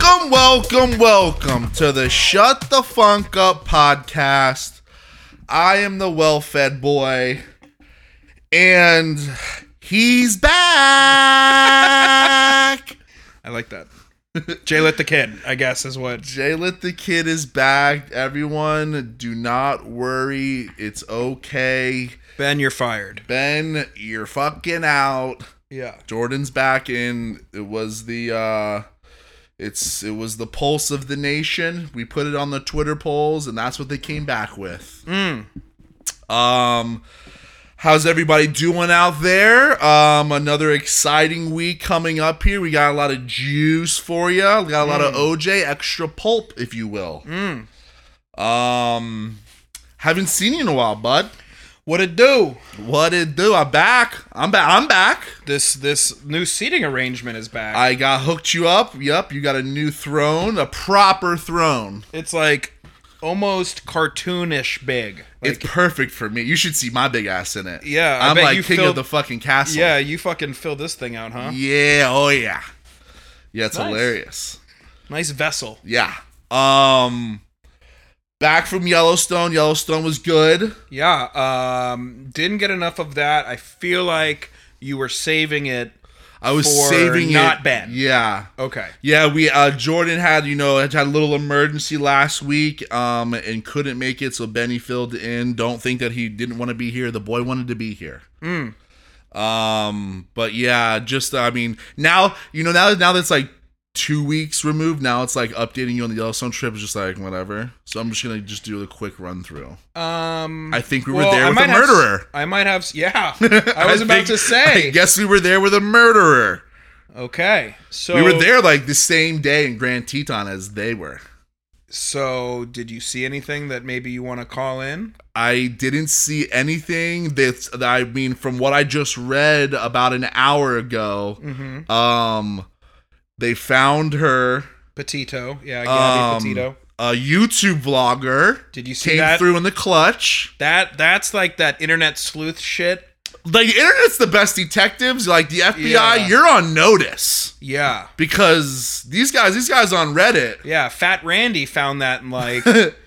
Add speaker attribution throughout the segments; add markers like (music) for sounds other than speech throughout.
Speaker 1: welcome, welcome to the Shut the Funk Up podcast. I am the well fed boy, and he's back. (laughs)
Speaker 2: I like that. Jay lit the kid, I guess, is what.
Speaker 1: Jay Lit the Kid is back. Everyone, do not worry. It's okay.
Speaker 2: Ben, you're fired.
Speaker 1: Ben, you're fucking out.
Speaker 2: Yeah.
Speaker 1: Jordan's back in. It was the uh it's it was the pulse of the nation. We put it on the Twitter polls and that's what they came back with.
Speaker 2: Mm.
Speaker 1: Um how's everybody doing out there? Um another exciting week coming up here. We got a lot of juice for you. We got a
Speaker 2: Mm.
Speaker 1: lot of OJ extra pulp if you will. Um haven't seen you in a while, bud.
Speaker 2: What it do?
Speaker 1: What it do? I'm back. I'm back. I'm back.
Speaker 2: This this new seating arrangement is back.
Speaker 1: I got hooked you up. Yep, you got a new throne, a proper throne.
Speaker 2: it's like almost cartoonish big. Like,
Speaker 1: it's perfect for me. You should see my big ass in it.
Speaker 2: Yeah, I
Speaker 1: I'm
Speaker 2: bet
Speaker 1: like
Speaker 2: you
Speaker 1: king
Speaker 2: filled-
Speaker 1: of the fucking castle.
Speaker 2: yeah, you fucking fill this thing out, huh?
Speaker 1: yeah, oh yeah, yeah. It's
Speaker 2: Nice.
Speaker 1: hilarious.
Speaker 2: Nice vessel.
Speaker 1: Yeah. Um, back from Yellowstone. Yellowstone was good.
Speaker 2: Yeah. Um, didn't get enough of that. I feel like you were saving it.
Speaker 1: I was
Speaker 2: For
Speaker 1: saving
Speaker 2: not
Speaker 1: it.
Speaker 2: Ben.
Speaker 1: Yeah.
Speaker 2: Okay.
Speaker 1: Yeah, we uh Jordan had, you know, had a little emergency last week um and couldn't make it so Benny filled in. Don't think that he didn't want to be here. The boy wanted to be here.
Speaker 2: Mm.
Speaker 1: Um but yeah, just I mean, now, you know, now now that's like 2 weeks removed, now it's like updating you on the Yellowstone trip is just like whatever. So I'm just going to just do a quick run through.
Speaker 2: Um,
Speaker 1: I think we were
Speaker 2: well,
Speaker 1: there
Speaker 2: I
Speaker 1: with
Speaker 2: might
Speaker 1: a
Speaker 2: have s-
Speaker 1: murderer.
Speaker 2: I might have. s- (laughs) Yeah. I
Speaker 1: (laughs)
Speaker 2: was about
Speaker 1: think-
Speaker 2: to say.
Speaker 1: I guess we were there with a murderer.
Speaker 2: Okay. So
Speaker 1: we were there like the same day in Grand Teton as they were.
Speaker 2: So, did you see anything that maybe you want to call in?
Speaker 1: I didn't see anything that's that I mean from what I just read about an hour ago.
Speaker 2: Mm-hmm.
Speaker 1: Um they found her
Speaker 2: Petito, yeah, Gabby
Speaker 1: um,
Speaker 2: Petito.
Speaker 1: a YouTube vlogger
Speaker 2: Did you see
Speaker 1: came
Speaker 2: that?
Speaker 1: through in the clutch.
Speaker 2: That that's like that internet sleuth shit.
Speaker 1: The internet's the best detectives, like the FBI,
Speaker 2: Yeah.
Speaker 1: you're on notice
Speaker 2: Yeah,
Speaker 1: because these guys these guys on Reddit (laughs)
Speaker 2: yeah. Fat Randy found that and like took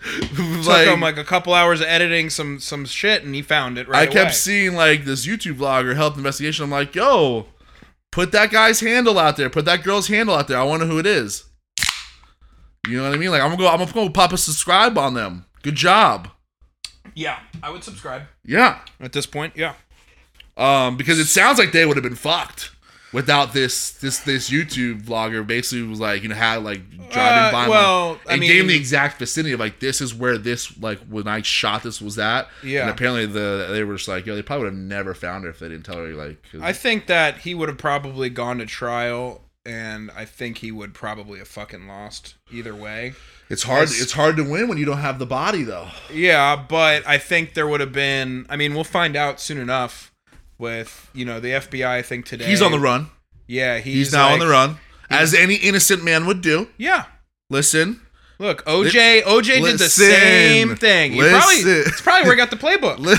Speaker 1: like,
Speaker 2: him like a couple hours of editing some some shit, and he found it
Speaker 1: I
Speaker 2: right
Speaker 1: kept
Speaker 2: away.
Speaker 1: seeing like this YouTube vlogger help investigation. I'm like, yo, put that guy's handle out there. Put that girl's handle out there. I wonder who it is. You know what I mean? Like I'm gonna go. I'm gonna go pop a subscribe on them. Good job.
Speaker 2: yeah, I would subscribe
Speaker 1: Yeah.
Speaker 2: at this point. Yeah,
Speaker 1: Um, because it sounds like they would have been fucked without this this this YouTube vlogger. Basically, was like you know had like driving
Speaker 2: Uh,
Speaker 1: by.
Speaker 2: well, I
Speaker 1: and gave him the
Speaker 2: mean-
Speaker 1: exact vicinity of like this is where this like when I shot this was that.
Speaker 2: Yeah.
Speaker 1: And apparently the they were just like yo they probably would have never found her if they didn't tell her like. 'cause-
Speaker 2: I think that he would have probably gone to trial, and I think he would probably have fucking lost either way.
Speaker 1: It's hard.
Speaker 2: Yes.
Speaker 1: It's hard to win when you don't have the body, though.
Speaker 2: Yeah, but I think there would have been. I mean, we'll find out soon enough. With you know the FBI, I think today
Speaker 1: He's on the run.
Speaker 2: Yeah, he's,
Speaker 1: He's, now on
Speaker 2: like-
Speaker 1: the run, as any innocent man would do.
Speaker 2: Yeah,
Speaker 1: Listen, (laughs)
Speaker 2: look, OJ, OJ did the
Speaker 1: Listen.
Speaker 2: same thing. He probably,
Speaker 1: Listen.
Speaker 2: it's probably where he got the playbook.
Speaker 1: li-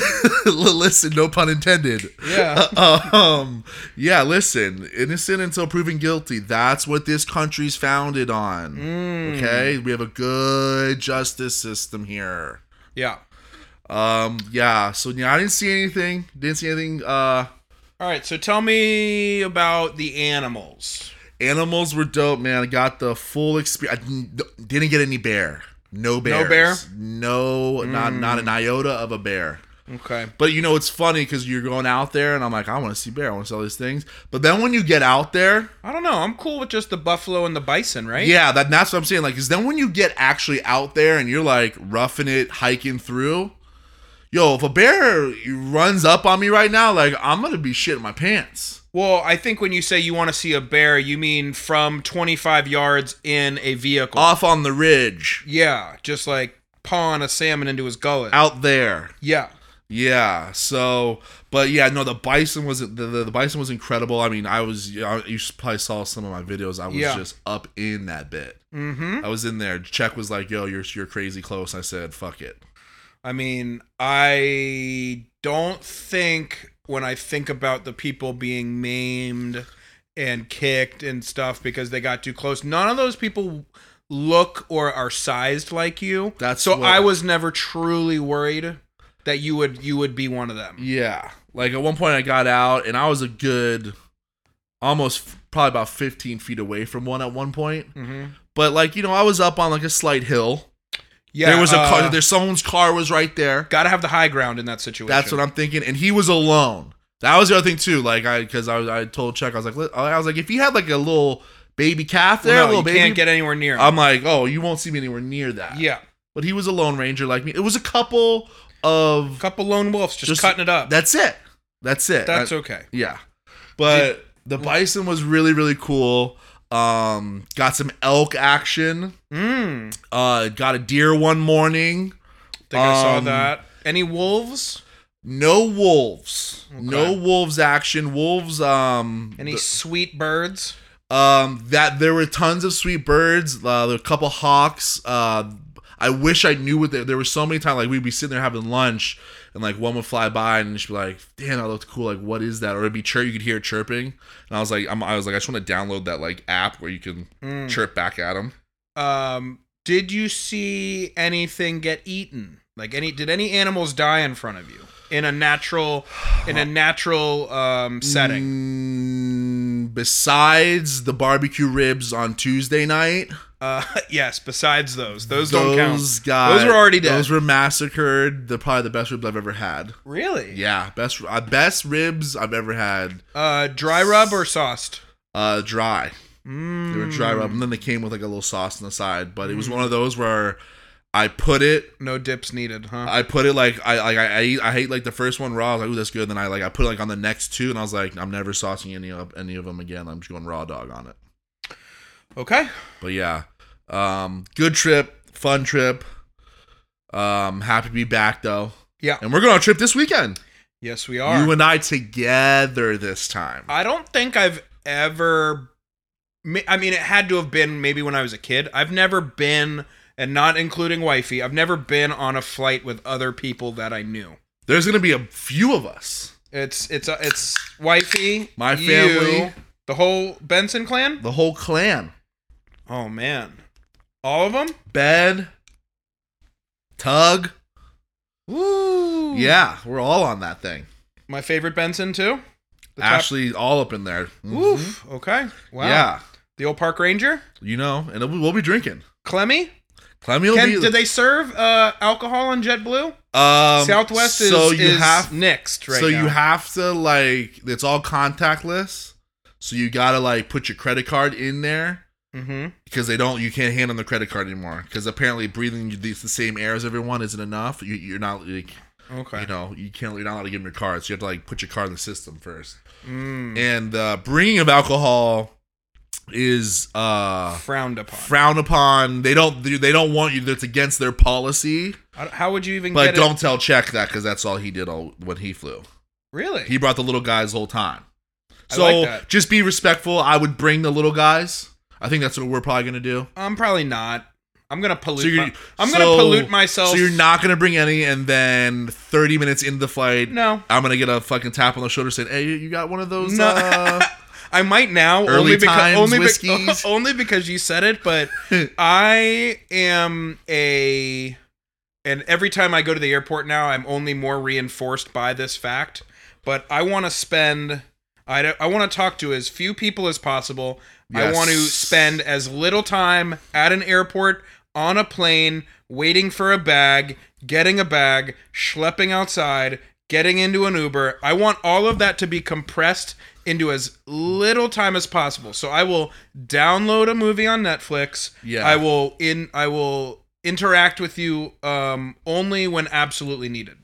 Speaker 1: listen. No pun intended.
Speaker 2: Yeah.
Speaker 1: um. Yeah. Listen. Innocent until proven guilty. That's what this country's founded on. Okay. We have a good justice system here.
Speaker 2: Yeah.
Speaker 1: Um. Yeah. So yeah, I didn't see anything. Didn't see anything. Uh.
Speaker 2: All right, so tell me about the animals.
Speaker 1: Animals were dope, man. I got the full experience. I didn't- didn't get any bear. No bears.
Speaker 2: bear? Mm.
Speaker 1: No, not not an iota of a bear.
Speaker 2: Okay.
Speaker 1: But you know it's funny because you're going out there, and I'm like, I want to see bear. I want to see all these things. But then when you get out there,
Speaker 2: I don't know. I'm cool with just the buffalo and the bison, right?
Speaker 1: yeah, that, that's what I'm saying. Like, is then when you get actually out there and you're like roughing it, hiking through. Yo, if a bear runs up on me right now, like I'm gonna be shitting my pants.
Speaker 2: Well, I think when you say you want to see a bear, you mean from 25 yards in a vehicle.
Speaker 1: Off on the ridge,
Speaker 2: yeah, just like pawing a salmon into his gullet.
Speaker 1: out there.
Speaker 2: yeah.
Speaker 1: Yeah. So, but yeah, no, the bison was the, the, the bison was incredible. I mean, I was I, you probably saw some of my videos. I was
Speaker 2: Yeah.
Speaker 1: just up in that bit.
Speaker 2: Mm-hmm.
Speaker 1: I was in there. Check was like, "Yo, you're you're crazy close." I said, "Fuck it."
Speaker 2: I mean, I don't think when I think about the people being maimed and kicked and stuff because they got too close, none of those people look or are sized like you.
Speaker 1: That's
Speaker 2: so
Speaker 1: what-
Speaker 2: I was never truly worried that you would you would be one of them.
Speaker 1: Yeah. Like at one point I got out and I was a good almost probably about 15 feet away from one at one point.
Speaker 2: Mm-hmm.
Speaker 1: But like, you know, I was up on like a slight hill.
Speaker 2: Yeah,
Speaker 1: there was a
Speaker 2: uh,
Speaker 1: car there's someone's car was right there.
Speaker 2: Got to have the high ground in that situation.
Speaker 1: That's what I'm thinking and he was alone. That was the other thing too. Like I cuz I was I told Chuck I was like "Look," I was like if he had like a little baby calf there,
Speaker 2: Well,
Speaker 1: a
Speaker 2: no,
Speaker 1: little baby
Speaker 2: you can't get anywhere near.
Speaker 1: I'm like, "Oh, you won't see me anywhere near that."
Speaker 2: yeah,
Speaker 1: But he was a lone ranger like me. It was a couple of
Speaker 2: couple lone wolves just,
Speaker 1: Just-
Speaker 2: cutting it up.
Speaker 1: That's it. That's it.
Speaker 2: That's okay.
Speaker 1: Yeah. But the bison was really, really cool. Um, got some elk action.
Speaker 2: Mm,
Speaker 1: Uh, got a deer one morning.
Speaker 2: think I saw
Speaker 1: Um,
Speaker 2: that. Any wolves?
Speaker 1: No wolves. No
Speaker 2: Okay.
Speaker 1: wolves action. Wolves. Um,
Speaker 2: Any
Speaker 1: th-
Speaker 2: sweet birds?
Speaker 1: um, that there were tons of sweet birds. Uh, there were a couple hawks. Uh, I wish I knew what they, there were so many times like we'd be sitting there having lunch and like one would fly by and she'd be like, "Damn, that looked cool. Like, what is that?" Or it'd be chirp. You could hear it chirping, and I was like, I'm, "I was like, I just want to download that like app where you can
Speaker 2: Mm.
Speaker 1: chirp back at them."
Speaker 2: Um, did you see anything get eaten? Like any? Did any animals die in front of you in a natural in a natural um, setting?
Speaker 1: Mm, besides the barbecue ribs on Tuesday night,
Speaker 2: Uh, (laughs) yes. Besides those, those, don't count.
Speaker 1: those guys,
Speaker 2: Those were already dead.
Speaker 1: Those were massacred. They're probably the best ribs I've ever had.
Speaker 2: Really?
Speaker 1: Yeah, best uh, best ribs I've ever had.
Speaker 2: Uh, dry rub or sauced?
Speaker 1: Uh, dry.
Speaker 2: Mm.
Speaker 1: They were dry rub, and then they came with like a little sauce on the side. But it was one of those where I put it,
Speaker 2: No dips needed, huh?
Speaker 1: I put it like I like I I, eat, I hate like the first one raw. I was like, ooh, that's good. And then I like I put it like on the next two, and I was like, I'm never saucing any of any of them again. I'm just going raw dog on it.
Speaker 2: okay.
Speaker 1: But yeah, um, good trip, fun trip. Um, happy to be back though.
Speaker 2: Yeah.
Speaker 1: and we're going on a trip this weekend.
Speaker 2: Yes, we are.
Speaker 1: You and I together this time.
Speaker 2: I don't think I've ever. ma- I mean, it had to have been maybe when I was a kid. I've never been, and not including wifey, I've never been on a flight with other people that I knew.
Speaker 1: There's gonna be a few of us.
Speaker 2: It's it's uh, it's wifey,
Speaker 1: My
Speaker 2: you,
Speaker 1: family.
Speaker 2: the whole Benson clan.
Speaker 1: The whole clan.
Speaker 2: Oh man, all of them.
Speaker 1: Ben, Tug.
Speaker 2: Woo!
Speaker 1: Yeah, we're all on that thing.
Speaker 2: my favorite Benson too. The top-
Speaker 1: Ashley, all up in there. Mhm.
Speaker 2: Oof. Okay. Wow.
Speaker 1: Yeah,
Speaker 2: The old Park Ranger,
Speaker 1: you know, and we'll be drinking.
Speaker 2: Clemmy.
Speaker 1: Clemmy will
Speaker 2: Ken,
Speaker 1: be.
Speaker 2: did they serve uh, alcohol on JetBlue?
Speaker 1: um,
Speaker 2: Southwest is,
Speaker 1: so you
Speaker 2: is
Speaker 1: have
Speaker 2: next right
Speaker 1: so
Speaker 2: now.
Speaker 1: you have to like it's all contactless so you gotta like put your credit card in there
Speaker 2: hmm
Speaker 1: because they don't you can't hand them the credit card anymore because apparently breathing the, the same air as everyone isn't enough you, you're not like
Speaker 2: Okay.
Speaker 1: you know you can't you're not allowed to give them your card so you have to like put your card in the system first
Speaker 2: Mm.
Speaker 1: and the bringing of alcohol is uh
Speaker 2: frowned upon.
Speaker 1: frowned upon they don't they don't want you that's against their policy
Speaker 2: I don't- How would you even
Speaker 1: but
Speaker 2: get
Speaker 1: don't
Speaker 2: it?
Speaker 1: tell check that because that's all he did all when he flew
Speaker 2: Really?
Speaker 1: He brought the little guys the whole time.
Speaker 2: I
Speaker 1: So
Speaker 2: like that.
Speaker 1: just be respectful. I would bring the little guys. I think that's what we're probably gonna do.
Speaker 2: I'm probably not. I'm gonna pollute.
Speaker 1: So you're-
Speaker 2: my- I'm gonna
Speaker 1: so-
Speaker 2: pollute myself.
Speaker 1: So you're not gonna bring any, and then 30 minutes into the flight,
Speaker 2: No.
Speaker 1: I'm gonna get a fucking tap on the shoulder saying, "Hey, you- you got one of those?"
Speaker 2: No. (laughs)
Speaker 1: Uh,
Speaker 2: I might now
Speaker 1: Early
Speaker 2: only because
Speaker 1: times
Speaker 2: only, bec-
Speaker 1: whiskeys.
Speaker 2: (laughs) only because you said
Speaker 1: (laughs)
Speaker 2: it, but I am a and every time I go to the airport now, I'm only more reinforced by this fact. But I want to spend I don't- I want to talk to as few people as possible. I
Speaker 1: Yes.
Speaker 2: want to spend as little time at an airport, on a plane, waiting for a bag, getting a bag, schlepping outside, getting into an Uber. I want all of that to be compressed into as little time as possible. So I will download a movie on Netflix.
Speaker 1: Yeah.
Speaker 2: I will in I will interact with you um only when absolutely needed.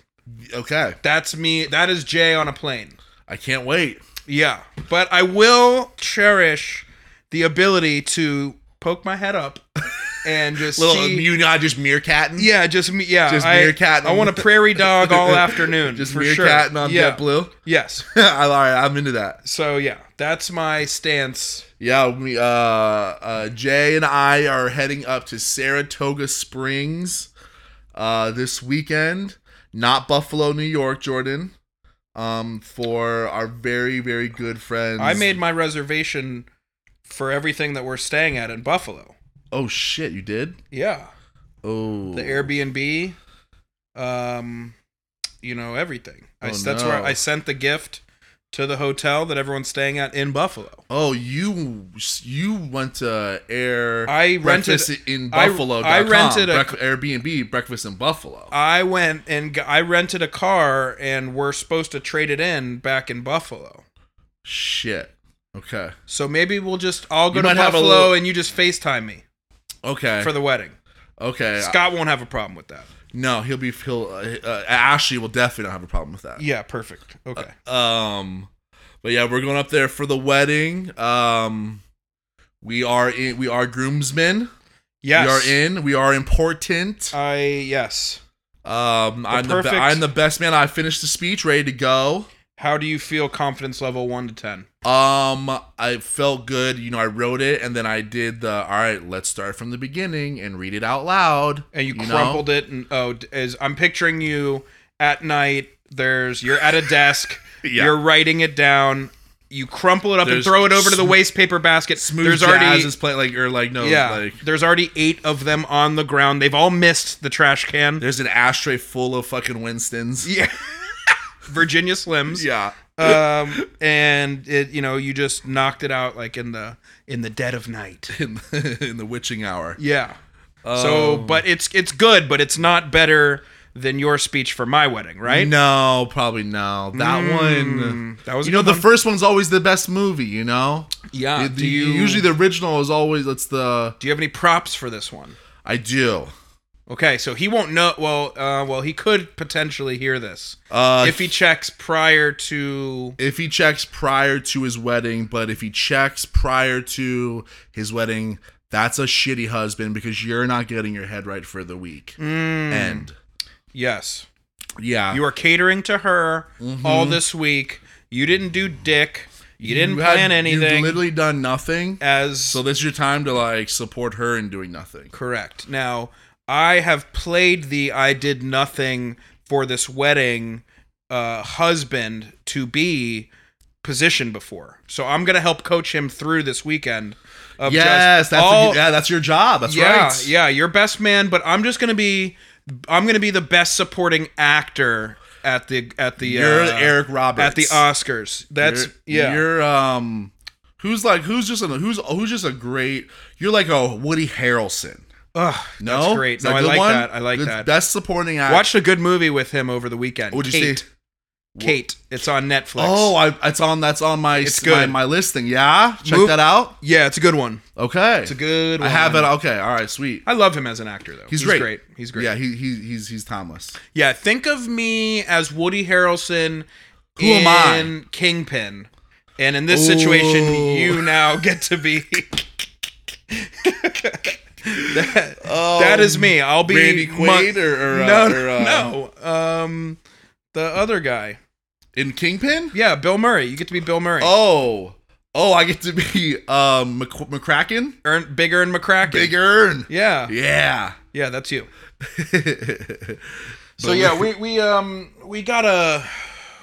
Speaker 1: okay,
Speaker 2: That's me. That is Jay on a plane.
Speaker 1: I can't wait.
Speaker 2: Yeah, but I will cherish the ability to poke my head up
Speaker 1: (laughs)
Speaker 2: and just
Speaker 1: Little
Speaker 2: see.
Speaker 1: you and I just meerkatting.
Speaker 2: yeah, just me. Yeah,
Speaker 1: Just
Speaker 2: I,
Speaker 1: meerkatting. (laughs)
Speaker 2: I want a prairie dog all afternoon.
Speaker 1: just
Speaker 2: for sure.
Speaker 1: meerkatting on
Speaker 2: yeah.
Speaker 1: that (laughs) blue.
Speaker 2: Yes.
Speaker 1: all right, I'm into that.
Speaker 2: So yeah, that's my stance.
Speaker 1: Yeah, we, uh, uh, Jay and I are heading up to Saratoga Springs uh, this weekend, not Buffalo, New York, Jordan, um, for our very, very good friends.
Speaker 2: I made my reservation for everything that we're staying at in Buffalo.
Speaker 1: Oh shit, you did?
Speaker 2: Yeah.
Speaker 1: Oh.
Speaker 2: The Airbnb, um, you know everything. I,
Speaker 1: Oh,
Speaker 2: that's where
Speaker 1: no.
Speaker 2: I sent the gift to the hotel that everyone's staying at in Buffalo.
Speaker 1: Oh, you you went to Air
Speaker 2: I rented.
Speaker 1: Breakfast in
Speaker 2: I-
Speaker 1: Buffalo.
Speaker 2: I rented a-
Speaker 1: Airbnb Breakfast in Buffalo.
Speaker 2: I went and g- I rented a car, and we're supposed to trade it in back in Buffalo.
Speaker 1: Shit. Okay.
Speaker 2: So maybe we'll just I'll go
Speaker 1: You
Speaker 2: to
Speaker 1: might have a
Speaker 2: Buffalo
Speaker 1: little-
Speaker 2: and you just FaceTime me
Speaker 1: Okay.
Speaker 2: for the wedding.
Speaker 1: okay.
Speaker 2: Scott won't have a problem with that.
Speaker 1: no, he'll be he'll uh, uh, Ashley will definitely not have a problem with that.
Speaker 2: Yeah, perfect. Okay.
Speaker 1: Um, but yeah, we're going up there for the wedding. Um, we are in, we are groomsmen.
Speaker 2: Yes.
Speaker 1: We are in. We are important.
Speaker 2: I yes.
Speaker 1: Um, I'm the
Speaker 2: perfect-
Speaker 1: be- I'm the best man. I finished the speech, ready to go.
Speaker 2: How do you feel confidence level 1 to 10?
Speaker 1: Um, I felt good. You know, I wrote it, and then I did the. All right, let's start from the beginning and read it out loud.
Speaker 2: And you,
Speaker 1: You know?
Speaker 2: crumpled it and oh d- is I'm picturing you at night there's you're at a desk,
Speaker 1: (laughs) Yeah.
Speaker 2: you're writing it down, you crumple it up and
Speaker 1: There's
Speaker 2: throw it over to the
Speaker 1: sm-
Speaker 2: waste paper basket.
Speaker 1: Smooth
Speaker 2: there's
Speaker 1: jazz
Speaker 2: already
Speaker 1: is playing like or like no
Speaker 2: yeah,
Speaker 1: like
Speaker 2: there's already 8 of them on the ground. They've all missed the trash can.
Speaker 1: there's an ashtray full of fucking Winston's.
Speaker 2: (laughs) Yeah. Virginia Slims.
Speaker 1: Yeah.
Speaker 2: um, and it you know you just knocked it out like in the in the dead of night.
Speaker 1: (laughs) (laughs) In, in the witching hour.
Speaker 2: Yeah.
Speaker 1: Oh.
Speaker 2: So, but it's it's good, but it's not better than your speech for my wedding, right?
Speaker 1: No, probably no. That one.
Speaker 2: Mm, that was
Speaker 1: You know, the first one's always the best movie. You know,
Speaker 2: yeah.
Speaker 1: The-
Speaker 2: do you
Speaker 1: usually the original is always that's the
Speaker 2: do you have any props for this one?
Speaker 1: I do.
Speaker 2: Okay, so he won't know. Well, uh, well, he could potentially hear this
Speaker 1: Uh,
Speaker 2: if he checks prior to.
Speaker 1: if he checks prior to his wedding, but if he checks prior to his wedding, that's a shitty husband because you're not getting your head right for the week.
Speaker 2: Mm.
Speaker 1: End.
Speaker 2: Yes,
Speaker 1: Yeah,
Speaker 2: you are catering to her all this week. You didn't do dick. You didn't
Speaker 1: Mm-hmm. You had-
Speaker 2: plan
Speaker 1: You've
Speaker 2: anything.
Speaker 1: literally done nothing.
Speaker 2: as
Speaker 1: So this is your time to like support her in doing nothing.
Speaker 2: Correct. Now, I have played the I did nothing for this wedding uh, husband to be position before. So I'm going to help coach him through this weekend. Of
Speaker 1: Yes,
Speaker 2: just
Speaker 1: that's
Speaker 2: all-
Speaker 1: yeah, that's your job. That's
Speaker 2: yeah,
Speaker 1: right.
Speaker 2: yeah, your best man, but I'm just going to be I'm going to be the best supporting actor at the at the
Speaker 1: You're
Speaker 2: uh,
Speaker 1: Eric Roberts
Speaker 2: at the Oscars. That's
Speaker 1: You're-
Speaker 2: yeah.
Speaker 1: You're um, who's like who's just a, who's who's just a great. You're like a Woody Harrelson.
Speaker 2: Ugh,
Speaker 1: No,
Speaker 2: that's great.
Speaker 1: Is
Speaker 2: No,
Speaker 1: that
Speaker 2: I
Speaker 1: good
Speaker 2: like
Speaker 1: one?
Speaker 2: that. I like
Speaker 1: Good-
Speaker 2: that.
Speaker 1: Best supporting actor.
Speaker 2: Watched a good movie with him over the weekend.
Speaker 1: What'd you
Speaker 2: Kate.
Speaker 1: say?
Speaker 2: Kate. It's on Netflix.
Speaker 1: Oh, I, it's on. That's on my
Speaker 2: It's
Speaker 1: my,
Speaker 2: good.
Speaker 1: my listing. Yeah, check
Speaker 2: Move-
Speaker 1: that out.
Speaker 2: yeah, it's a good one.
Speaker 1: Okay,
Speaker 2: It's a good
Speaker 1: I
Speaker 2: one.
Speaker 1: have it. Okay, all right, sweet.
Speaker 2: I love him as an actor, though.
Speaker 1: He's great.
Speaker 2: He's great.
Speaker 1: Yeah,
Speaker 2: Yeah.
Speaker 1: he, he he's he's Thomas.
Speaker 2: yeah. Think of me as Woody Harrelson
Speaker 1: Who am I?
Speaker 2: in Kingpin, and in this situation,
Speaker 1: Ooh.
Speaker 2: you
Speaker 1: (laughs)
Speaker 2: now get to be. that,
Speaker 1: Oh,
Speaker 2: that is me. I'll be
Speaker 1: Randy
Speaker 2: Mon-
Speaker 1: Quaid or, or, uh,
Speaker 2: no,
Speaker 1: or, uh,
Speaker 2: no. Um, the other guy.
Speaker 1: in Kingpin.
Speaker 2: Yeah, Bill Murray. You get to be Bill Murray.
Speaker 1: Oh, oh, I get to be um Mc, McCracken,
Speaker 2: Earn, Big Earn McCracken.
Speaker 1: Big Earn.
Speaker 2: Yeah.
Speaker 1: Yeah. (laughs)
Speaker 2: Yeah, that's you. So
Speaker 1: But
Speaker 2: yeah, we we um we got a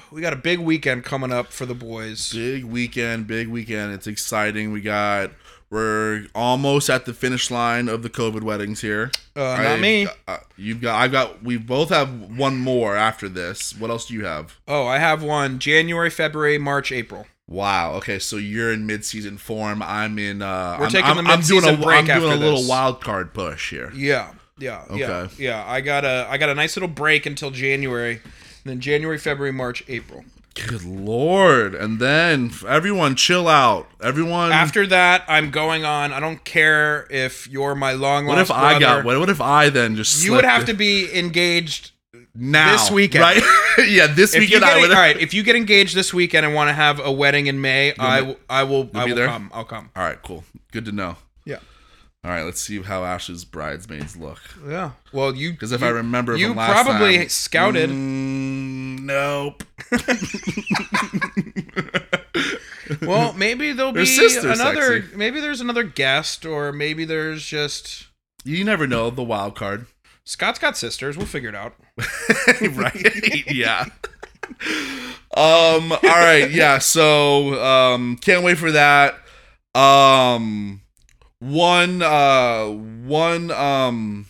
Speaker 2: we got a big weekend coming up for the boys.
Speaker 1: big weekend, big weekend. It's exciting. We got we're almost at the finish line of the COVID weddings here.
Speaker 2: Uh, not me.
Speaker 1: Uh, you've got. I've got. We both have one more after this. What else do you have?
Speaker 2: Oh, I have one January, February, March, April.
Speaker 1: Wow. Okay, so you're in mid-season form. I'm in. Uh,
Speaker 2: We're
Speaker 1: I'm,
Speaker 2: taking
Speaker 1: I'm,
Speaker 2: the
Speaker 1: I'm doing a.
Speaker 2: mid-season break
Speaker 1: I'm doing
Speaker 2: after
Speaker 1: a little
Speaker 2: this.
Speaker 1: wild card push here.
Speaker 2: Yeah, yeah, yeah,
Speaker 1: Okay.
Speaker 2: yeah. I got a I got a nice little break until January, and then January, February, March, April.
Speaker 1: Good lord! And then everyone, chill out. Everyone.
Speaker 2: After that, I'm going on. I don't care if you're my long
Speaker 1: what if
Speaker 2: lost
Speaker 1: I got?
Speaker 2: brother.
Speaker 1: What, what if I then just?
Speaker 2: You would
Speaker 1: slipped
Speaker 2: have
Speaker 1: it
Speaker 2: to be engaged.
Speaker 1: now
Speaker 2: this weekend.
Speaker 1: right? (laughs) yeah, this
Speaker 2: If you
Speaker 1: weekend
Speaker 2: get,
Speaker 1: I would.
Speaker 2: all right, if you get engaged this weekend and want to have a wedding in May, I will. I will. I
Speaker 1: be
Speaker 2: will
Speaker 1: there?
Speaker 2: come. I'll come.
Speaker 1: All right, cool. Good to know.
Speaker 2: Yeah.
Speaker 1: All right, let's see how Ash's bridesmaids look.
Speaker 2: Yeah. Well, you
Speaker 1: Because if I remember,
Speaker 2: you
Speaker 1: from last
Speaker 2: probably
Speaker 1: time-
Speaker 2: scouted.
Speaker 1: Mm, nope. (laughs)
Speaker 2: well, maybe there'll be
Speaker 1: They're sisters,
Speaker 2: another.
Speaker 1: sexy.
Speaker 2: Maybe there's another guest, or maybe there's just
Speaker 1: You never know the wild card,
Speaker 2: Scott's got sisters. We'll figure it out.
Speaker 1: (laughs) right? yeah. Um. All right. Yeah. So, um, can't wait for that. Um, one uh one um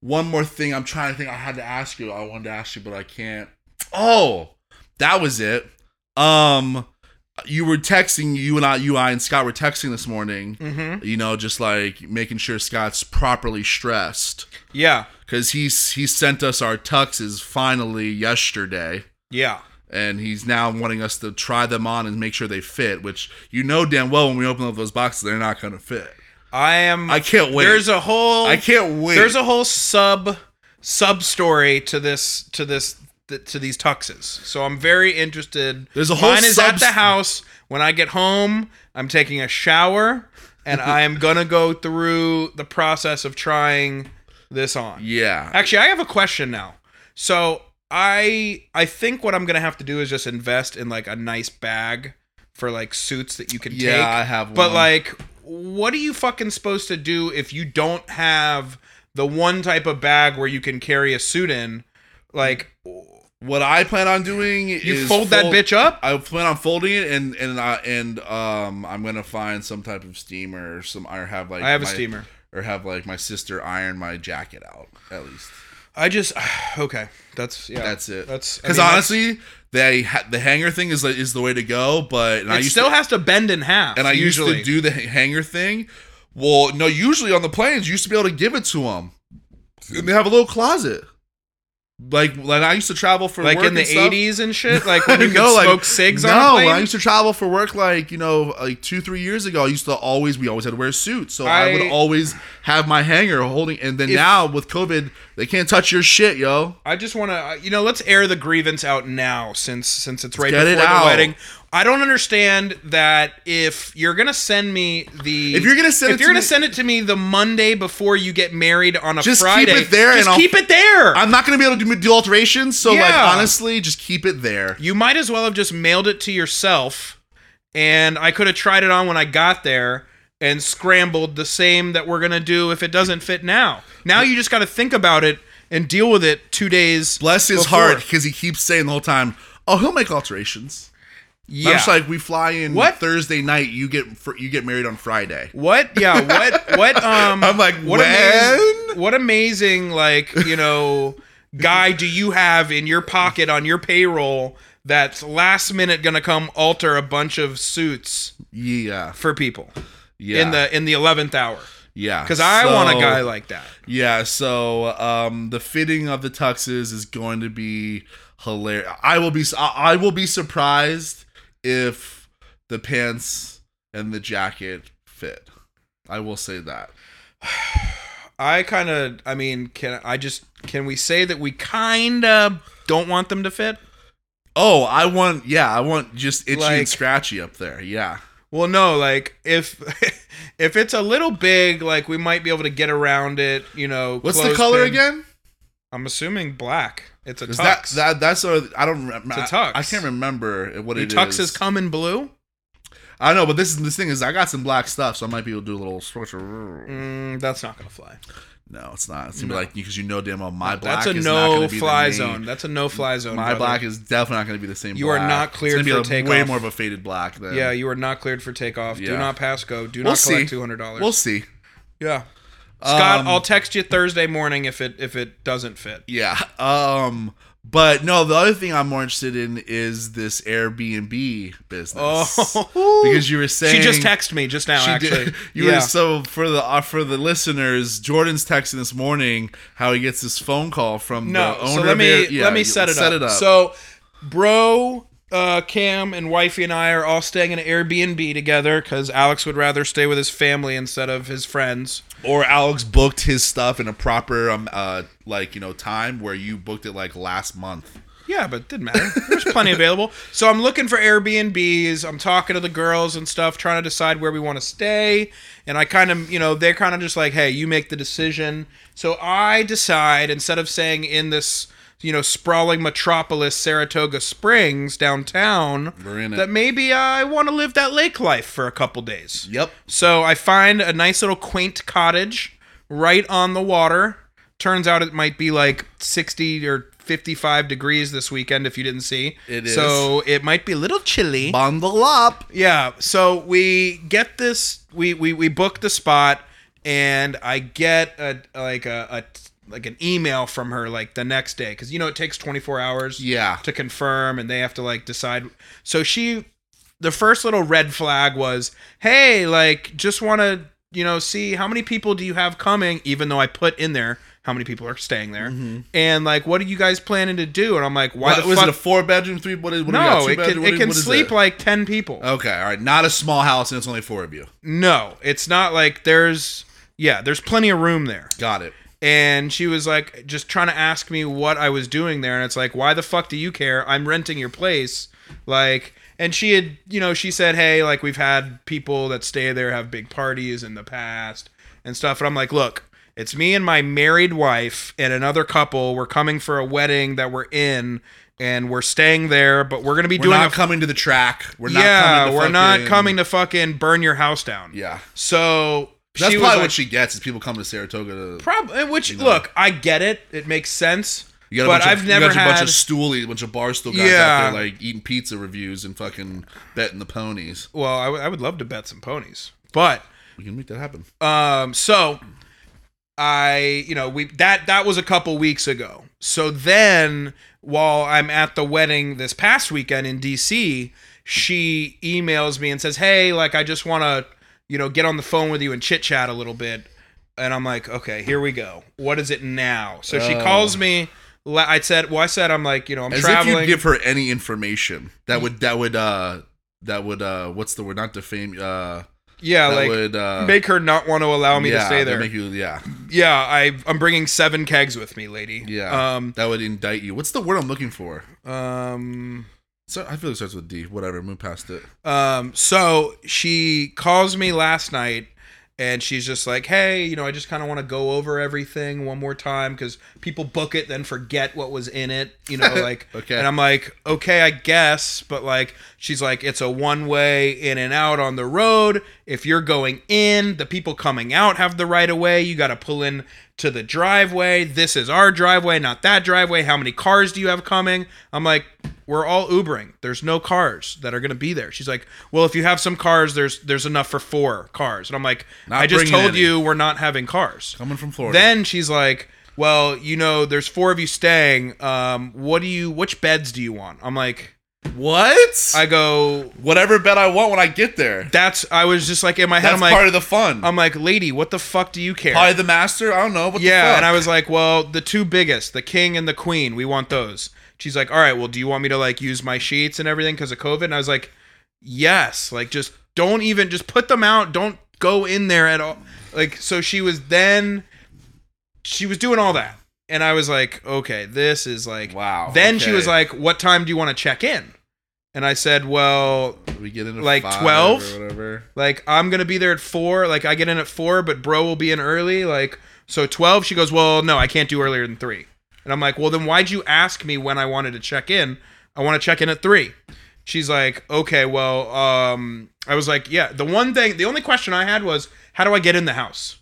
Speaker 1: one more thing i'm trying to think i had to ask you i wanted to ask you but i can't oh that was it um you were texting you and i you i and scott were texting this morning
Speaker 2: Mm-hmm.
Speaker 1: you know just like making sure scott's properly stressed
Speaker 2: Yeah.
Speaker 1: because he's he sent us our tuxes finally yesterday
Speaker 2: Yeah.
Speaker 1: and he's now wanting us to try them on and make sure they fit which you know damn well when we open up those boxes they're not gonna fit
Speaker 2: I am.
Speaker 1: i can't wait
Speaker 2: There's a whole.
Speaker 1: I can't wait.
Speaker 2: There's a whole sub sub story to this to this to these tuxes. So I'm very interested.
Speaker 1: There's a whole
Speaker 2: Mine is at
Speaker 1: subs-
Speaker 2: the house. When I get home, I'm taking a shower, and I am gonna go through the process of trying this on.
Speaker 1: yeah.
Speaker 2: Actually, I have a question now. So I I think what I'm gonna have to do is just invest in like a nice bag for like suits that you can
Speaker 1: Yeah,
Speaker 2: take.
Speaker 1: I have
Speaker 2: But
Speaker 1: one.
Speaker 2: like, what are you fucking supposed to do if you don't have the one type of bag where you can carry a suit in? Like,
Speaker 1: What I plan on doing is
Speaker 2: you fold that bitch up.
Speaker 1: I plan on folding it and and I and um I'm gonna find some type of steamer or some or have like
Speaker 2: I have a
Speaker 1: my-
Speaker 2: steamer.
Speaker 1: or have like my sister iron my jacket out at least. (sighs)
Speaker 2: I just okay. That's yeah.
Speaker 1: That's it.
Speaker 2: That's I
Speaker 1: because
Speaker 2: mean, that's-
Speaker 1: honestly, they ha- the hanger thing is like, is the way to go. But and I
Speaker 2: it
Speaker 1: used
Speaker 2: still
Speaker 1: to,
Speaker 2: has to bend in half.
Speaker 1: and I
Speaker 2: usually
Speaker 1: used to do the ha- hanger thing. Well, no, usually on the planes, you used to be able to give it to them, and they have a little closet. Like like I used to travel for
Speaker 2: like
Speaker 1: work
Speaker 2: in the
Speaker 1: and stuff.
Speaker 2: '80s and shit. Like when you
Speaker 1: (laughs) No,
Speaker 2: could
Speaker 1: like-
Speaker 2: smoke cigs
Speaker 1: no,
Speaker 2: on a plane.
Speaker 1: when I used to travel for work, like you know, like two, three years ago, I used to always we always had to wear suits, so I,
Speaker 2: I-
Speaker 1: would always have my hanger holding. And then
Speaker 2: If-
Speaker 1: now with COVID, they can't touch your shit, yo.
Speaker 2: I just want to, you know, let's air the grievance out now since since it's right
Speaker 1: get
Speaker 2: before
Speaker 1: it
Speaker 2: the
Speaker 1: out.
Speaker 2: wedding. I don't understand that if you're gonna send me the
Speaker 1: If you're gonna send it
Speaker 2: if you're
Speaker 1: to
Speaker 2: gonna
Speaker 1: me-
Speaker 2: send it to me the Monday before you get married on a
Speaker 1: Just keep
Speaker 2: Friday,
Speaker 1: it there
Speaker 2: just
Speaker 1: and I'll-
Speaker 2: keep it there.
Speaker 1: I'm not gonna be able to do, do alterations, so like
Speaker 2: Yeah.
Speaker 1: honestly, just keep it there.
Speaker 2: you might as well have just mailed it to yourself, and I could have tried it on when I got there and scrambled the same that we're gonna do if it doesn't fit now. Now you just got to think about it and deal with it two days.
Speaker 1: Bless his
Speaker 2: before.
Speaker 1: heart because he keeps saying the whole time, "Oh, he'll make alterations."
Speaker 2: Yeah.
Speaker 1: I'm just like we fly in
Speaker 2: What?
Speaker 1: Thursday night. You get fr- you get married on Friday.
Speaker 2: What? Yeah. What? What? Um.
Speaker 1: I'm like,
Speaker 2: what
Speaker 1: when?
Speaker 2: what amazing, like you know, guy do you have in your pocket on your payroll that's last minute gonna come alter a bunch of suits
Speaker 1: Yeah,
Speaker 2: for people
Speaker 1: yeah,
Speaker 2: in the in the eleventh hour?
Speaker 1: yeah.
Speaker 2: Because I want a
Speaker 1: So-
Speaker 2: guy like that.
Speaker 1: Yeah, so um, the fitting of the tuxes is going to be hilarious. I will be I I will be surprised if the pants and the jacket fit. I will say that.
Speaker 2: I kind of. I mean, can I just? Can we say that we kind of don't want them to fit?
Speaker 1: Oh, I want yeah, I want just itchy
Speaker 2: Like-
Speaker 1: and scratchy up there. Yeah.
Speaker 2: Well, no, like if (laughs) if it's a little big, like we might be able to get around it. You know,
Speaker 1: What's the color
Speaker 2: clothespin.
Speaker 1: again?
Speaker 2: I'm assuming black. It's a tux.
Speaker 1: Is that that that's sort of, I don't remember.
Speaker 2: It's a
Speaker 1: I,
Speaker 2: tux.
Speaker 1: I can't remember what
Speaker 2: Do
Speaker 1: it is.
Speaker 2: tuxes come in blue?
Speaker 1: I know, but this is this thing is I got some black stuff, so I might be able to do a little switcheroo.
Speaker 2: Mm, that's not gonna fly.
Speaker 1: No, it's not. It's gonna be like because you know damn well my black
Speaker 2: That's a
Speaker 1: is not gonna
Speaker 2: no
Speaker 1: be the
Speaker 2: fly
Speaker 1: name.
Speaker 2: zone. That's a no fly zone.
Speaker 1: My
Speaker 2: brother.
Speaker 1: black is definitely not going to be the same.
Speaker 2: You are
Speaker 1: black.
Speaker 2: not
Speaker 1: It's
Speaker 2: cleared
Speaker 1: gonna be
Speaker 2: for
Speaker 1: a-
Speaker 2: takeoff.
Speaker 1: Way more of a faded black. Then.
Speaker 2: Yeah, you are not cleared for takeoff. Do
Speaker 1: Yeah.
Speaker 2: not pass go. Do
Speaker 1: We'll
Speaker 2: not collect
Speaker 1: see.
Speaker 2: two hundred dollars.
Speaker 1: we'll see.
Speaker 2: yeah. Scott,
Speaker 1: Um,
Speaker 2: I'll text you Thursday morning if it if it doesn't fit.
Speaker 1: Yeah. Um. But no, the other thing I'm more interested in is this Airbnb business.
Speaker 2: Oh.
Speaker 1: because you were saying
Speaker 2: she just texted me just now.
Speaker 1: She did-
Speaker 2: actually,
Speaker 1: (laughs) you
Speaker 2: yeah.
Speaker 1: were so for the uh, for the listeners. Jordan's texting this morning how he gets this phone call from
Speaker 2: no.
Speaker 1: the owner.
Speaker 2: So let
Speaker 1: of
Speaker 2: me
Speaker 1: Air- yeah,
Speaker 2: let me
Speaker 1: you-
Speaker 2: set it
Speaker 1: set
Speaker 2: up.
Speaker 1: It up.
Speaker 2: So, bro, uh, Cam and wifey and I are all staying in an Airbnb together because Alex would rather stay with his family instead of his friends.
Speaker 1: or Alex booked his stuff in a proper um uh like you know time where you booked it like last month.
Speaker 2: Yeah, but it didn't matter. There's plenty available. So I'm looking for Airbnbs. I'm talking to the girls and stuff, trying to decide where we want to stay. And I kind of, you know, they're kind of just like, hey, you make the decision. So I decide instead of saying in this, you know, sprawling metropolis, Saratoga Springs downtown,
Speaker 1: We're in it.
Speaker 2: that maybe I want to live that lake life for a couple days.
Speaker 1: Yep.
Speaker 2: So I find a nice little quaint cottage right on the water. Turns out it might be like 60 or 55 degrees this weekend if you didn't see.
Speaker 1: It
Speaker 2: So it might be a little chilly.
Speaker 1: Bundle up.
Speaker 2: Yeah. So we get this. We we we book the spot, and I get a like a, a like an email from her like the next day because you know it takes 24 hours
Speaker 1: Yeah.
Speaker 2: to confirm, and they have to like decide. So she, the first little red flag was, hey, like just want to you know see how many people do you have coming, even though I put in there how many people are staying there, and like what are you guys planning to do? And I'm like, why
Speaker 1: Mm-hmm. What,
Speaker 2: the
Speaker 1: was
Speaker 2: fuck?
Speaker 1: it a four bedroom, three? What is what do we got,
Speaker 2: no,
Speaker 1: two
Speaker 2: it
Speaker 1: bedroom?
Speaker 2: can,
Speaker 1: What
Speaker 2: it
Speaker 1: is-
Speaker 2: can
Speaker 1: what is
Speaker 2: sleep
Speaker 1: it? Oh.
Speaker 2: like 10 people.
Speaker 1: Okay, all right. Not a small house, and it's only four of you.
Speaker 2: No, it's not like there's yeah, there's plenty of room there.
Speaker 1: Got it.
Speaker 2: And she was like just trying to ask me what I was doing there and it's like why the fuck do you care? I'm renting your place. Like and she had, you know, she said, "Hey, like we've had people that stay there have big parties in the past and stuff." And I'm like, "Look, it's me and my married wife and another couple. We're coming for a wedding that we're in and we're staying there, but we're going to be
Speaker 1: We're
Speaker 2: doing
Speaker 1: not
Speaker 2: a
Speaker 1: coming to the track. We're not
Speaker 2: yeah,
Speaker 1: coming to
Speaker 2: we're not
Speaker 1: fucking-
Speaker 2: coming to fucking burn your house down.
Speaker 1: Yeah.
Speaker 2: So
Speaker 1: That's
Speaker 2: she was
Speaker 1: probably
Speaker 2: like,
Speaker 1: what she gets is people coming to Saratoga to
Speaker 2: prob- eh, which
Speaker 1: know.
Speaker 2: look, I get it. It makes sense.
Speaker 1: You got a
Speaker 2: but
Speaker 1: bunch
Speaker 2: I've
Speaker 1: of,
Speaker 2: never
Speaker 1: you got a bunch
Speaker 2: had.
Speaker 1: of stoolie, a bunch of bar stool guys
Speaker 2: Yeah.
Speaker 1: out there like eating pizza reviews and fucking betting the ponies.
Speaker 2: well, I, w- I would love to bet some ponies, but
Speaker 1: We can make that happen.
Speaker 2: um, so I, you know, we that that was a couple weeks ago. So then, while I'm at the wedding this past weekend in D.C., she emails me and says, "Hey, like I just want to, you know, get on the phone with you and chit chat a little bit." And I'm like, "Okay, here we go. What is it now?" So she
Speaker 1: Oh.
Speaker 2: calls me. la- I said, "Well, I said I'm like, you know, I'm
Speaker 1: As
Speaker 2: traveling."
Speaker 1: if you give her any information that would that would uh that would uh what's the word? Not defame. Uh,
Speaker 2: yeah,
Speaker 1: that
Speaker 2: like
Speaker 1: would uh,
Speaker 2: make her not want to allow me
Speaker 1: yeah,
Speaker 2: to stay
Speaker 1: that
Speaker 2: there.
Speaker 1: Make you yeah
Speaker 2: yeah, I I'm bringing seven kegs with me, lady.
Speaker 1: yeah.
Speaker 2: Um.
Speaker 1: that would indict you. What's the word I'm looking for?
Speaker 2: Um.
Speaker 1: So I feel it starts with D. Whatever. Move past it.
Speaker 2: Um, so she calls me last night and she's just like, hey, you know, I just kind of want to go over everything one more time because people book it, then forget what was in it,
Speaker 1: (laughs)
Speaker 2: you know, like,
Speaker 1: Okay.
Speaker 2: and I'm like, okay, I guess, but like, she's like, it's a one way in and out on the road. If you're going in, the people coming out have the right of way. You got to pull in to the driveway. This is our driveway, not that driveway. How many cars do you have coming? I'm like, we're all Ubering. There's no cars that are going to be there. She's like, well, if you have some cars, there's there's enough for four cars. And I'm like,
Speaker 1: Not
Speaker 2: I just
Speaker 1: bringing
Speaker 2: told
Speaker 1: any.
Speaker 2: you we're not having cars.
Speaker 1: Coming from Florida.
Speaker 2: Then she's like, well, you know, there's four of you staying. Um, what do you? Which beds do you want? I'm like,
Speaker 1: what?
Speaker 2: I go.
Speaker 1: whatever bet I want when I get there.
Speaker 2: That's. I was just like in my head.
Speaker 1: That's
Speaker 2: I'm like,
Speaker 1: part of the fun.
Speaker 2: I'm like, lady, what the fuck do you care?
Speaker 1: Probably the master. I don't know. What the
Speaker 2: yeah,
Speaker 1: fuck?
Speaker 2: and I was like, well, the two biggest, the king and the queen, we want those. She's like, all right, well, do you want me to like use my sheets and everything because of COVID? And I was like, yes, like just don't even just put them out. Don't go in there at all. Like, so she was then, she was doing all that, and I was like, okay, this is like,
Speaker 1: Wow.
Speaker 2: Then she was
Speaker 1: okay.
Speaker 2: like, what time do you want to check in? And I said, well,
Speaker 1: we get into
Speaker 2: like,
Speaker 1: five
Speaker 2: 12?
Speaker 1: or whatever.
Speaker 2: like I'm gonna be there at four. Like I get in at four, but bro will be in early. Like so twelve. She goes, well, no, I can't do earlier than three. And I'm like, well, then why'd you ask me when I wanted to check in? I want to check in at three. She's like, okay, well, um, I was like, yeah. The one thing, the only question I had was, how do I get in the house?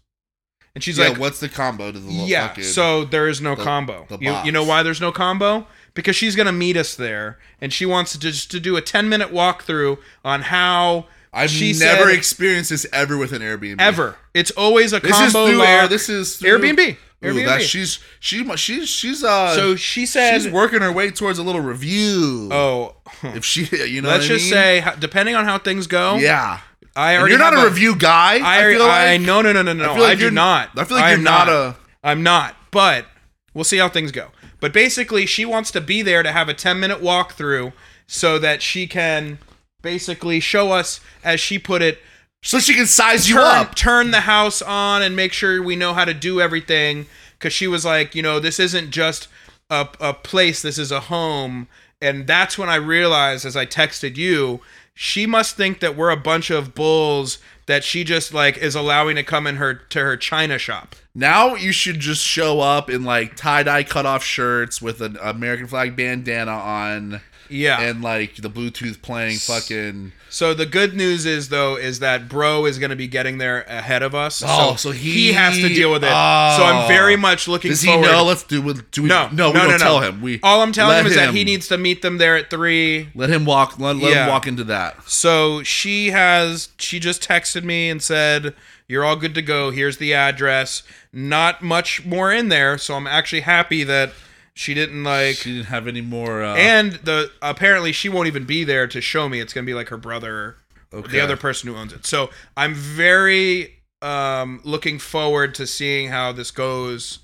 Speaker 2: And she's
Speaker 1: yeah,
Speaker 2: like,
Speaker 1: what's the combo to the little
Speaker 2: yeah.
Speaker 1: fucking-
Speaker 2: So there is no
Speaker 1: the-
Speaker 2: combo.
Speaker 1: the
Speaker 2: you,
Speaker 1: box.
Speaker 2: you know why there's no combo? Because she's gonna meet us there, and she wants to just to do a ten minute walkthrough on how
Speaker 1: I've
Speaker 2: she
Speaker 1: never
Speaker 2: said-
Speaker 1: experienced this ever with an Airbnb.
Speaker 2: ever. It's always a
Speaker 1: This is
Speaker 2: combo.
Speaker 1: through
Speaker 2: lock.
Speaker 1: Air. This is through, Ooh,
Speaker 2: Airbnb. Airbnb.
Speaker 1: That, she's she mu- she's she's uh.
Speaker 2: so she
Speaker 1: she's
Speaker 2: said,
Speaker 1: working her way towards a little review.
Speaker 2: "Oh,
Speaker 1: if she, (laughs) you know,
Speaker 2: let's
Speaker 1: what I
Speaker 2: just
Speaker 1: mean?
Speaker 2: say, ho- depending on how things go,
Speaker 1: yeah.
Speaker 2: I
Speaker 1: And
Speaker 2: already
Speaker 1: you're not
Speaker 2: have
Speaker 1: a review guy.
Speaker 2: I,
Speaker 1: I, feel like.
Speaker 2: I no no no no no. I,
Speaker 1: feel like
Speaker 2: do
Speaker 1: you're-
Speaker 2: not.
Speaker 1: I feel like
Speaker 2: I
Speaker 1: you're
Speaker 2: am
Speaker 1: not a-
Speaker 2: I'm not. But we'll see how things go. But basically, she wants to be there to have a 10 minute walkthrough so that she can basically show us, as she put it,
Speaker 1: So she can size you
Speaker 2: turn,
Speaker 1: up.
Speaker 2: turn the house on and make sure we know how to do everything. Because she was like, you know, this isn't just a, a place, this is a home. And that's when I realized, as I texted you, she must think that we're a bunch of bulls that she just like is allowing to come in her to her china shop.
Speaker 1: Now you should just show up in like tie dye cut off shirts with an American flag bandana on
Speaker 2: Yeah.
Speaker 1: and like the Bluetooth playing fucking.
Speaker 2: so the good news is though is that Bro is going to be getting there ahead of us.
Speaker 1: Oh, so he-
Speaker 2: has to deal with it.
Speaker 1: Oh.
Speaker 2: so I'm very much looking
Speaker 1: Does he
Speaker 2: forward.
Speaker 1: know? Let's do. we- Do we?
Speaker 2: no,
Speaker 1: no, we
Speaker 2: no,
Speaker 1: don't
Speaker 2: no.
Speaker 1: tell him. We
Speaker 2: all I'm telling
Speaker 1: let
Speaker 2: him is that he needs to meet them there at three.
Speaker 1: Let him walk. Let, let
Speaker 2: Yeah.
Speaker 1: him walk into that.
Speaker 2: So she has she just texted me and said, "You're all good to go. Here's the address." Not much more in there, so I'm actually happy that she didn't like
Speaker 1: She didn't have any more. Uh,
Speaker 2: and the apparently she won't even be there to show me. It's going to be like her brother or
Speaker 1: Okay.
Speaker 2: the other person who owns it. So I'm very um looking forward to seeing how this goes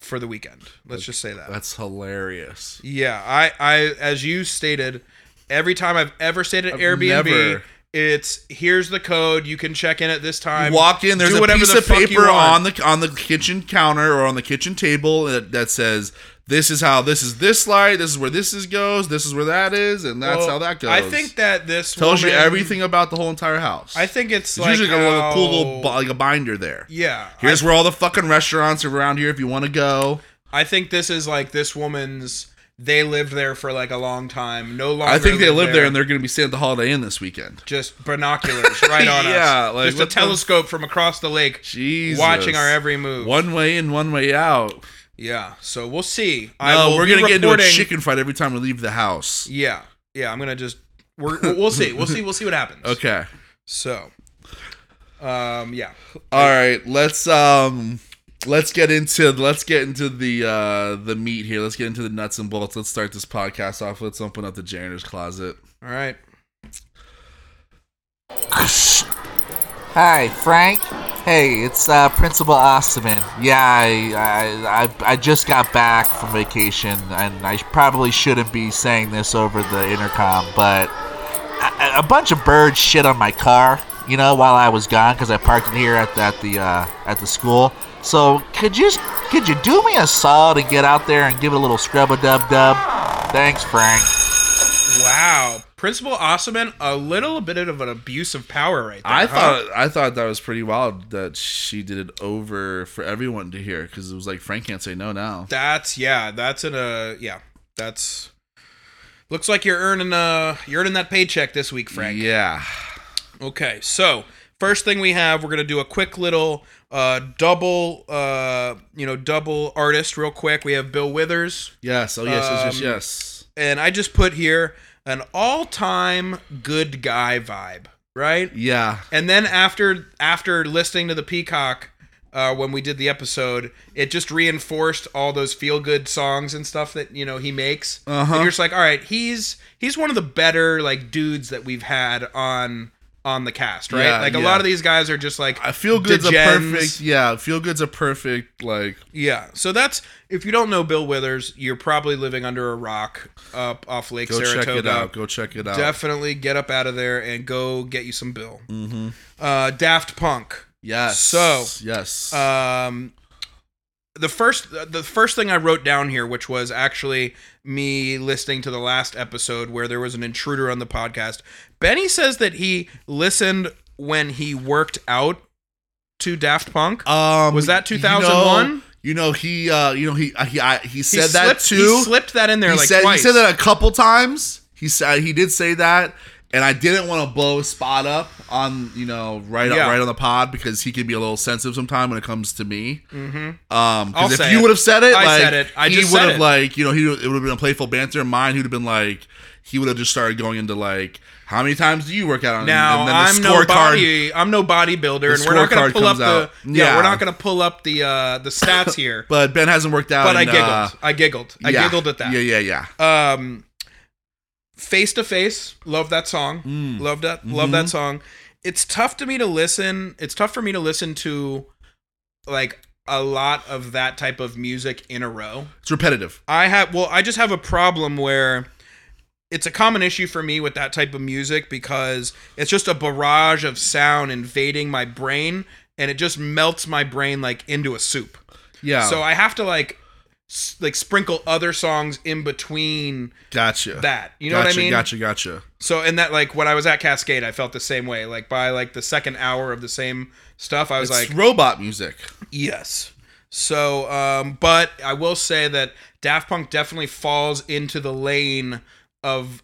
Speaker 2: for the weekend. Let's just say that.
Speaker 1: that's hilarious.
Speaker 2: Yeah, I, I, as you stated, every time I've ever stayed at
Speaker 1: I've
Speaker 2: Airbnb,
Speaker 1: never-
Speaker 2: it's here's the code. You can check in at this time.
Speaker 1: You walk in. There's
Speaker 2: do
Speaker 1: a
Speaker 2: whatever
Speaker 1: piece
Speaker 2: the
Speaker 1: of
Speaker 2: fuck you
Speaker 1: paper
Speaker 2: want.
Speaker 1: on the on the kitchen counter or on the kitchen table that, that says this is how this is this slide. This is where this is goes. This is where that is, and that's
Speaker 2: Well,
Speaker 1: how that goes.
Speaker 2: I think that this
Speaker 1: tells you
Speaker 2: woman-
Speaker 1: everything about the whole entire house.
Speaker 2: I think it's,
Speaker 1: it's
Speaker 2: like
Speaker 1: usually got a little-
Speaker 2: how-
Speaker 1: cool little bu- like a binder there.
Speaker 2: Yeah,
Speaker 1: Here's where all the fucking restaurants are around here if you want to go.
Speaker 2: I, I think this is like this woman's. They lived there for like a long time. No longer.
Speaker 1: I think they live there,
Speaker 2: there
Speaker 1: and they're going to be staying at the Holiday Inn this weekend.
Speaker 2: just
Speaker 1: (laughs)
Speaker 2: binoculars right on
Speaker 1: Yeah,
Speaker 2: us.
Speaker 1: like,
Speaker 2: just a
Speaker 1: what the-
Speaker 2: telescope from across the lake,
Speaker 1: Jesus.
Speaker 2: watching our every move.
Speaker 1: one way in, one way out.
Speaker 2: Yeah, so we'll see.
Speaker 1: No,
Speaker 2: will
Speaker 1: we're
Speaker 2: be
Speaker 1: gonna get into a
Speaker 2: reporting-
Speaker 1: chicken fight every time we leave the house.
Speaker 2: Yeah, yeah. I'm gonna just we're, we'll we'll see. We'll see. We'll see what happens.
Speaker 1: Okay.
Speaker 2: So, um, yeah.
Speaker 1: All right, let's um let's get into let's get into the uh the meat here. Let's get into the nuts and bolts. Let's start this podcast off. Let's open up the janitor's closet.
Speaker 2: All right.
Speaker 3: Hi, Frank. Hey, it's uh, Principal Osterman. Yeah, I, I, I, I just got back from vacation, and I probably shouldn't be saying this over the intercom, but a, a bunch of birds shit on my car, you know, while I was gone because I parked it here at, at the uh, at the school. So could you could you do me a solid and get out there and give it a little scrub a dub dub? Thanks, Frank.
Speaker 2: Wow, Principal Osman, a little bit of an abuse of power right there.
Speaker 1: I
Speaker 2: huh?
Speaker 1: thought I thought that was pretty wild that she did it over for everyone to hear because it was like Frank can't say no now.
Speaker 2: that's yeah. That's in a yeah. That's looks like you're earning uh you're earning that paycheck this week, Frank.
Speaker 1: Yeah.
Speaker 2: Okay, so first thing we have, we're gonna do a quick little uh double uh you know double artist real quick. We have Bill Withers.
Speaker 1: Yes. Oh yes. yes. Yes.
Speaker 2: Um,
Speaker 1: Yes.
Speaker 2: and I just put here an all-time good guy vibe, right?
Speaker 1: Yeah.
Speaker 2: And then after after listening to the Peacock uh, when we did the episode, it just reinforced all those feel-good songs and stuff that you know he makes.
Speaker 1: Uh-huh.
Speaker 2: And you're just like, all right, he's he's one of the better like dudes that we've had on on the cast, right?
Speaker 1: Yeah,
Speaker 2: like a
Speaker 1: yeah.
Speaker 2: lot of these guys are just like
Speaker 1: I feel good's a
Speaker 2: degens.
Speaker 1: perfect. Yeah. Feel good's a perfect like.
Speaker 2: Yeah, so that's if you don't know Bill Withers, you're probably living under a rock up off Lake
Speaker 1: Go
Speaker 2: Saratoga.
Speaker 1: check it out. Go check it out.
Speaker 2: definitely get up out of there and go get you some bill mm-hmm. uh, daft punk
Speaker 1: yes.
Speaker 2: So,
Speaker 1: yes.
Speaker 2: um, the first the first thing i wrote down here which was actually me listening to the last episode where there was an intruder on the podcast benny says that he listened when he worked out to daft punk
Speaker 1: Um,
Speaker 2: Was that
Speaker 1: you know-
Speaker 2: 2001?
Speaker 1: You know he, uh, you know he, uh, he, I, he
Speaker 2: He
Speaker 1: said that
Speaker 2: slipped-
Speaker 1: too.
Speaker 2: he slipped that in there
Speaker 1: He
Speaker 2: like
Speaker 1: said
Speaker 2: twice
Speaker 1: he said that a couple times. He said he did say that, and I didn't want to blow his spot up on you know right
Speaker 2: Yeah.
Speaker 1: up, right on the pod because he can be a little sensitive sometimes when it comes to me. Mm-hmm. Um,
Speaker 2: I'll
Speaker 1: because if
Speaker 2: say
Speaker 1: you
Speaker 2: it.
Speaker 1: would have said it,
Speaker 2: I
Speaker 1: like,
Speaker 2: said it. I
Speaker 1: he
Speaker 2: just
Speaker 1: would
Speaker 2: said
Speaker 1: have
Speaker 2: it.
Speaker 1: like you know he it would have been a playful banter. Mine, he'd have been like he would have just started going into like how many times do you work out on
Speaker 2: Now
Speaker 1: um, and then
Speaker 2: I'm
Speaker 1: the
Speaker 2: no
Speaker 1: scorecard.
Speaker 2: body. I'm no bodybuilder, and we're not going
Speaker 1: scorecard
Speaker 2: to pull
Speaker 1: comes
Speaker 2: up the.
Speaker 1: out.
Speaker 2: Yeah,
Speaker 1: Yeah.
Speaker 2: we're not going to pull up the uh, the stats here. (coughs)
Speaker 1: (coughs)
Speaker 2: but
Speaker 1: But Ben hasn't worked out.
Speaker 2: I
Speaker 1: in,
Speaker 2: giggled.
Speaker 1: uh,
Speaker 2: I giggled. I
Speaker 1: yeah.
Speaker 2: giggled at that.
Speaker 1: Yeah, yeah, yeah.
Speaker 2: Um, face to face, love that song.
Speaker 1: Mm.
Speaker 2: Love that. Love that
Speaker 1: Mhm.
Speaker 2: song. It's tough to me to listen. It's tough for me to listen to, like a lot of that type of music in a row.
Speaker 1: It's repetitive.
Speaker 2: I have well, I just have a problem where it's a common issue for me with that type of music because it's just a barrage of sound invading my brain and it just melts my brain like into a soup.
Speaker 1: Yeah.
Speaker 2: So I have to like s- like sprinkle other songs in between
Speaker 1: Gotcha.
Speaker 2: that. You know
Speaker 1: gotcha,
Speaker 2: what I mean?
Speaker 1: Gotcha. Gotcha.
Speaker 2: So and that like when I was at Cascade, I felt the same way. Like by like the second hour of the same stuff, I was
Speaker 1: It's
Speaker 2: like,
Speaker 1: robot music.
Speaker 2: Yes. So, um, but I will say that Daft Punk definitely falls into the lane of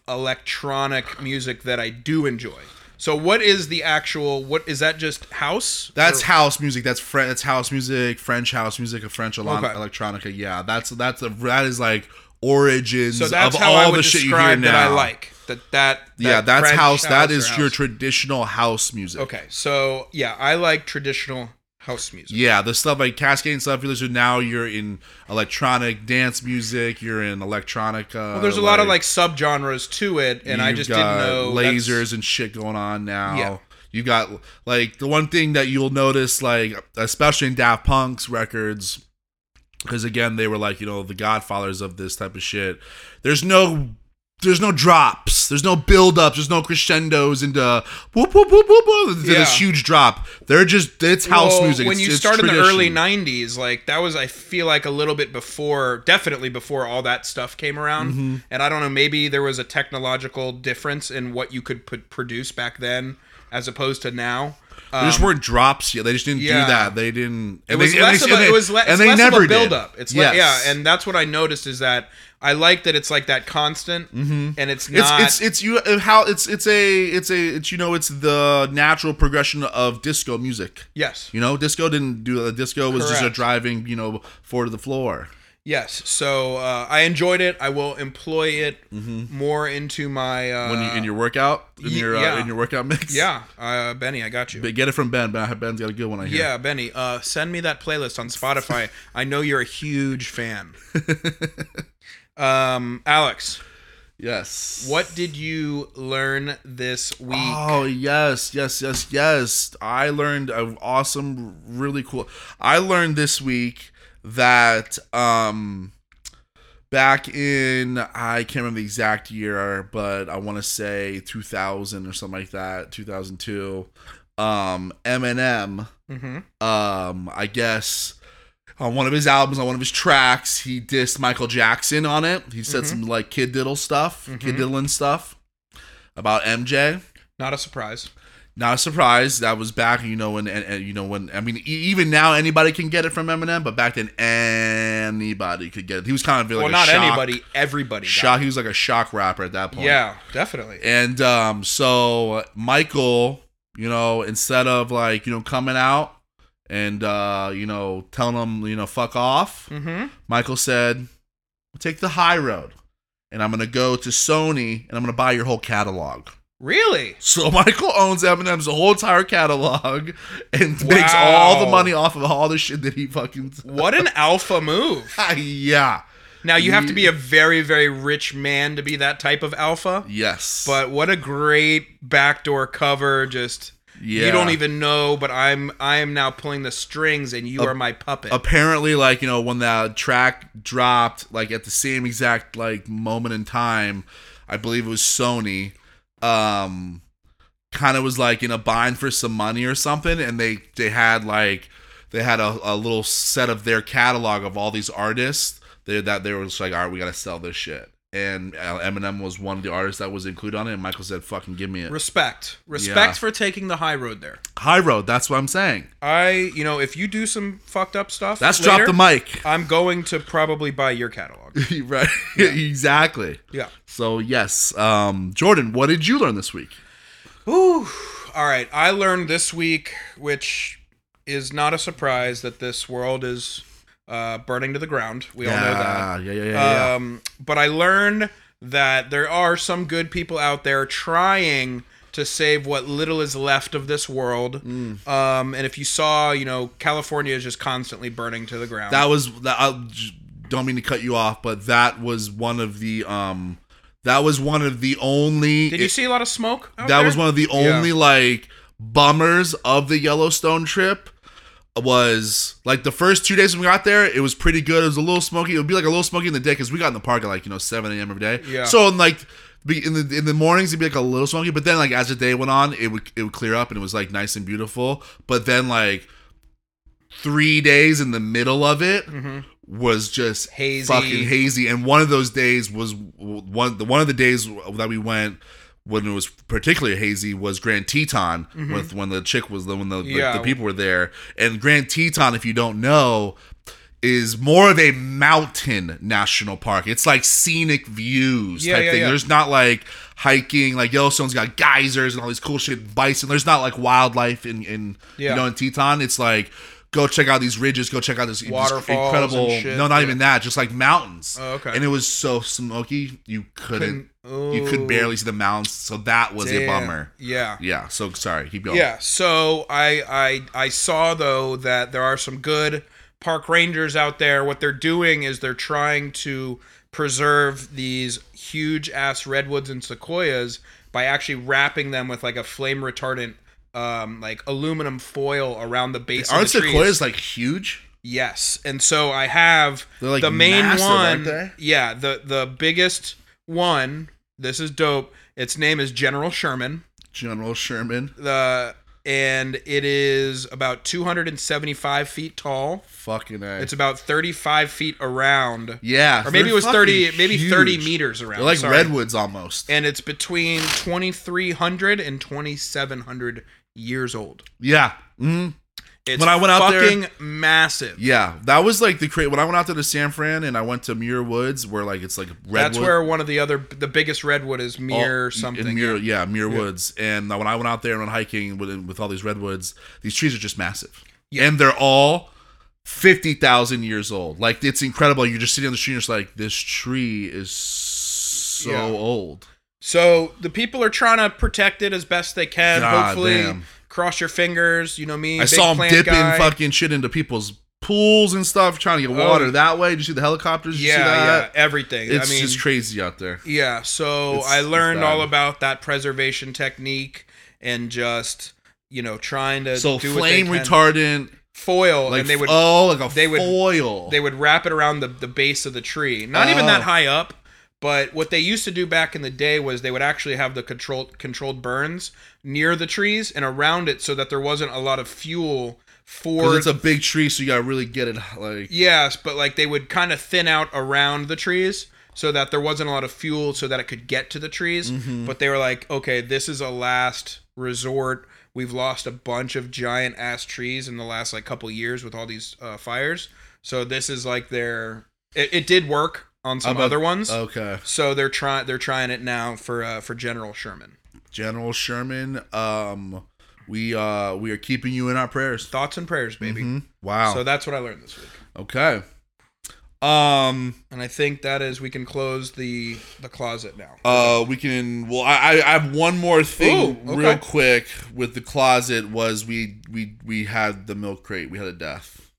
Speaker 2: electronic music that I do enjoy. So, what is the actual? What is that? Just house?
Speaker 1: That's
Speaker 2: Or-
Speaker 1: house music. That's French. That's house music. French house music. A French elon-
Speaker 2: Okay.
Speaker 1: electronica. Yeah, that's that's a, that is like origins
Speaker 2: so. That's
Speaker 1: of
Speaker 2: how
Speaker 1: all
Speaker 2: I would
Speaker 1: the shit you hear
Speaker 2: describe
Speaker 1: now.
Speaker 2: that I like. That that, that
Speaker 1: yeah, that's
Speaker 2: French
Speaker 1: house. That
Speaker 2: or
Speaker 1: is your
Speaker 2: house.
Speaker 1: traditional house music.
Speaker 2: okay, so yeah, I like traditional house music.
Speaker 1: Yeah, the stuff like cascading stuff you listen to now. You're in electronic dance music. You're in electronica.
Speaker 2: Well, there's a lot of like subgenres to it, and I
Speaker 1: You've
Speaker 2: just
Speaker 1: got
Speaker 2: didn't know that's-
Speaker 1: lasers and shit going on now.
Speaker 2: Yeah.
Speaker 1: You got like the one thing that you'll notice, like especially in Daft Punk's records, because again they were like you know the godfathers of this type of shit. There's no, there's no drops. There's no build ups. There's no crescendos into whoop whoop whoop whoop whoop into
Speaker 2: Yeah.
Speaker 1: this huge drop. They're just it's house
Speaker 2: Well,
Speaker 1: music.
Speaker 2: When
Speaker 1: it's,
Speaker 2: you
Speaker 1: it's
Speaker 2: start in the
Speaker 1: tradition.
Speaker 2: early '90s, like that was, I feel like a little bit before, definitely before all that stuff came around.
Speaker 1: Mm-hmm.
Speaker 2: And I don't know, maybe there was a technological difference in what you could put, produce back then as opposed to now.
Speaker 1: There just weren't drops yet. They just didn't
Speaker 2: um, yeah.
Speaker 1: do that. They didn't.
Speaker 2: It was less of a, it was le- it's less of a build up. It's like yeah, and that's what I noticed is that I like that it's like that constant, and it's
Speaker 1: Mm-hmm. It's
Speaker 2: not.
Speaker 1: it's it's you uh, how it's it's a it's a it's you know it's the natural progression of disco music.
Speaker 2: yes,
Speaker 1: You know, disco didn't do that. Disco was just a
Speaker 2: Correct.
Speaker 1: driving you know four to the floor.
Speaker 2: yes. So uh, I enjoyed it. I will employ it more into my uh,
Speaker 1: Mm-hmm. When you in your workout in
Speaker 2: ye-
Speaker 1: your uh,
Speaker 2: yeah.
Speaker 1: in your workout mix.
Speaker 2: Yeah, uh, Benny, I got you.
Speaker 1: but get it from Ben. Ben Ben's got a good one. I hear.
Speaker 2: yeah, Benny, uh, send me that playlist on Spotify. I know you're a huge
Speaker 1: (laughs)
Speaker 2: fan. um, Alex,
Speaker 1: Yes.
Speaker 2: what did you learn this week?
Speaker 1: Oh yes, yes, yes, yes. I learned an awesome, really cool. I learned this week that um back in I can't remember the exact year, but I want to say 2000 or something like that, 2002. Um, Eminem
Speaker 2: mm-hmm.
Speaker 1: um i guess on one of his albums on one of his tracks he dissed michael jackson on it he said
Speaker 2: Mhm.
Speaker 1: some like kid diddle stuff kid
Speaker 2: Mhm.
Speaker 1: diddling stuff about mj
Speaker 2: Not a surprise.
Speaker 1: not a surprise that was back you know when and, and, you know when i mean e- even now anybody can get it from eminem but back then anybody could get it he was kind of like
Speaker 2: well,
Speaker 1: a
Speaker 2: not
Speaker 1: shock,
Speaker 2: anybody. Everybody. got
Speaker 1: shock he was like a shock rapper at that
Speaker 2: it.
Speaker 1: point
Speaker 2: Yeah, definitely.
Speaker 1: and um, so Michael, you know, instead of like you know coming out and uh, you know telling them you know fuck off,
Speaker 2: Mm-hmm.
Speaker 1: Michael said, "Take the high road, and I'm gonna go to Sony and I'm gonna buy your whole catalog."
Speaker 2: Really?
Speaker 1: So (laughs) Michael owns Eminem's whole entire catalog and makes all the
Speaker 2: Wow.
Speaker 1: money off of all the shit that he fucking. (laughs)
Speaker 2: What an alpha move.
Speaker 1: yeah.
Speaker 2: Now you have to be a very, very rich man to be that type of alpha.
Speaker 1: Yes.
Speaker 2: But what a great backdoor cover! Just
Speaker 1: yeah.
Speaker 2: You don't even know, but I'm I am now pulling the strings and you are my puppet.
Speaker 1: apparently like you know when that track dropped like at the same exact like moment in time i believe it was sony um kind of was like in a bind for some money or something and they they had like they had a, a little set of their catalog of all these artists they, that they were just like all right we gotta sell this shit and uh, eminem was one of the artists that was included on it and michael said fucking give me it
Speaker 2: respect. Respect
Speaker 1: Yeah.
Speaker 2: for taking the high road there.
Speaker 1: high road that's what i'm saying
Speaker 2: I, you know, if you do some fucked up stuff,
Speaker 1: that's
Speaker 2: later,
Speaker 1: drop the mic
Speaker 2: I'm going to probably buy your catalog.
Speaker 1: (laughs) right exactly
Speaker 2: Yeah.
Speaker 1: So yes, um, Jordan, what did you learn this week?
Speaker 2: Ooh. All right. I learned this week, which is not a surprise, that this world is uh, burning to the ground. We all know that.
Speaker 1: Ah, yeah, yeah, yeah, yeah. yeah.
Speaker 2: Um, but I learned that there are some good people out there trying to save what little is left of this world.
Speaker 1: Mm.
Speaker 2: Um, and if you saw, you know, California is just constantly burning to the ground.
Speaker 1: that was that. I j- don't mean to cut you off, but that was one of the um, that was one of the only.
Speaker 2: Did you see a lot of smoke? out
Speaker 1: that
Speaker 2: there?
Speaker 1: was one of the only like bummers of the Yellowstone trip. Was like the first two days when we got there, it was pretty good. It was a little smoky. It would be like a little smoky in the day because we got in the park at like you know seven a.m. every day.
Speaker 2: Yeah.
Speaker 1: So in like be- in the in the mornings it'd be like a little smoky, but then like as the day went on, it would it would clear up and it was like nice and beautiful. But then like three days in the middle of it was just
Speaker 2: Mm-hmm. Hazy.
Speaker 1: fucking hazy. And one of those days was one the one of the days that we went when it was particularly hazy was Grand Teton with when the chick was the when the, the-
Speaker 2: Mm-hmm. Yeah.
Speaker 1: the people were there. And Grand Teton, if you don't know, is more of a mountain national park. It's like scenic views
Speaker 2: Yeah,
Speaker 1: type
Speaker 2: yeah,
Speaker 1: thing.
Speaker 2: yeah.
Speaker 1: There's not like hiking, like Yellowstone's got geysers and all these cool shit, bison. There's not like wildlife in, in
Speaker 2: Yeah.
Speaker 1: you know in Teton. It's like go check out these ridges, go check out this these
Speaker 2: Waterfalls and
Speaker 1: incredible
Speaker 2: shit,
Speaker 1: no, not
Speaker 2: yeah.
Speaker 1: even that, just like mountains.
Speaker 2: Oh, okay.
Speaker 1: And it was so smoky, you couldn't, you
Speaker 2: oh,
Speaker 1: could barely see the mountains. So that was a
Speaker 2: damn.
Speaker 1: bummer.
Speaker 2: Yeah.
Speaker 1: Yeah. So sorry. Keep going.
Speaker 2: Yeah. So I I I saw though that there are some good park rangers out there. What they're doing is they're trying to preserve these huge ass redwoods and sequoias by actually wrapping them with like a flame retardant um like aluminum foil around the base
Speaker 1: Aren't
Speaker 2: of the trees.
Speaker 1: sequoias like huge?
Speaker 2: Yes, and so I have
Speaker 1: They're, like,
Speaker 2: the main
Speaker 1: massive, aren't
Speaker 2: one.
Speaker 1: they?
Speaker 2: Yeah, the the biggest one. This is dope. Its name is General Sherman.
Speaker 1: General Sherman.
Speaker 2: The and it is about 275 feet tall.
Speaker 1: Fucking A.
Speaker 2: It's about 35 feet around,
Speaker 1: yeah.
Speaker 2: or maybe
Speaker 1: they're
Speaker 2: it was 30,
Speaker 1: fucking
Speaker 2: maybe 30
Speaker 1: huge.
Speaker 2: meters around.
Speaker 1: They're like
Speaker 2: sorry.
Speaker 1: redwoods almost.
Speaker 2: And it's between 2,300 and 2,700 years old.
Speaker 1: yeah. hmm
Speaker 2: It's
Speaker 1: When I went out there-
Speaker 2: fucking massive.
Speaker 1: Yeah. That was like the cra when I went out there to San Fran and I went to Muir Woods where like it's like redwood.
Speaker 2: That's where one of the other, the biggest redwood is Mir
Speaker 1: all-
Speaker 2: something.
Speaker 1: Oh, In Muir, yeah, Muir
Speaker 2: Yeah.
Speaker 1: Woods. And uh, when I went out there and went hiking with, with all these redwoods, these trees are just massive.
Speaker 2: Yeah.
Speaker 1: And they're all 50,000 years old. Like, it's incredible. You're just sitting on the street and it's like, this tree is so
Speaker 2: Yeah.
Speaker 1: old.
Speaker 2: So the people are trying to protect it as best they can.
Speaker 1: God
Speaker 2: Hopefully,
Speaker 1: damn.
Speaker 2: cross your fingers. You know me.
Speaker 1: I
Speaker 2: big
Speaker 1: saw them
Speaker 2: plant
Speaker 1: dipping
Speaker 2: guy.
Speaker 1: fucking shit into people's pools and stuff, trying to get water
Speaker 2: Oh.
Speaker 1: that way. Did you see the helicopters? Did you
Speaker 2: Yeah,
Speaker 1: see
Speaker 2: yeah,
Speaker 1: that?
Speaker 2: everything.
Speaker 1: It's
Speaker 2: I mean,
Speaker 1: just crazy out there.
Speaker 2: yeah. So
Speaker 1: It's-
Speaker 2: I
Speaker 1: it's
Speaker 2: learned
Speaker 1: bad.
Speaker 2: all about that preservation technique and just you know trying to
Speaker 1: So,
Speaker 2: uh, do
Speaker 1: flame
Speaker 2: what they can.
Speaker 1: retardant,
Speaker 2: foil,
Speaker 1: like,
Speaker 2: and they would
Speaker 1: oh, like a
Speaker 2: they would-
Speaker 1: foil.
Speaker 2: they would wrap it around the, the base of the tree not even
Speaker 1: Oh.
Speaker 2: that high up but what they used to do back in the day was they would actually have the controlled controlled burns near the trees and around it so that there wasn't a lot of fuel
Speaker 1: 'Cause
Speaker 2: for
Speaker 1: it's a big tree, so you gotta really get it. Like,
Speaker 2: yes but like they would kind of thin out around the trees so that there wasn't a lot of fuel so that it could get to the trees but they were like okay this is a last resort we've lost a bunch of giant ass trees in the last like couple years with all these uh, fires so this is like their it, it did work on some
Speaker 1: About-
Speaker 2: other ones
Speaker 1: okay.
Speaker 2: so they're trying they're trying it now for uh, for general sherman
Speaker 1: General Sherman, um, we uh we are keeping you in our prayers.
Speaker 2: thoughts and prayers baby
Speaker 1: Mhm. Wow.
Speaker 2: Mm-hmm. so that's what i learned this week
Speaker 1: okay. Um.
Speaker 2: and i think that is we can close the the closet now
Speaker 1: Uh. We can. Well, I I I have one more thing
Speaker 2: Ooh, okay.
Speaker 1: real quick with the closet was we we we had the milk crate. We had a death.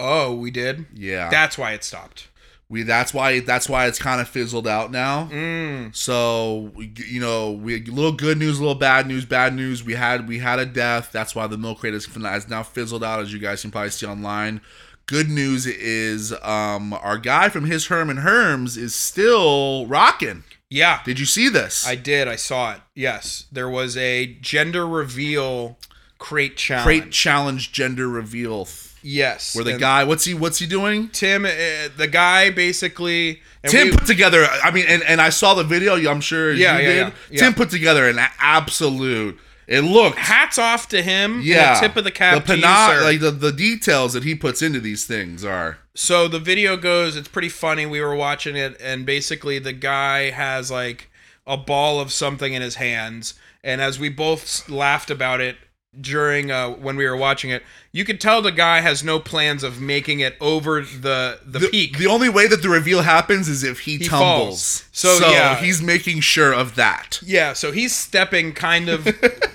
Speaker 2: oh we did
Speaker 1: Yeah.
Speaker 2: That's why it stopped.
Speaker 1: we that's why that's why it's kind of fizzled out now.
Speaker 2: Mm.
Speaker 1: So we- you know, we little good news, little bad news. Bad news: we had we had a death. That's why the milk crate is fin- has now fizzled out, as you guys can probably see online. Good news is um, our guy from his Herm and Herms is still rocking.
Speaker 2: Yeah,
Speaker 1: Did you see this?
Speaker 2: I did. I saw it. Yes, there was a gender reveal crate challenge.
Speaker 1: crate challenge gender reveal
Speaker 2: yes,
Speaker 1: where the
Speaker 2: and
Speaker 1: guy what's he what's he doing?
Speaker 2: Tim, uh, the guy basically. and
Speaker 1: Tim
Speaker 2: we-
Speaker 1: put together. I mean, and, and I saw the video. I'm sure
Speaker 2: Yeah,
Speaker 1: you
Speaker 2: yeah,
Speaker 1: did.
Speaker 2: yeah,
Speaker 1: Tim
Speaker 2: yeah.
Speaker 1: put together an absolute. It looked
Speaker 2: hats off to him.
Speaker 1: Yeah,
Speaker 2: and a tip of the cap.
Speaker 1: The
Speaker 2: to you,
Speaker 1: pana-
Speaker 2: sir.
Speaker 1: like the, the details that he puts into these things are
Speaker 2: so the video goes it's pretty funny we were watching it and basically the guy has like a ball of something in his hands and as we both s- laughed about it during uh, when we were watching it you could tell the guy has no plans of making it over the the,
Speaker 1: the,
Speaker 2: peak
Speaker 1: the only way that the reveal happens is if he,
Speaker 2: He
Speaker 1: tumbles.
Speaker 2: falls. So, yeah.
Speaker 1: he's making sure of that.
Speaker 2: yeah so he's stepping kind of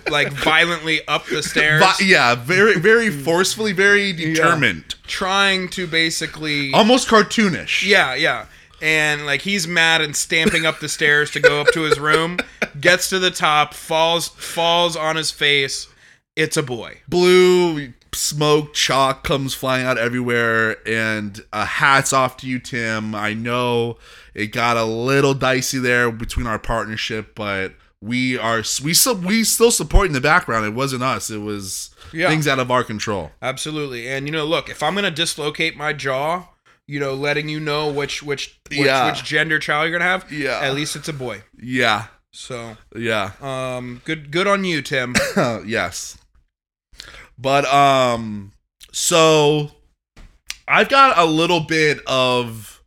Speaker 2: like violently up the stairs
Speaker 1: But yeah, very very forcefully, very determined,
Speaker 2: trying to basically
Speaker 1: almost cartoonish.
Speaker 2: Yeah, yeah. And like he's mad and stamping up the stairs to go up to his room, gets to the top, falls falls on his face. It's a boy.
Speaker 1: Blue smoke chalk comes flying out everywhere, and uh, hats off to you, Tim. I know it got a little dicey there between our partnership, but. We are we still we still support in the background. It wasn't us. It was
Speaker 2: Yeah.
Speaker 1: things out of our control.
Speaker 2: Absolutely. And you know, look, if I'm gonna dislocate my jaw, you know, letting you know which which which,
Speaker 1: Yeah.
Speaker 2: which gender child you're gonna have.
Speaker 1: Yeah.
Speaker 2: At least it's a boy.
Speaker 1: Yeah.
Speaker 2: So
Speaker 1: Yeah.
Speaker 2: um good good on you, Tim.
Speaker 1: (laughs) yes. But um so I've got a little bit of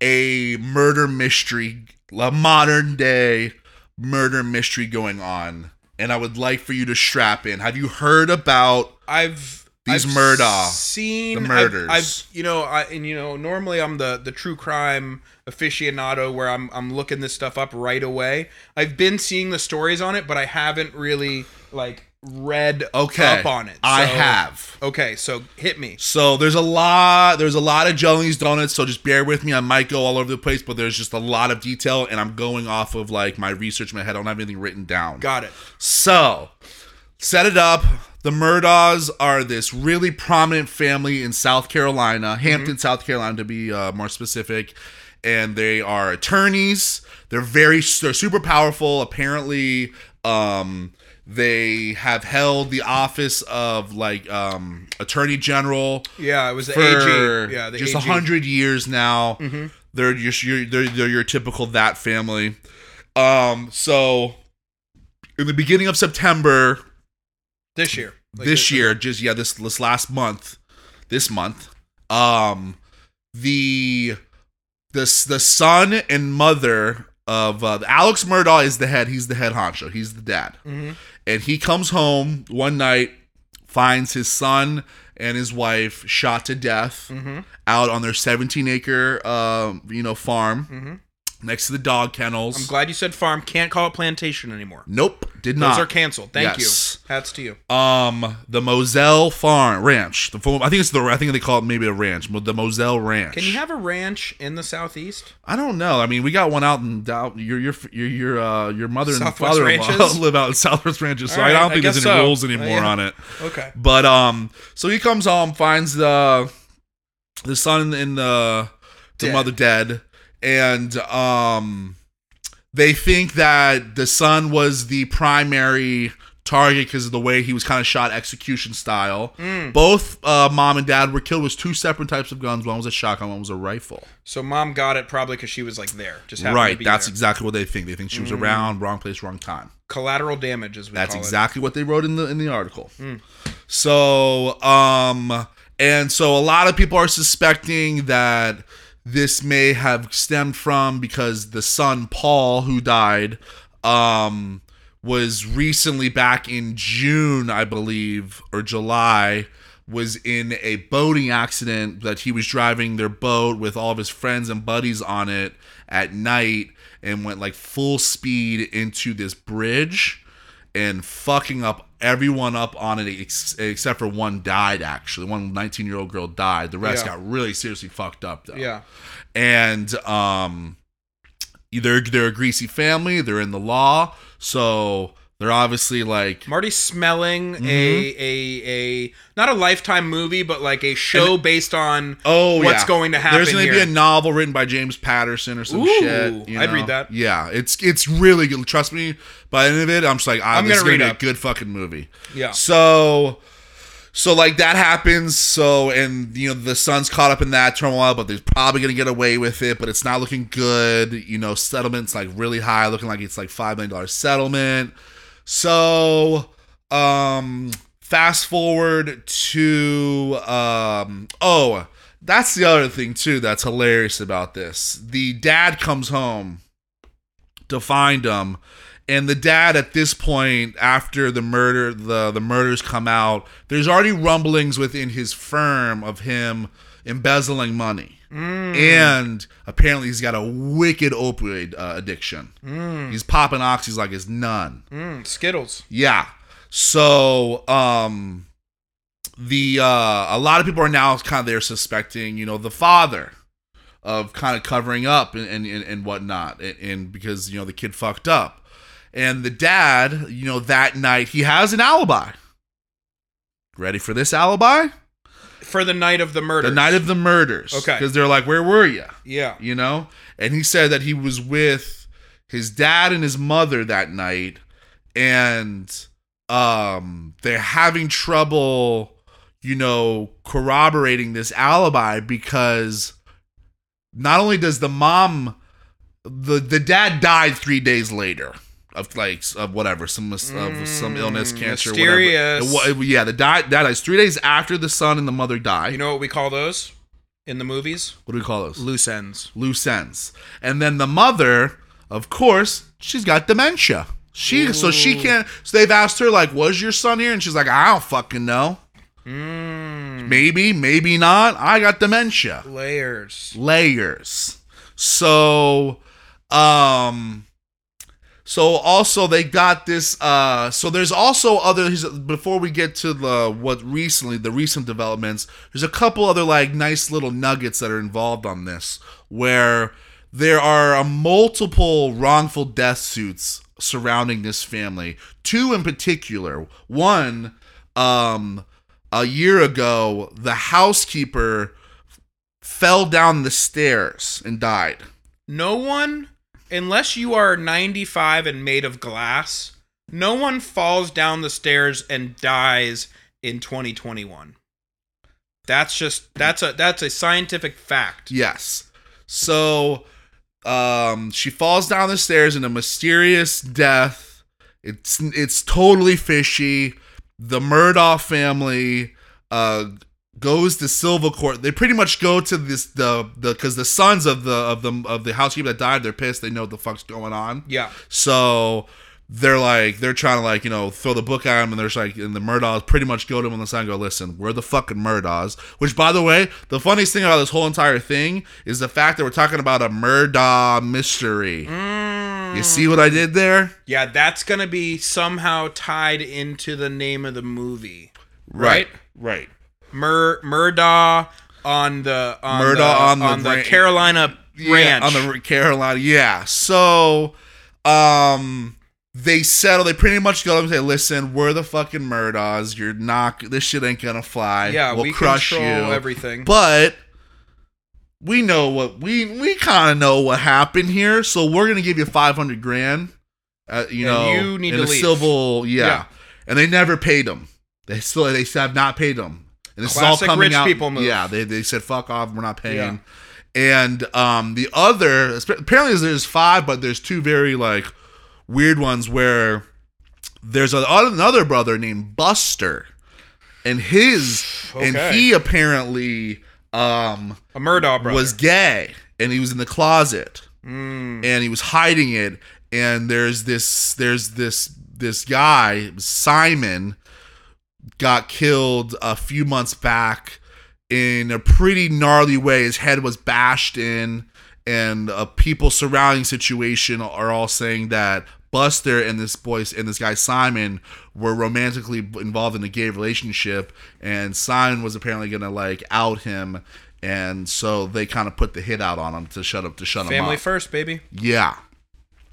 Speaker 1: a murder mystery, a modern day murder mystery going on, and I would like for you to strap in. Have you heard about
Speaker 2: I've
Speaker 1: These
Speaker 2: I've
Speaker 1: murder-
Speaker 2: seen
Speaker 1: the
Speaker 2: I've-
Speaker 1: murders.
Speaker 2: I've, you know I and you know normally I'm the the true crime aficionado where I'm I'm looking this stuff up right away. I've been seeing the stories on it, but I haven't really like read
Speaker 1: Okay.
Speaker 2: up on it.
Speaker 1: I
Speaker 2: So-
Speaker 1: have.
Speaker 2: Okay, so hit me.
Speaker 1: So there's a lot there's a lot of Jellies donuts, so just bear with me. I might go all over the place, but there's just a lot of detail and I'm going off of like my research in my head. I don't have anything written down.
Speaker 2: Got it.
Speaker 1: So, set it up. The Murdaws are this really prominent family in South
Speaker 2: Mm-hmm.
Speaker 1: Carolina, Hampton, South Carolina, to be uh, more specific. And they are attorneys. They're very, they're super powerful. Apparently, um, they have held the office of like um, attorney general
Speaker 2: Yeah, it was the
Speaker 1: for
Speaker 2: AG. Yeah, the Mm-hmm.
Speaker 1: just a
Speaker 2: AG.
Speaker 1: hundred years now. They're just your they're, they're your typical that family. Um, so in the beginning of September
Speaker 2: this year. Like
Speaker 1: this year, just yeah, this this last month, this month, um, the this the son and mother of uh, Alex Murdaugh is the head. He's the head honcho. He's the dad
Speaker 2: Mhm.
Speaker 1: and he comes home one night finds his son and his wife shot to death
Speaker 2: Mhm.
Speaker 1: out on their 17 acre um, you know farm
Speaker 2: Mhm.
Speaker 1: next to the dog kennels
Speaker 2: I'm glad you said farm. Can't call it plantation anymore.
Speaker 1: nope did
Speaker 2: Those are
Speaker 1: not
Speaker 2: canceled.
Speaker 1: Yes.
Speaker 2: Thank you. Hats to you.
Speaker 1: um the moselle farm ranch the full, i think it's the i think they call it maybe a ranch Mo- the moselle ranch
Speaker 2: Can you have a ranch in the southeast?
Speaker 1: i don't know i mean we got one out in doubt your your your your uh your mother and
Speaker 2: Southwest
Speaker 1: father-in-law (laughs)
Speaker 2: Ranches?
Speaker 1: live out in southwest ranches so
Speaker 2: All right,
Speaker 1: i
Speaker 2: I
Speaker 1: don't think there's
Speaker 2: guess
Speaker 1: any
Speaker 2: so.
Speaker 1: rules anymore
Speaker 2: Yeah.
Speaker 1: on it
Speaker 2: Okay.
Speaker 1: But um, so he comes home, finds the the son and the the
Speaker 2: Dead.
Speaker 1: mother dead, and um, they think that the son was the primary target because of the way he was kind of shot execution style.
Speaker 2: Mm.
Speaker 1: Both uh, mom and dad were killed with two separate types of guns. One was a shotgun, one was a rifle.
Speaker 2: So mom got it probably because she was like there, just happened To
Speaker 1: Right.
Speaker 2: be Mm.
Speaker 1: That's
Speaker 2: there.
Speaker 1: exactly what they think. They think she was around, wrong place, wrong time.
Speaker 2: collateral damage, as we
Speaker 1: That's
Speaker 2: call
Speaker 1: exactly what they wrote in the in the article. So, um, and so a lot of people are suspecting that this may have stemmed from because the son Paul, who died, um, was recently back in June, I believe, or July, was in a boating accident that he was driving their boat with all of his friends and buddies on it at night and went like full speed into this bridge and fucking up everyone up on it ex- except for one died actually one 19 year old girl died the rest
Speaker 2: Yeah.
Speaker 1: got really seriously fucked up though
Speaker 2: it. Yeah.
Speaker 1: and um they're they're a greasy family they're in the law so they're obviously like
Speaker 2: Marty smelling
Speaker 1: Mm-hmm.
Speaker 2: a a a not a lifetime movie, but like a show based on
Speaker 1: oh
Speaker 2: what's
Speaker 1: yeah.
Speaker 2: going to happen.
Speaker 1: there's gonna
Speaker 2: here.
Speaker 1: be a novel written by james patterson or some
Speaker 2: Ooh,
Speaker 1: shit you
Speaker 2: I'd
Speaker 1: know?
Speaker 2: read that.
Speaker 1: yeah it's it's really good trust me by the end of it i'm just like ah,
Speaker 2: I'm
Speaker 1: this is
Speaker 2: gonna
Speaker 1: gonna
Speaker 2: read
Speaker 1: be
Speaker 2: up.
Speaker 1: a good fucking movie
Speaker 2: yeah.
Speaker 1: So, so like that happens. So, and you know the Suns caught up in that turmoil, but they're probably gonna get away with it. But it's not looking good. You know, settlements like really high, looking like it's like five million dollar settlement. So, um, fast forward to um, oh, that's the other thing too that's hilarious about this. The dad comes home to find him. And the dad at this point, after the murder, the the murders come out, there's already rumblings within his firm of him embezzling money,
Speaker 2: Mm. Hmm.
Speaker 1: and apparently he's got a wicked opioid uh, addiction.
Speaker 2: Hmm.
Speaker 1: He's popping oxys like it's none.
Speaker 2: Mm, Skittles.
Speaker 1: Yeah. So, um the uh a lot of people are now kind of they're suspecting, you know, the father of kind of covering up and and, and, and whatnot and, and because, you know, the kid fucked up. And the dad, you know, that night he has an alibi. Ready for this alibi?
Speaker 2: for the night of the murder.
Speaker 1: The night of the murders.
Speaker 2: Okay.
Speaker 1: Because they're like, where were you?
Speaker 2: yeah.
Speaker 1: you know? And he said that he was with his dad and his mother that night and um they're having trouble, you know, corroborating this alibi because not only does the mom the the dad died three days later of like of whatever some mis- of some illness cancer
Speaker 2: Mm, mysterious.
Speaker 1: whatever It wa- yeah the di- dad dies three days after the son and the mother die
Speaker 2: You know what we call those in the movies?
Speaker 1: what do we call those
Speaker 2: Loose ends.
Speaker 1: loose ends and then the mother of course she's got dementia she so she can't so they've asked her like was your son here and she's like I don't fucking know
Speaker 2: Mm.
Speaker 1: maybe maybe not I got dementia
Speaker 2: Layers.
Speaker 1: layers. So um so also they got this uh so there's also other before we get to the what recently the recent developments there's a couple other like nice little nuggets that are involved on this where there are uh, multiple wrongful death suits surrounding this family two in particular one um a year ago the housekeeper fell down the stairs and died.
Speaker 2: No one, unless you are 95 and made of glass, no one falls down the stairs and dies in 2021. That's just that's a that's a scientific fact.
Speaker 1: Yes. So um she falls down the stairs in a mysterious death. It's it's totally fishy. The Murdoch family uh goes to Silva Court. They pretty much go to this the the cuz the sons of the of the of the housekeeper that died, they're pissed. They know what the fuck's going on.
Speaker 2: Yeah.
Speaker 1: So they're like they're trying to like you know throw the book at him and there's like and the Murdaws pretty much go to him on the side and go listen we're the fucking Murdaws which by the way the funniest thing about this whole entire thing is the fact that we're talking about a Murdaw mystery
Speaker 2: Mm.
Speaker 1: you see what I did there
Speaker 2: Yeah, that's going to be somehow tied into the name of the movie. Right.
Speaker 1: right
Speaker 2: Mur Murdaugh on the on
Speaker 1: Murdaugh
Speaker 2: the,
Speaker 1: on the
Speaker 2: the
Speaker 1: ran-
Speaker 2: Carolina ranch.
Speaker 1: Yeah, on the Carolina. Yeah. So, um, they settle. They pretty much go up and say, "Listen, we're the fucking Murdaws. You're not. This shit ain't gonna fly.
Speaker 2: Yeah,
Speaker 1: we'll
Speaker 2: we
Speaker 1: crush you.
Speaker 2: control everything."
Speaker 1: But we know what we we kind of know what happened here. So we're gonna give you five hundred grand. Uh, you
Speaker 2: And
Speaker 1: know,
Speaker 2: you need
Speaker 1: in
Speaker 2: to
Speaker 1: a
Speaker 2: leave.
Speaker 1: civil. Yeah.
Speaker 2: Yeah.
Speaker 1: and they never paid them. They still they have not paid them. And this is all
Speaker 2: Classic
Speaker 1: coming
Speaker 2: rich
Speaker 1: out.
Speaker 2: people move.
Speaker 1: Yeah, they, they said fuck off. We're not paying.
Speaker 2: Yeah.
Speaker 1: And um, the other apparently there's five, but there's two very like weird ones where there's a, another brother named Buster, and his and
Speaker 2: Okay.
Speaker 1: he apparently um
Speaker 2: a Murdaugh brother.
Speaker 1: was gay and he was in the closet
Speaker 2: Mm.
Speaker 1: and he was hiding it and there's this there's this this guy Simon got killed a few months back in a pretty gnarly way his head was bashed in and a people surrounding situation are all saying that Buster and this boy and this guy Simon were romantically involved in a gay relationship and Simon was apparently going to like out him and so they kind of put the hit out on him to shut up to shut him up.
Speaker 2: Family first, baby.
Speaker 1: Yeah.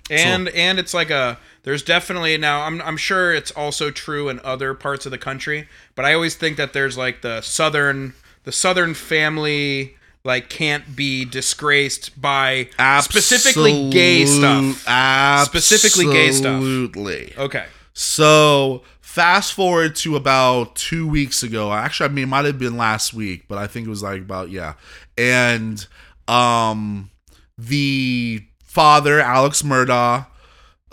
Speaker 2: and and it's like a there's definitely now I'm I'm sure it's also true in other parts of the country, but I always think that there's like the southern the southern family like can't be disgraced by specifically gay stuff.
Speaker 1: Absolute-
Speaker 2: Specifically gay stuff.
Speaker 1: Absolutely.
Speaker 2: Okay.
Speaker 1: So fast forward to about two weeks ago. Actually, I mean, it might have been last week, but I think it was like about yeah. And um, the father, Alex Murdaugh,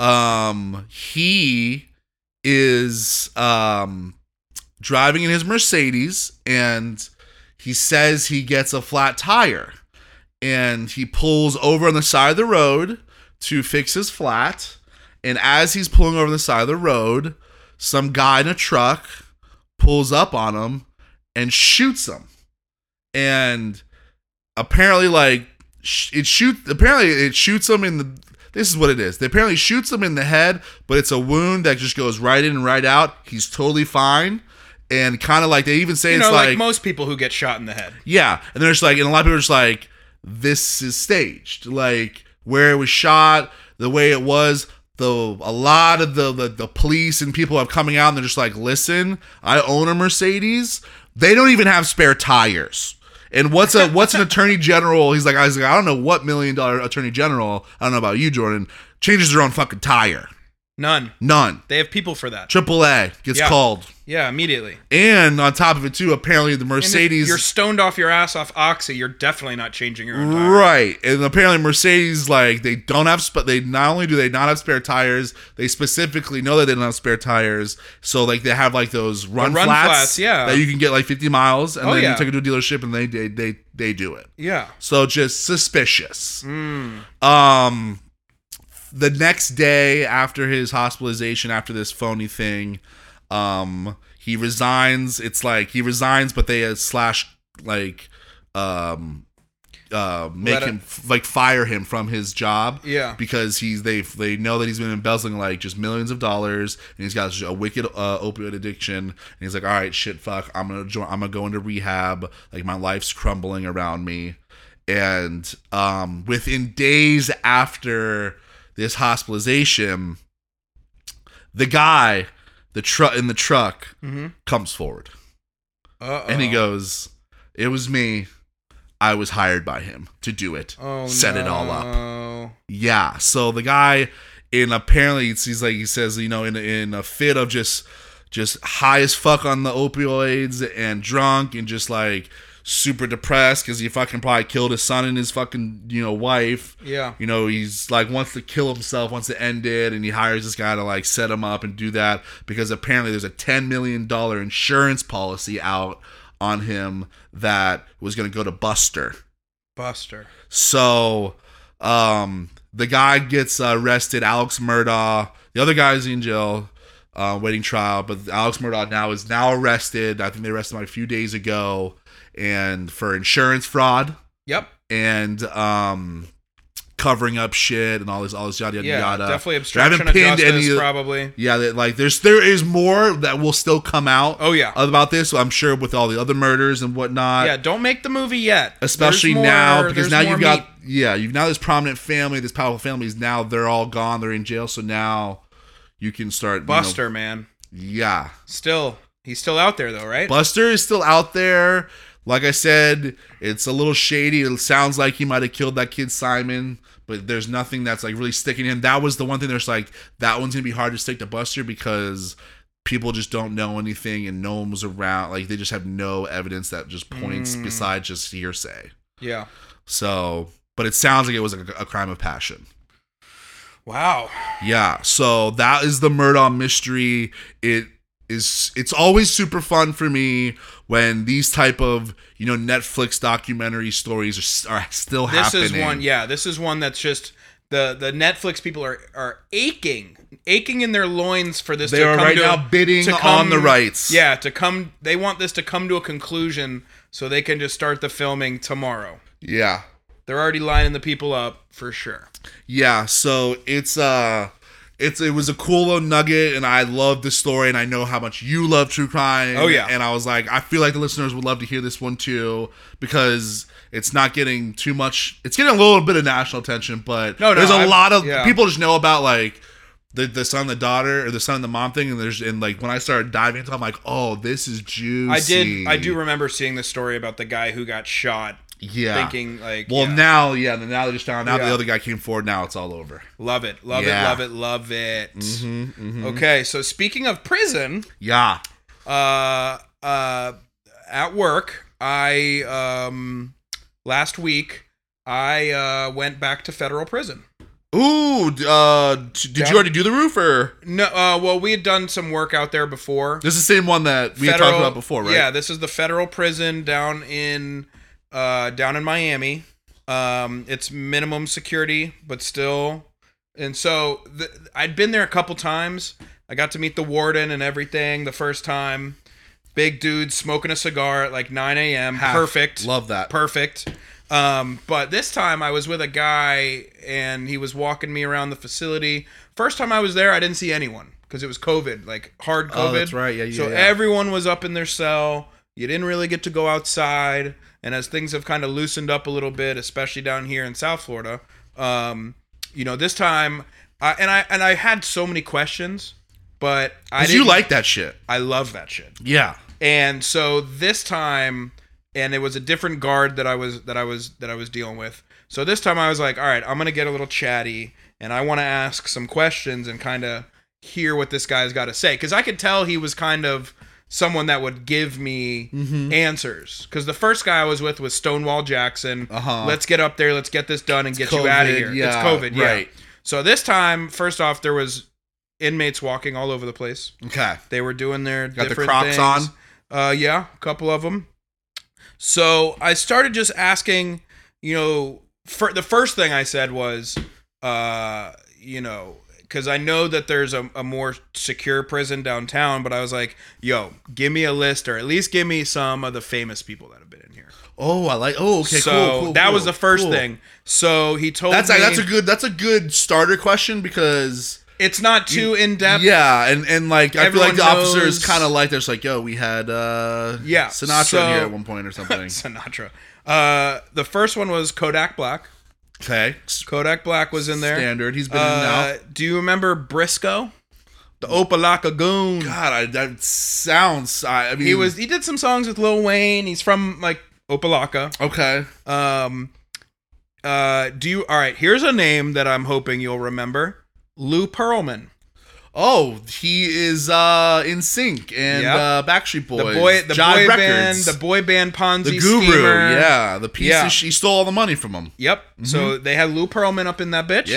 Speaker 1: um, he is um driving in his Mercedes, and he says he gets a flat tire, and he pulls over on the side of the road to fix his flat. And as he's pulling over the side of the road, some guy in a truck pulls up on him and shoots him. And apparently, like sh- it shoots. Apparently, it shoots him in the. This is what it is. They apparently shoots him in the head, but it's a wound that just goes right in and right out. He's totally fine, and kind of like they even say
Speaker 2: You
Speaker 1: it's
Speaker 2: know, like,
Speaker 1: like
Speaker 2: most people who get shot in the head.
Speaker 1: yeah, and they're just like, and a lot of people are just like, this is staged. Like where it was shot, the way it was. The a lot of the the, the police and people are coming out, and they're just like, listen, I own a Mercedes. They don't even have spare tires. And what's a what's an attorney general? He's like, I was like, I don't know what million dollar attorney general. I don't know about you, Jordan. Changes their own fucking tire.
Speaker 2: None.
Speaker 1: None.
Speaker 2: They have people for that.
Speaker 1: AAA gets
Speaker 2: Yeah.
Speaker 1: called.
Speaker 2: Yeah, immediately.
Speaker 1: And on top of it too, apparently the
Speaker 2: And if
Speaker 1: Mercedes
Speaker 2: You're stoned off your ass off oxy. You're definitely not changing your own tire.
Speaker 1: Right, and apparently Mercedes like they don't have, sp- they not only do they not have spare tires, they specifically know that they don't have spare tires, so like they have like those run,
Speaker 2: run
Speaker 1: flats,
Speaker 2: flats, yeah.
Speaker 1: that you can get like fifty miles, and
Speaker 2: Oh,
Speaker 1: then
Speaker 2: yeah.
Speaker 1: you take it to a dealership and they they they, they do it.
Speaker 2: Yeah.
Speaker 1: So just suspicious. Um, the next day after his hospitalization, after this phony thing, um, he resigns. It's like he resigns, but they uh, slash like um uh make
Speaker 2: Let it-
Speaker 1: him f- like fire him from his job
Speaker 2: Yeah.
Speaker 1: because he's they they know that he's been embezzling like just millions of dollars and he's got a wicked uh, opioid addiction and he's like all right shit fuck i'm gonna join i'm gonna go into rehab like my life's crumbling around me and um within days after this hospitalization the guy the truck in the truck
Speaker 2: Mm-hmm.
Speaker 1: comes forward
Speaker 2: Uh-oh.
Speaker 1: and he goes it was me i was hired by him to do it
Speaker 2: oh,
Speaker 1: set it all up
Speaker 2: no.
Speaker 1: yeah. So the guy, in apparently, it's- he's like he says, you know, in in a fit of just just high as fuck on the opioids and drunk and just like super depressed because he fucking probably killed his son and his fucking you know wife.
Speaker 2: Yeah.
Speaker 1: You know, he's like wants to kill himself, wants to end it, and he hires this guy to like set him up and do that because apparently there's a ten million dollar insurance policy out on him that was gonna go to Buster.
Speaker 2: Buster.
Speaker 1: So um, the guy gets uh, arrested, Alex Murdaugh. The other guy's in jail, uh, waiting trial. But Alex Murdaugh now is now arrested. I think they arrested him a few days ago, and for insurance fraud
Speaker 2: Yep.
Speaker 1: and um, covering up shit and all this, all this yada yada
Speaker 2: Yeah.
Speaker 1: yada.
Speaker 2: Definitely
Speaker 1: I haven't
Speaker 2: obstruction of
Speaker 1: pinned
Speaker 2: justice,
Speaker 1: any of-
Speaker 2: probably.
Speaker 1: Yeah, that, like there's there is more that will still come out
Speaker 2: Oh, yeah.
Speaker 1: about this. I'm sure with all the other murders and whatnot
Speaker 2: yeah, don't make the movie yet.
Speaker 1: Uh, especially
Speaker 2: There's
Speaker 1: now
Speaker 2: more-
Speaker 1: because
Speaker 2: there's
Speaker 1: now
Speaker 2: more
Speaker 1: you've got
Speaker 2: meat.
Speaker 1: yeah you've now this prominent family this powerful family is now they're all gone they're in jail so now you can start you know-
Speaker 2: Buster, man.
Speaker 1: yeah
Speaker 2: Still, he's still out there though, right?
Speaker 1: buster is still out there like i said it's a little shady it sounds like he might have killed that kid simon but there's nothing that's like really sticking in that was the one thing there's like that one's gonna be hard to stick to buster because people just don't know anything and no one was around like they just have no evidence that just points
Speaker 2: Mm.
Speaker 1: besides just hearsay
Speaker 2: yeah.
Speaker 1: So, but it sounds like it was a, a crime of passion.
Speaker 2: Wow.
Speaker 1: Yeah. So that is the Murdaugh mystery. It is. It's always super fun for me when these type of you know Netflix documentary stories are, s- are still
Speaker 2: This
Speaker 1: happening.
Speaker 2: is one. Yeah, this is one that's just the the Netflix people are are aching, aching in their loins for this.
Speaker 1: They
Speaker 2: to
Speaker 1: are
Speaker 2: come
Speaker 1: right
Speaker 2: to,
Speaker 1: now bidding
Speaker 2: to
Speaker 1: on the rights.
Speaker 2: Yeah, to come. They want this to come to a conclusion so they can just start the filming tomorrow.
Speaker 1: Yeah.
Speaker 2: They're already lining the people up for sure.
Speaker 1: Yeah, so it's uh it's it was a cool little nugget and I love the story and I know how much you love true crime.
Speaker 2: Oh, yeah.
Speaker 1: And I was like, I feel like the listeners would love to hear this one too, because it's not getting too much it's getting a little bit of national attention, but
Speaker 2: No, no,
Speaker 1: there's a
Speaker 2: I've-
Speaker 1: lot of
Speaker 2: yeah.
Speaker 1: people just know about like the, the son and the daughter or the son and the mom thing and there's and like when I started diving into it, I'm like, oh, this is juicy.
Speaker 2: I did. I do remember seeing the story about the guy who got shot,
Speaker 1: yeah.
Speaker 2: thinking like,
Speaker 1: well
Speaker 2: yeah,
Speaker 1: now yeah, now they just found out
Speaker 2: Yeah.
Speaker 1: the other guy came forward, now it's all over.
Speaker 2: love it, love
Speaker 1: Yeah. Mm-hmm.
Speaker 2: it, love it, love it. Mm-hmm, Okay, so speaking of prison,
Speaker 1: Yeah.
Speaker 2: uh, uh, at work, I um, last week I uh, went back to federal prison.
Speaker 1: Ooh, d- uh, t- did
Speaker 2: Down-
Speaker 1: you already do the roof or
Speaker 2: No, uh, well, we had done some work out there before.
Speaker 1: this is the same one that we had talked about before, right?
Speaker 2: Yeah, this is the federal prison down in uh, down in Miami. Um, it's minimum security, but still. And so th- I'd been there a couple times. I got to meet the warden and everything the first time. Big dude smoking a cigar at like 9 a.m.
Speaker 1: Half.
Speaker 2: Perfect.
Speaker 1: Ah, Love that.
Speaker 2: Perfect. Um, but this time I was with a guy and he was walking me around the facility. First time I was there, I didn't see anyone because it was COVID, like hard COVID.
Speaker 1: Oh, that's right. Yeah, yeah,
Speaker 2: So
Speaker 1: yeah.
Speaker 2: everyone was up in their cell. You didn't really get to go outside. And as things have kind of loosened up a little bit, especially down here in South Florida, um, you know, this time, I, and I and I had so many questions, but I
Speaker 1: 'Cause you
Speaker 2: didn't-
Speaker 1: like that shit.
Speaker 2: I love that shit.
Speaker 1: Yeah.
Speaker 2: And so this time, and it was a different guard that I was that I was that I was dealing with. So this time I was like, all right, I'm gonna get a little chatty, and I want to ask some questions and kind of hear what this guy's got to say because I could tell he was kind of someone that would give me
Speaker 1: Mm-hmm.
Speaker 2: answers because the first guy I was with was Stonewall Jackson.
Speaker 1: Uh-huh.
Speaker 2: Let's get up there. Let's get this done and get you out of
Speaker 1: COVID,
Speaker 2: here. It's
Speaker 1: yeah,
Speaker 2: COVID, yeah.
Speaker 1: right.
Speaker 2: So this time, first off, there was inmates walking all over the place.
Speaker 1: Okay.
Speaker 2: They were doing their
Speaker 1: Got the
Speaker 2: different
Speaker 1: Crocs
Speaker 2: things. on. Uh, yeah, a couple of them. So I started just asking, you know, for, the first thing I said was, uh, you know, because I know that there's a, a more secure prison downtown, but I was like, yo, give me a list or at least give me some of the famous people that have been in here.
Speaker 1: Oh, I like. Oh, okay.
Speaker 2: so
Speaker 1: cool, cool,
Speaker 2: that was
Speaker 1: cool,
Speaker 2: the first
Speaker 1: cool.
Speaker 2: thing. So he told
Speaker 1: That's
Speaker 2: me
Speaker 1: a, that's a good that's a good starter question because
Speaker 2: it's not too in depth.
Speaker 1: yeah, and and like I feel
Speaker 2: Everyone
Speaker 1: like the officer is
Speaker 2: knows-
Speaker 1: kind of like there's like yo, we had uh
Speaker 2: Yeah,
Speaker 1: Sinatra
Speaker 2: so-
Speaker 1: in here at one point or
Speaker 2: (laughs)
Speaker 1: something.
Speaker 2: (laughs) Sinatra. Uh, the first one was Kodak Black.
Speaker 1: okay, S-
Speaker 2: Kodak Black was in there.
Speaker 1: standard. He's been
Speaker 2: Uh,
Speaker 1: in now.
Speaker 2: do you remember Briscoe? The Opalaka Goon.
Speaker 1: God, I, that sounds. I, I mean,
Speaker 2: He was he did some songs with Lil Wayne. He's from like Opalaka.
Speaker 1: okay.
Speaker 2: Um uh do you all right, here's a name that I'm hoping you'll remember. Lou Pearlman.
Speaker 1: Oh, he is uh in sync and
Speaker 2: Yep.
Speaker 1: uh, Backstreet Boys,
Speaker 2: The boy the
Speaker 1: Jive
Speaker 2: boy band,
Speaker 1: Records,
Speaker 2: the boy band Ponzi
Speaker 1: the guru,
Speaker 2: schemer.
Speaker 1: yeah, Mm-hmm. the piece.
Speaker 2: Yeah.
Speaker 1: Of sh- he stole all the money from him.
Speaker 2: Yep. So they had Lou Pearlman up in that bitch.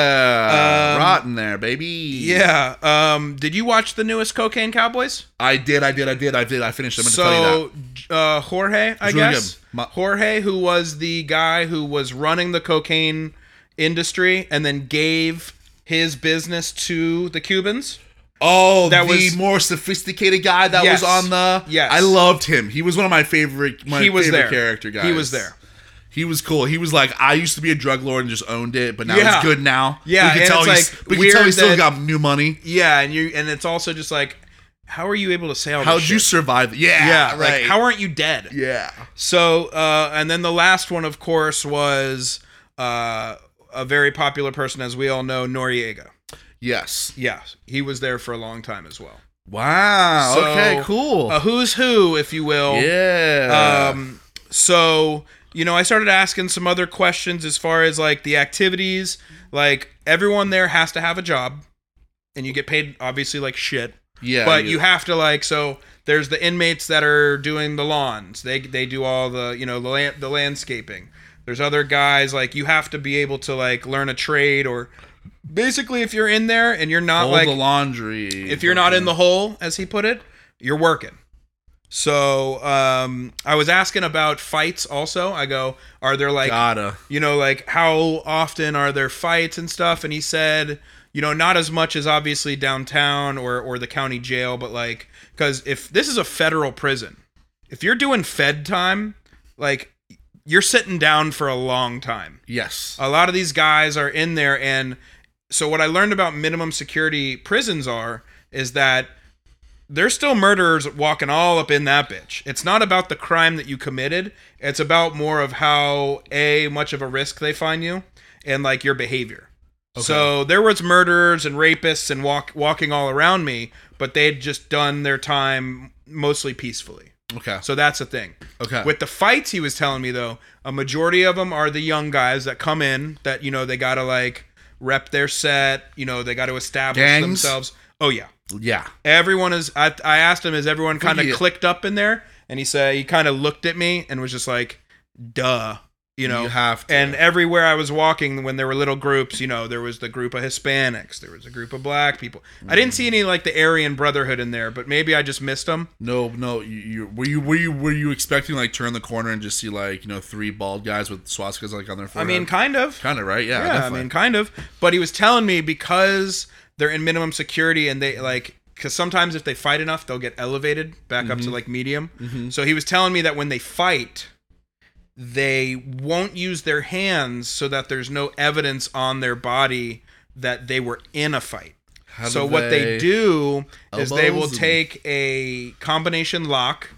Speaker 1: Yeah,
Speaker 2: Um,
Speaker 1: rotten there, baby.
Speaker 2: Yeah. Um did you watch the newest Cocaine Cowboys?
Speaker 1: I did, I did, I did, I did. I finished. I'm going to tell you that.
Speaker 2: so uh, Jorge, I
Speaker 1: It's really
Speaker 2: guess
Speaker 1: good. Ma-
Speaker 2: Jorge, who was the guy who was running the cocaine industry and then gave his business to the Cubans.
Speaker 1: Oh,
Speaker 2: That
Speaker 1: the
Speaker 2: was-
Speaker 1: more sophisticated guy that
Speaker 2: Yes.
Speaker 1: was on the.
Speaker 2: Yes.
Speaker 1: I loved him. He was one of my favorite. My
Speaker 2: he was
Speaker 1: favorite
Speaker 2: there.
Speaker 1: Character guys.
Speaker 2: He was there.
Speaker 1: He was cool. He was like, I used to be a drug lord and just owned it, but now
Speaker 2: Yeah.
Speaker 1: he's good now.
Speaker 2: Yeah,
Speaker 1: we
Speaker 2: and
Speaker 1: can tell
Speaker 2: it's,
Speaker 1: he's.
Speaker 2: like,
Speaker 1: we can tell
Speaker 2: weird
Speaker 1: he still
Speaker 2: that-
Speaker 1: got new money.
Speaker 2: Yeah, and you and it's also just like, how are you able to say all
Speaker 1: How'd
Speaker 2: this
Speaker 1: you
Speaker 2: shit?
Speaker 1: survive? Yeah,
Speaker 2: yeah,
Speaker 1: right.
Speaker 2: like how aren't you dead?
Speaker 1: yeah,
Speaker 2: So, uh, and then the last one, of course, was uh, a very popular person, as we all know, Noriega.
Speaker 1: yes.
Speaker 2: Yeah, he was there for a long time as well.
Speaker 1: Wow.
Speaker 2: So,
Speaker 1: okay. Cool.
Speaker 2: a who's who, if you
Speaker 1: oh,
Speaker 2: will.
Speaker 1: yeah.
Speaker 2: Um, so you know, I started asking some other questions as far as like the activities. Like everyone there has to have a job, and you get paid obviously like shit.
Speaker 1: yeah.
Speaker 2: but
Speaker 1: yeah.
Speaker 2: you have to like so. There's the inmates that are doing the lawns. They they do all the you know the land, the landscaping. There's other guys like you have to be able to like learn a trade or basically if you're in there and you're not
Speaker 1: Fold
Speaker 2: like
Speaker 1: the laundry.
Speaker 2: if you're not in the hole, as he put it, you're working. So um, I was asking about fights also. I go, are there like,
Speaker 1: gotta.
Speaker 2: you know, like how often are there fights and stuff? And he said, you know, not as much as obviously downtown or, or the county jail, but like, because if this is a federal prison, if you're doing Fed time, like you're sitting down for a long time
Speaker 1: Yes.
Speaker 2: a lot of these guys are in there and so what i learned about minimum security prisons are is that there's still murderers walking all up in that bitch it's not about the crime that you committed it's about more of how a much of a risk they find you and like your behavior so there was murderers and rapists and walk walking all around me but they had just done their time mostly peacefully
Speaker 1: okay.
Speaker 2: so that's the thing
Speaker 1: Okay.
Speaker 2: with the fights, he was telling me though, a majority of them are the young guys that come in that you know they gotta like rep their set. You know they got to establish
Speaker 1: Gangs?
Speaker 2: themselves. Oh yeah,
Speaker 1: yeah.
Speaker 2: everyone is. I, I asked him, is everyone kind of
Speaker 1: Yeah.
Speaker 2: clicked up in there? And he said he kind of looked at me and was just like, "Duh," you know.
Speaker 1: you have to.
Speaker 2: and everywhere I was walking, when there were little groups, you know, there was the group of Hispanics, there was a group of Black people. I didn't see any like the Aryan Brotherhood in there, but maybe I just missed them.
Speaker 1: No, no. You, you were you were you were you expecting like turn the corner and just see like you know three bald guys with swastikas like on their
Speaker 2: I
Speaker 1: forehead?
Speaker 2: mean, kind of.
Speaker 1: kind of right. Yeah,
Speaker 2: yeah, I
Speaker 1: definitely.
Speaker 2: mean, kind of. But he was telling me because they're in minimum security and they like because sometimes if they fight enough, they'll get elevated back up
Speaker 1: Mm-hmm.
Speaker 2: to like medium. So he was telling me that when they fight, they won't use their hands so that there's no evidence on their body that they were in a fight.
Speaker 1: How
Speaker 2: so
Speaker 1: do
Speaker 2: what they do is they will
Speaker 1: Elbows and-
Speaker 2: take a combination lock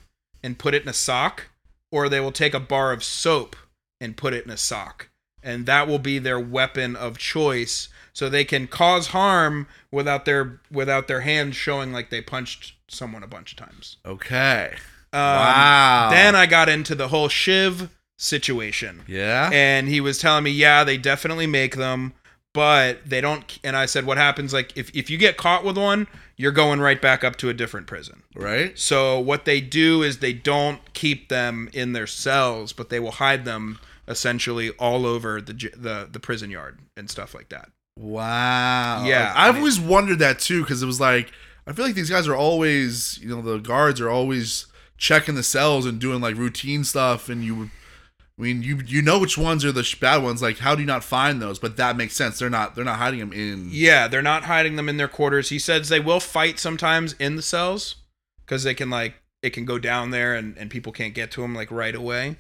Speaker 2: and put it in a sock, or they will take a bar of soap and put it in a sock. And that will be their weapon of choice. So they can cause harm without their without their hands showing like they punched someone a bunch of times.
Speaker 1: Okay.
Speaker 2: Um,
Speaker 1: wow.
Speaker 2: Then I got into the whole shiv situation
Speaker 1: yeah.
Speaker 2: (laughs) and he was telling me, yeah, they definitely make them, but they don't and i said what happens like if, if you get caught with one you're going right back up to a different prison
Speaker 1: right?
Speaker 2: so what they do is they don't keep them in their cells but they will hide them essentially all over the j- the, the prison yard and stuff like that
Speaker 1: Wow.
Speaker 2: Yeah,
Speaker 1: Like, I've
Speaker 2: I-
Speaker 1: always wondered that too because it was like I feel like these guys are always, you know, the guards are always checking the cells and doing like routine stuff, and you would. I mean, you you know which ones are the sh- bad ones. Like, how do you not find those? But that makes sense. They're not they're not hiding them in.
Speaker 2: yeah they're not hiding them in their quarters he says they will fight sometimes in the cells because they can like it can go down there and, and people can't get to him like right away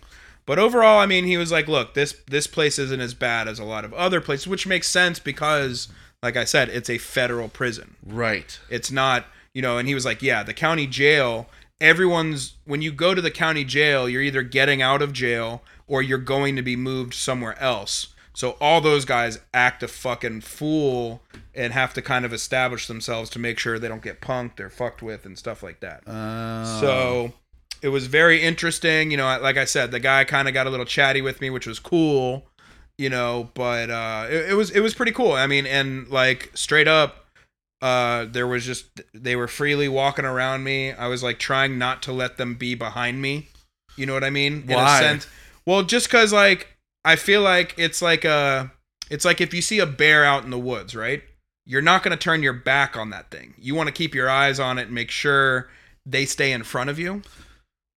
Speaker 2: but overall i mean he was like look this this place isn't as bad as a lot of other places which makes sense because like i said it's a federal prison
Speaker 1: Right.
Speaker 2: It's not, you know, and he was like, yeah, the county jail, everyone's, when you go to the county jail, you're either getting out of jail or you're going to be moved somewhere else. So all those guys act a fucking fool and have to kind of establish themselves to make sure they don't get punked or fucked with and stuff like that.
Speaker 1: Uh,
Speaker 2: So it was very interesting. You know, I- like I said, the guy kind of got a little chatty with me, which was cool. You know, but uh, it, it was it was pretty cool. I mean, and like straight up, uh, there was just they were freely walking around me. I was like trying not to let them be behind me. You know what I mean?
Speaker 1: Why?
Speaker 2: Well, just because like I feel like it's like a it's like if you see a bear out in the woods, right? You're not going to turn your back on that thing. You want to keep your eyes on it and make sure they stay in front of you.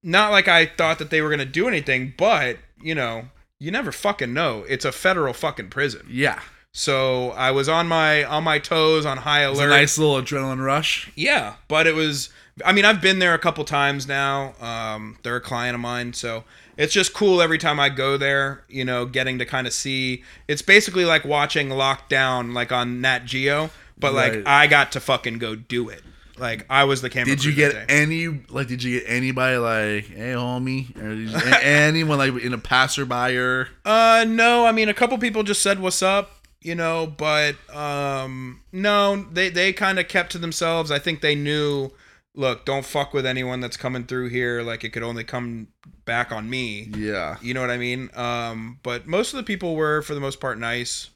Speaker 2: Not like I thought that they were going to do anything, but, you know, you never fucking know. It's a federal fucking prison.
Speaker 1: yeah.
Speaker 2: So I was on my on my toes on high
Speaker 1: It's a
Speaker 2: alert.
Speaker 1: nice little adrenaline rush.
Speaker 2: Yeah, but it was. I mean, I've been there a couple times now. Um, they're a client of mine, so it's just cool every time I go there. You know, getting to kind of see. It's basically like watching Lockdown, like on Nat Geo, but like
Speaker 1: Right.
Speaker 2: I got to fucking go do it. Like I was the camera.
Speaker 1: Did you
Speaker 2: crew
Speaker 1: get
Speaker 2: that day.
Speaker 1: any like? Did you get anybody like, hey homie, or did you,
Speaker 2: (laughs)
Speaker 1: a- anyone like in a passerby? Or,
Speaker 2: Uh, no. I mean, a couple people just said what's up. You know, but um, no, they they kind of kept to themselves. I think they knew. Look, don't fuck with anyone that's coming through here. Like it could only come back on me.
Speaker 1: yeah.
Speaker 2: You know what I mean? Um, but most of the people were, for the most part, nice.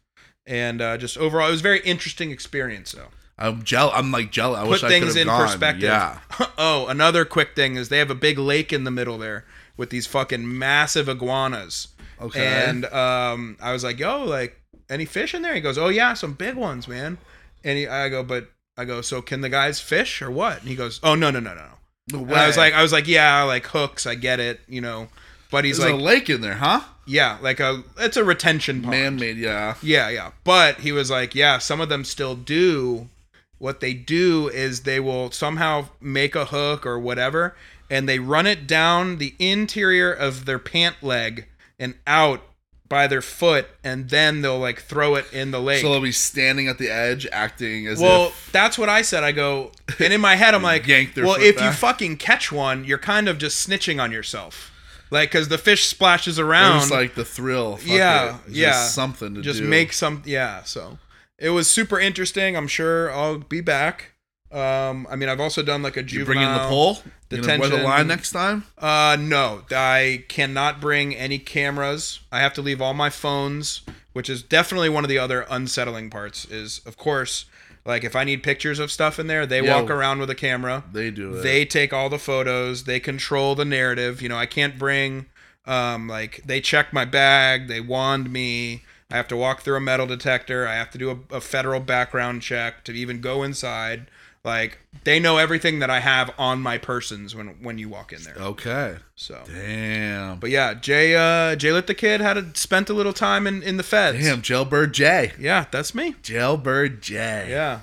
Speaker 2: And uh, just overall, it was a very interesting experience, though. (laughs)
Speaker 1: I'm jealous. I'm like jealous. I
Speaker 2: Put
Speaker 1: wish I could
Speaker 2: things
Speaker 1: have
Speaker 2: in
Speaker 1: gone.
Speaker 2: perspective.
Speaker 1: Yeah.
Speaker 2: oh, another quick thing is they have a big lake in the middle there with these fucking massive iguanas.
Speaker 1: Okay.
Speaker 2: And um, I was like, yo, like, any fish in there? He goes, oh, yeah, some big ones, man. And he, I go, but I go, so can the guys fish or what? And he goes, oh, no, no, no, no. no."
Speaker 1: No
Speaker 2: And I was
Speaker 1: way.
Speaker 2: like, I was like, yeah, like hooks, I get it, you know. But he's
Speaker 1: There's
Speaker 2: like,
Speaker 1: a lake in there, huh?
Speaker 2: yeah, like a, it's a retention pond.
Speaker 1: Man-made, yeah.
Speaker 2: Yeah, yeah. But he was like, yeah, some of them still do. What they do is they will somehow make a hook or whatever, and they run it down the interior of their pant leg and out by their foot, and then they'll like throw it in the lake.
Speaker 1: So they'll be standing at the edge, acting as
Speaker 2: well,
Speaker 1: if
Speaker 2: that's what I said. I go, and in my head,
Speaker 1: (laughs)
Speaker 2: I'm like,
Speaker 1: Yank their
Speaker 2: well,
Speaker 1: foot
Speaker 2: if you
Speaker 1: back.
Speaker 2: fucking catch one, you're kind of just snitching on yourself. Like, because the fish splashes
Speaker 1: it
Speaker 2: around.
Speaker 1: was like the thrill. Fuck
Speaker 2: Yeah,
Speaker 1: it. It's
Speaker 2: yeah.
Speaker 1: Just something to
Speaker 2: just
Speaker 1: do.
Speaker 2: make some yeah so it was super interesting i'm sure i'll be back um i mean i've also done like a
Speaker 1: you
Speaker 2: juvenile
Speaker 1: bring in the pole. You know, wear the
Speaker 2: detention.
Speaker 1: line next time.
Speaker 2: uh no i cannot bring any cameras i have to leave all my phones which is definitely one of the other unsettling parts is of course like if i need pictures of stuff in there they
Speaker 1: Yeah.
Speaker 2: walk around with a camera
Speaker 1: They do it.
Speaker 2: they take all the photos they control the narrative you know i can't bring um like they check my bag they wand me i have to walk through a metal detector i have to do a, a federal background check to even go inside like they know everything that i have on my persons when when you walk in there
Speaker 1: okay.
Speaker 2: so
Speaker 1: Damn.
Speaker 2: but yeah jay uh jay lit the kid had a, spent a little time in in the feds
Speaker 1: Damn, Jailbird J.
Speaker 2: yeah that's me
Speaker 1: Jailbird J.
Speaker 2: yeah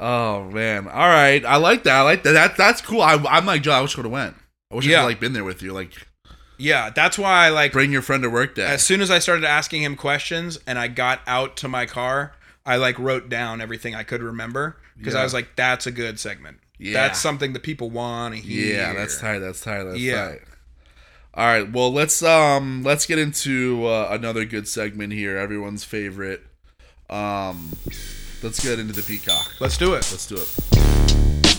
Speaker 1: Oh man. All right. I like that. I like that. that that's cool. I, I'm like, Joe. I wish I would have went. I wish I
Speaker 2: Yeah.
Speaker 1: could like been there with you. Like,
Speaker 2: yeah that's why i like
Speaker 1: bring your friend to work day.
Speaker 2: as soon as I started asking him questions and I got out to my car, I like wrote down everything I could remember because I
Speaker 1: Yeah.
Speaker 2: was like, that's a good segment.
Speaker 1: Yeah.
Speaker 2: That's something that people want to hear.
Speaker 1: Yeah, that's tight. That's tight. That's
Speaker 2: Yeah.
Speaker 1: tight. All right. Well, let's um let's get into uh, another good segment here. Everyone's favorite. Um, let's get into the peacock.
Speaker 2: Let's do it.
Speaker 1: Let's do it.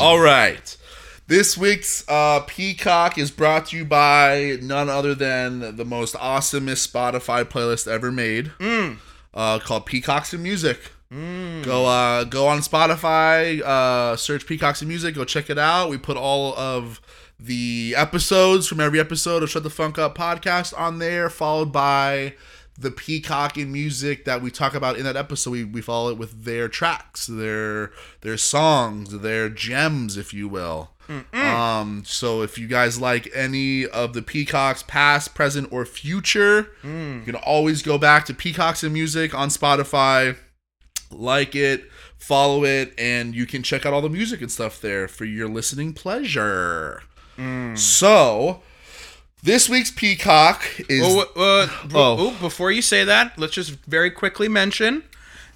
Speaker 1: All right. This week's uh, Peacock is brought to you by none other than the most awesomest Spotify playlist ever made, uh, called Peacocks and Music. Go uh, go on Spotify, uh, search Peacocks and Music, go check it out. We put all of the episodes from every episode of Shut the Funk Up podcast on there, followed by the peacock in music that we talk about in that episode we, we follow it with their tracks their their songs their gems if you will
Speaker 2: Hmm.
Speaker 1: um so if you guys like any of the peacocks past present or future
Speaker 2: Hmm.
Speaker 1: you can always go back to peacocks in music on spotify like it follow it and you can check out all the music and stuff there for your listening pleasure
Speaker 2: Hmm.
Speaker 1: so this week's peacock is
Speaker 2: Well, wh- uh, b-
Speaker 1: (laughs) Oh.
Speaker 2: oop, before you say that, let's just very quickly mention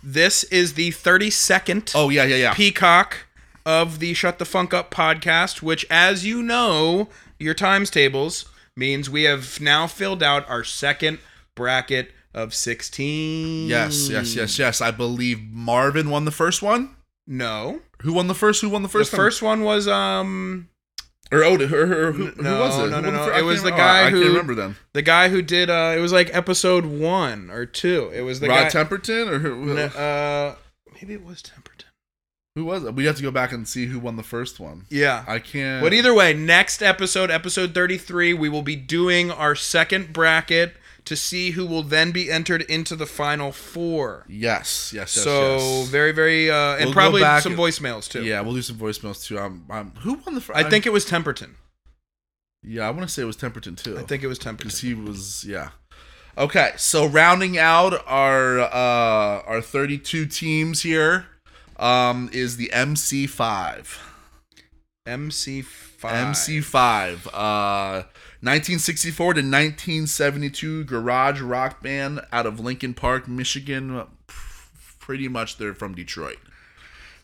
Speaker 2: this is the 32nd
Speaker 1: Oh yeah, yeah, yeah.
Speaker 2: peacock of the Shut the Funk Up podcast, which, as you know, your times tables means we have now filled out our second bracket of 16.
Speaker 1: yes, yes, yes, yes. I believe Marvin won the first one.
Speaker 2: No.
Speaker 1: Who won the first? Who won the
Speaker 2: The
Speaker 1: first? one?
Speaker 2: first one was, um,
Speaker 1: or oh, who, who, who, who
Speaker 2: No,
Speaker 1: was it?
Speaker 2: no,
Speaker 1: Who
Speaker 2: no,
Speaker 1: won
Speaker 2: no.
Speaker 1: fir- I
Speaker 2: It was
Speaker 1: can't remember.
Speaker 2: the guy
Speaker 1: I
Speaker 2: who-
Speaker 1: can't remember them.
Speaker 2: the guy who did, uh, it was like episode one or two. It was the
Speaker 1: Rod
Speaker 2: guy.
Speaker 1: Temperton or who? Who,
Speaker 2: No, uh, maybe it was Temperton.
Speaker 1: who was it? We have to go back and see who won the first one.
Speaker 2: Yeah.
Speaker 1: I can't.
Speaker 2: But either way, next episode, episode 33, we will be doing our second bracket to see who will then be entered into the final four.
Speaker 1: Yes, yes, yes.
Speaker 2: so
Speaker 1: yes.
Speaker 2: very, very, uh, and
Speaker 1: We'll go
Speaker 2: probably
Speaker 1: back-
Speaker 2: some voicemails too.
Speaker 1: yeah, we'll do some voicemails too. Um, um, who won the first?
Speaker 2: I think it was Temperton.
Speaker 1: Yeah, I want to say it was Temperton too.
Speaker 2: I think it was
Speaker 1: because
Speaker 2: Temperton.
Speaker 1: he was yeah. Okay, so rounding out our uh our 32 teams here um is the MC5.
Speaker 2: MC5.
Speaker 1: MC5. Uh 1964 to 1972 garage rock band out of Lincoln Park, Michigan. Pretty much they're from Detroit.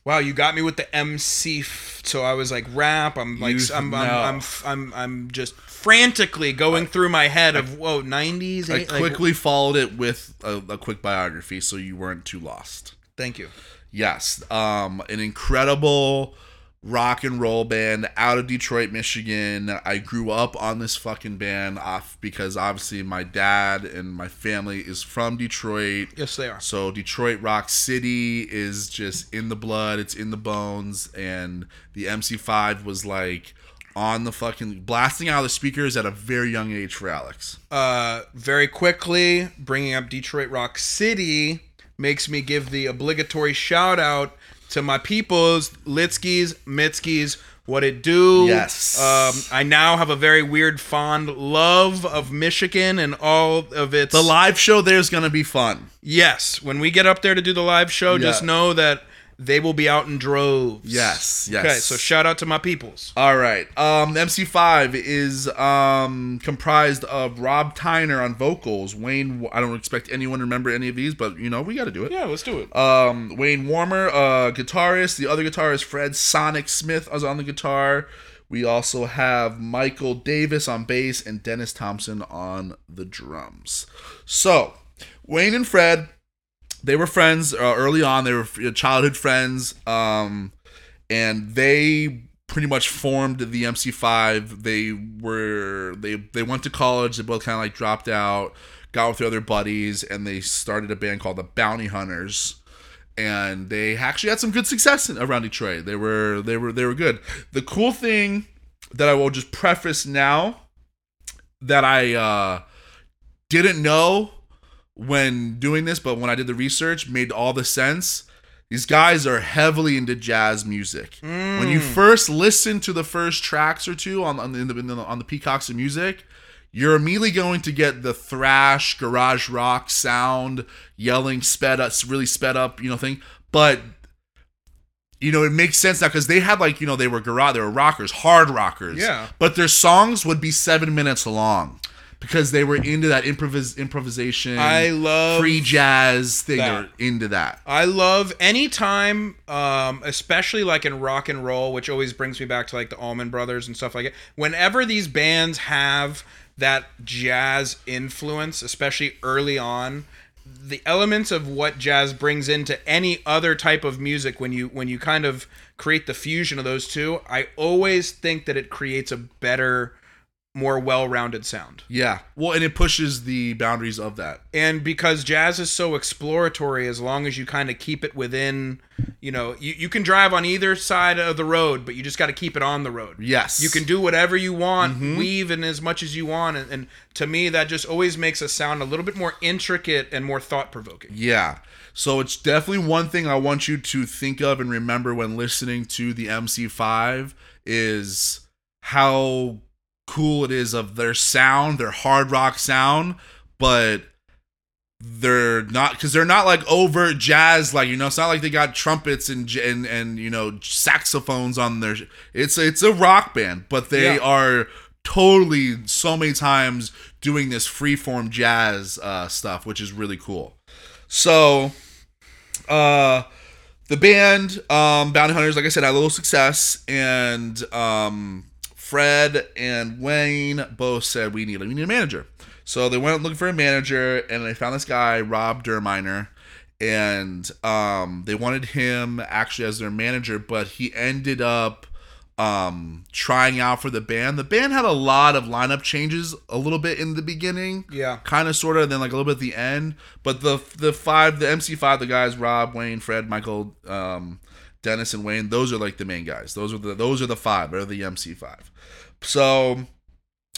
Speaker 2: Wow, you got me with the MC. F- so I was like rap. I'm like
Speaker 1: You
Speaker 2: I'm, I'm,
Speaker 1: know.
Speaker 2: I'm f- I'm I'm just frantically going through my head of whoa 90s.
Speaker 1: I
Speaker 2: eight- like-
Speaker 1: quickly followed it with a, a quick biography so you weren't too lost.
Speaker 2: thank you.
Speaker 1: Yes, um, an incredible rock and roll band out of Detroit, Michigan. I grew up on this fucking band off because obviously my dad and my family is from Detroit.
Speaker 2: Yes, they are.
Speaker 1: So Detroit Rock City is just in the blood, it's in the bones, and the MC5 was like on the fucking blasting out of the speakers at a very young age for Alex.
Speaker 2: uh, very quickly bringing up Detroit Rock City makes me give the obligatory shout out to my peoples, Litskis, Mitskis, what it do.
Speaker 1: Yes.
Speaker 2: Um, I now have a very weird fond love of Michigan and all of its.
Speaker 1: The live show there's gonna be fun.
Speaker 2: yes. When we get up there to do the live show, just
Speaker 1: Yeah.
Speaker 2: know that they will be out in droves.
Speaker 1: Yes, yes.
Speaker 2: Okay, so shout out to my peoples.
Speaker 1: All right. Um, MC5 is um, comprised of Rob Tyner on vocals. Wayne, I don't expect anyone to remember any of these, but you know we got to do it.
Speaker 2: Yeah, let's do it.
Speaker 1: Um, Wayne Warmer, uh, guitarist. The other guitarist, Fred Sonic Smith, is on the guitar. We also have Michael Davis on bass and Dennis Thompson on the drums. So, Wayne and Fred, they were friends uh, early on. They were f- childhood friends. Um, and they pretty much formed the MC5. They were they they went to college. They both kind of like dropped out, got with their other buddies, and they started a band called the Bounty Hunters. And they actually had some good success in, around Detroit. They were they were they were good. The cool thing that I will just preface now that I uh, didn't know when doing this, but when I did the research, made all the sense. These guys are heavily into jazz music. When you first listen to the first tracks or two on on the, in the, in the on the Peacocks of Music, you're immediately going to get the thrash, garage rock sound, yelling, sped up, really sped up, you know, thing. But you know, it makes sense now because they had like you know they were garage, they were rockers, hard rockers.
Speaker 2: Yeah.
Speaker 1: But their songs would be seven minutes long because they were into that improvis improvisation
Speaker 2: I love
Speaker 1: free jazz thing.
Speaker 2: that.
Speaker 1: They're into that.
Speaker 2: I love any time, um, especially like in rock and roll, which always brings me back to like the Allman Brothers and stuff like it. Whenever these bands have that jazz influence, especially early on, the elements of what jazz brings into any other type of music when you when you kind of create the fusion of those two, I always think that it creates a better, more well-rounded sound.
Speaker 1: Yeah. Well, and it pushes the boundaries of that.
Speaker 2: and because jazz is so exploratory as long as you kind of keep it within you know you, you can drive on either side of the road but you just got to keep it on the road
Speaker 1: Yes. Mm-hmm.
Speaker 2: you can do whatever you want weave in as much as you want and, and to me that just always makes a sound a little bit more intricate and more thought-provoking
Speaker 1: Yeah. So it's definitely one thing I want you to think of and remember when listening to the MC5 is how cool it is of their sound, their hard rock sound, but they're not because they're not like overt jazz like you know it's not like they got trumpets and j- and and you know saxophones on their sh- it's it's a rock band but they
Speaker 2: Yeah.
Speaker 1: are totally so many times doing this freeform jazz uh, stuff which is really cool so uh the band um bounty hunters like i said had a little success and um fred and wayne both said we need we need a manager so they went looking for a manager and they found this guy rob derminer and um they wanted him actually as their manager but he ended up um trying out for the band the band had a lot of lineup changes a little bit in the beginning
Speaker 2: yeah
Speaker 1: kind of sort of then like a little bit at the end but the the five the mc5 the guys rob wayne fred michael um dennis and wayne those are like the main guys those are the those are the five or the mc5 so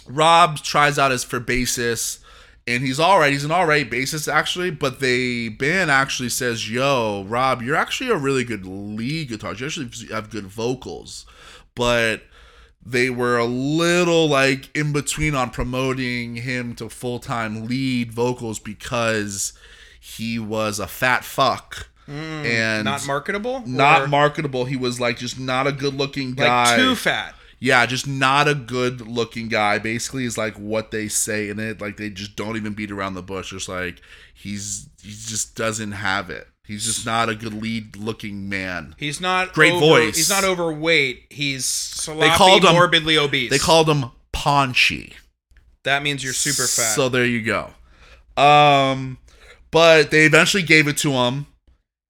Speaker 1: rob tries out as for bassist and he's all right he's an all right bassist actually but the band actually says yo rob you're actually a really good lead guitarist you actually have good vocals but they were a little like in between on promoting him to full time lead vocals because he was a fat fuck and
Speaker 2: Mm, not marketable
Speaker 1: not
Speaker 2: Or,
Speaker 1: marketable. He was like just not a good looking guy.
Speaker 2: like too fat
Speaker 1: Yeah, just not a good looking guy. Basically, is like what they say in it. Like they just don't even beat around the bush. Just like he's he just doesn't have it. He's just not a good lead looking man.
Speaker 2: he's not
Speaker 1: Great
Speaker 2: over-
Speaker 1: voice.
Speaker 2: he's not overweight he's sloppy
Speaker 1: called him-
Speaker 2: morbidly obese
Speaker 1: They called him paunchy.
Speaker 2: that means you're super fat
Speaker 1: So there you go. Um, but they eventually gave it to him,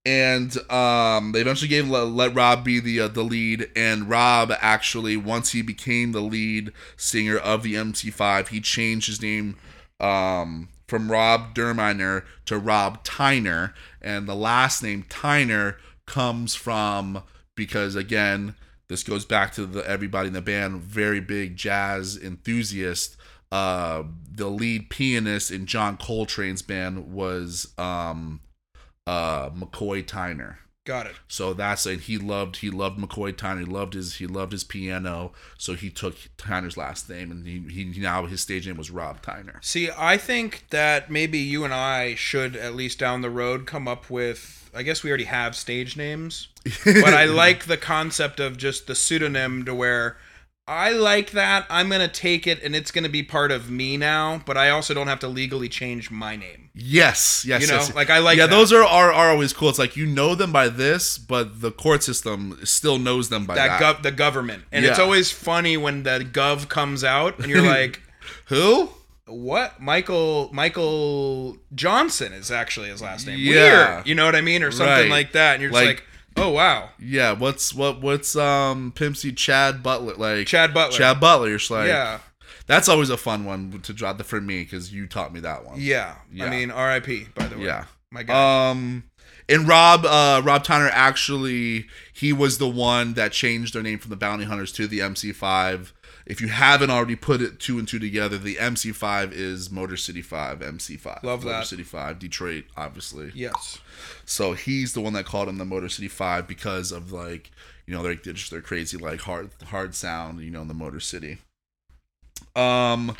Speaker 1: and um, they eventually gave let, let Rob be the uh, the lead. And Rob actually, once he became the lead singer of the MT5, he changed his name um, from Rob Derminer to Rob Tyner, and the last name Tyner comes from because again. This goes back to the everybody in the band, very big jazz enthusiast uh, the lead pianist in John Coltrane's band was um, uh, McCoy Tyner.
Speaker 2: got it
Speaker 1: So that's and he loved he loved McCoy Tyner. He loved his he loved his piano. So he took Tyner's last name, and he, he now his stage name was Rob Tyner.
Speaker 2: See, I think that maybe you and I should at least down the road come up with. I guess we already have stage names,
Speaker 1: (laughs)
Speaker 2: but I like the concept of just the pseudonym to where I like that. I'm gonna take it, and it's gonna be part of me now. But I also don't have to legally change my name.
Speaker 1: Yes, yes,
Speaker 2: You know,
Speaker 1: yes.
Speaker 2: like I like.
Speaker 1: yeah,
Speaker 2: that.
Speaker 1: those are, are are always cool. It's like you know them by this, but the court system still knows them by
Speaker 2: that
Speaker 1: that.
Speaker 2: gov the government, and it's
Speaker 1: Yeah.
Speaker 2: always funny when the gov comes out, and
Speaker 1: (laughs)
Speaker 2: you're like.
Speaker 1: Who?
Speaker 2: what Michael Michael Johnson is actually his last name.
Speaker 1: Yeah.
Speaker 2: Weird, you know what I mean, or something
Speaker 1: Right.
Speaker 2: like that. And you're just
Speaker 1: Like-
Speaker 2: like, oh wow,
Speaker 1: Yeah, what's what what's um Pimpsy Chad Butler like?
Speaker 2: Chad Butler.
Speaker 1: Chad Butler. You're just like
Speaker 2: yeah,
Speaker 1: That's always a fun one to draw the for me because you taught me that one.
Speaker 2: yeah,
Speaker 1: Yeah.
Speaker 2: I mean, R.I.P. By the way,
Speaker 1: Yeah.
Speaker 2: my God,
Speaker 1: Um, and Rob, uh, Rob Tyner actually he was the one that changed their name from the Bounty Hunters to the MC5. If you haven't already put it two and two together, the MC5 is Motor City Five, MC5,
Speaker 2: Love
Speaker 1: Motor
Speaker 2: that.
Speaker 1: City Five, Detroit, obviously.
Speaker 2: yes,
Speaker 1: So he's the one that called him the Motor City Five because of like you know they're they're just their crazy like hard hard sound you know in the Motor City. Um.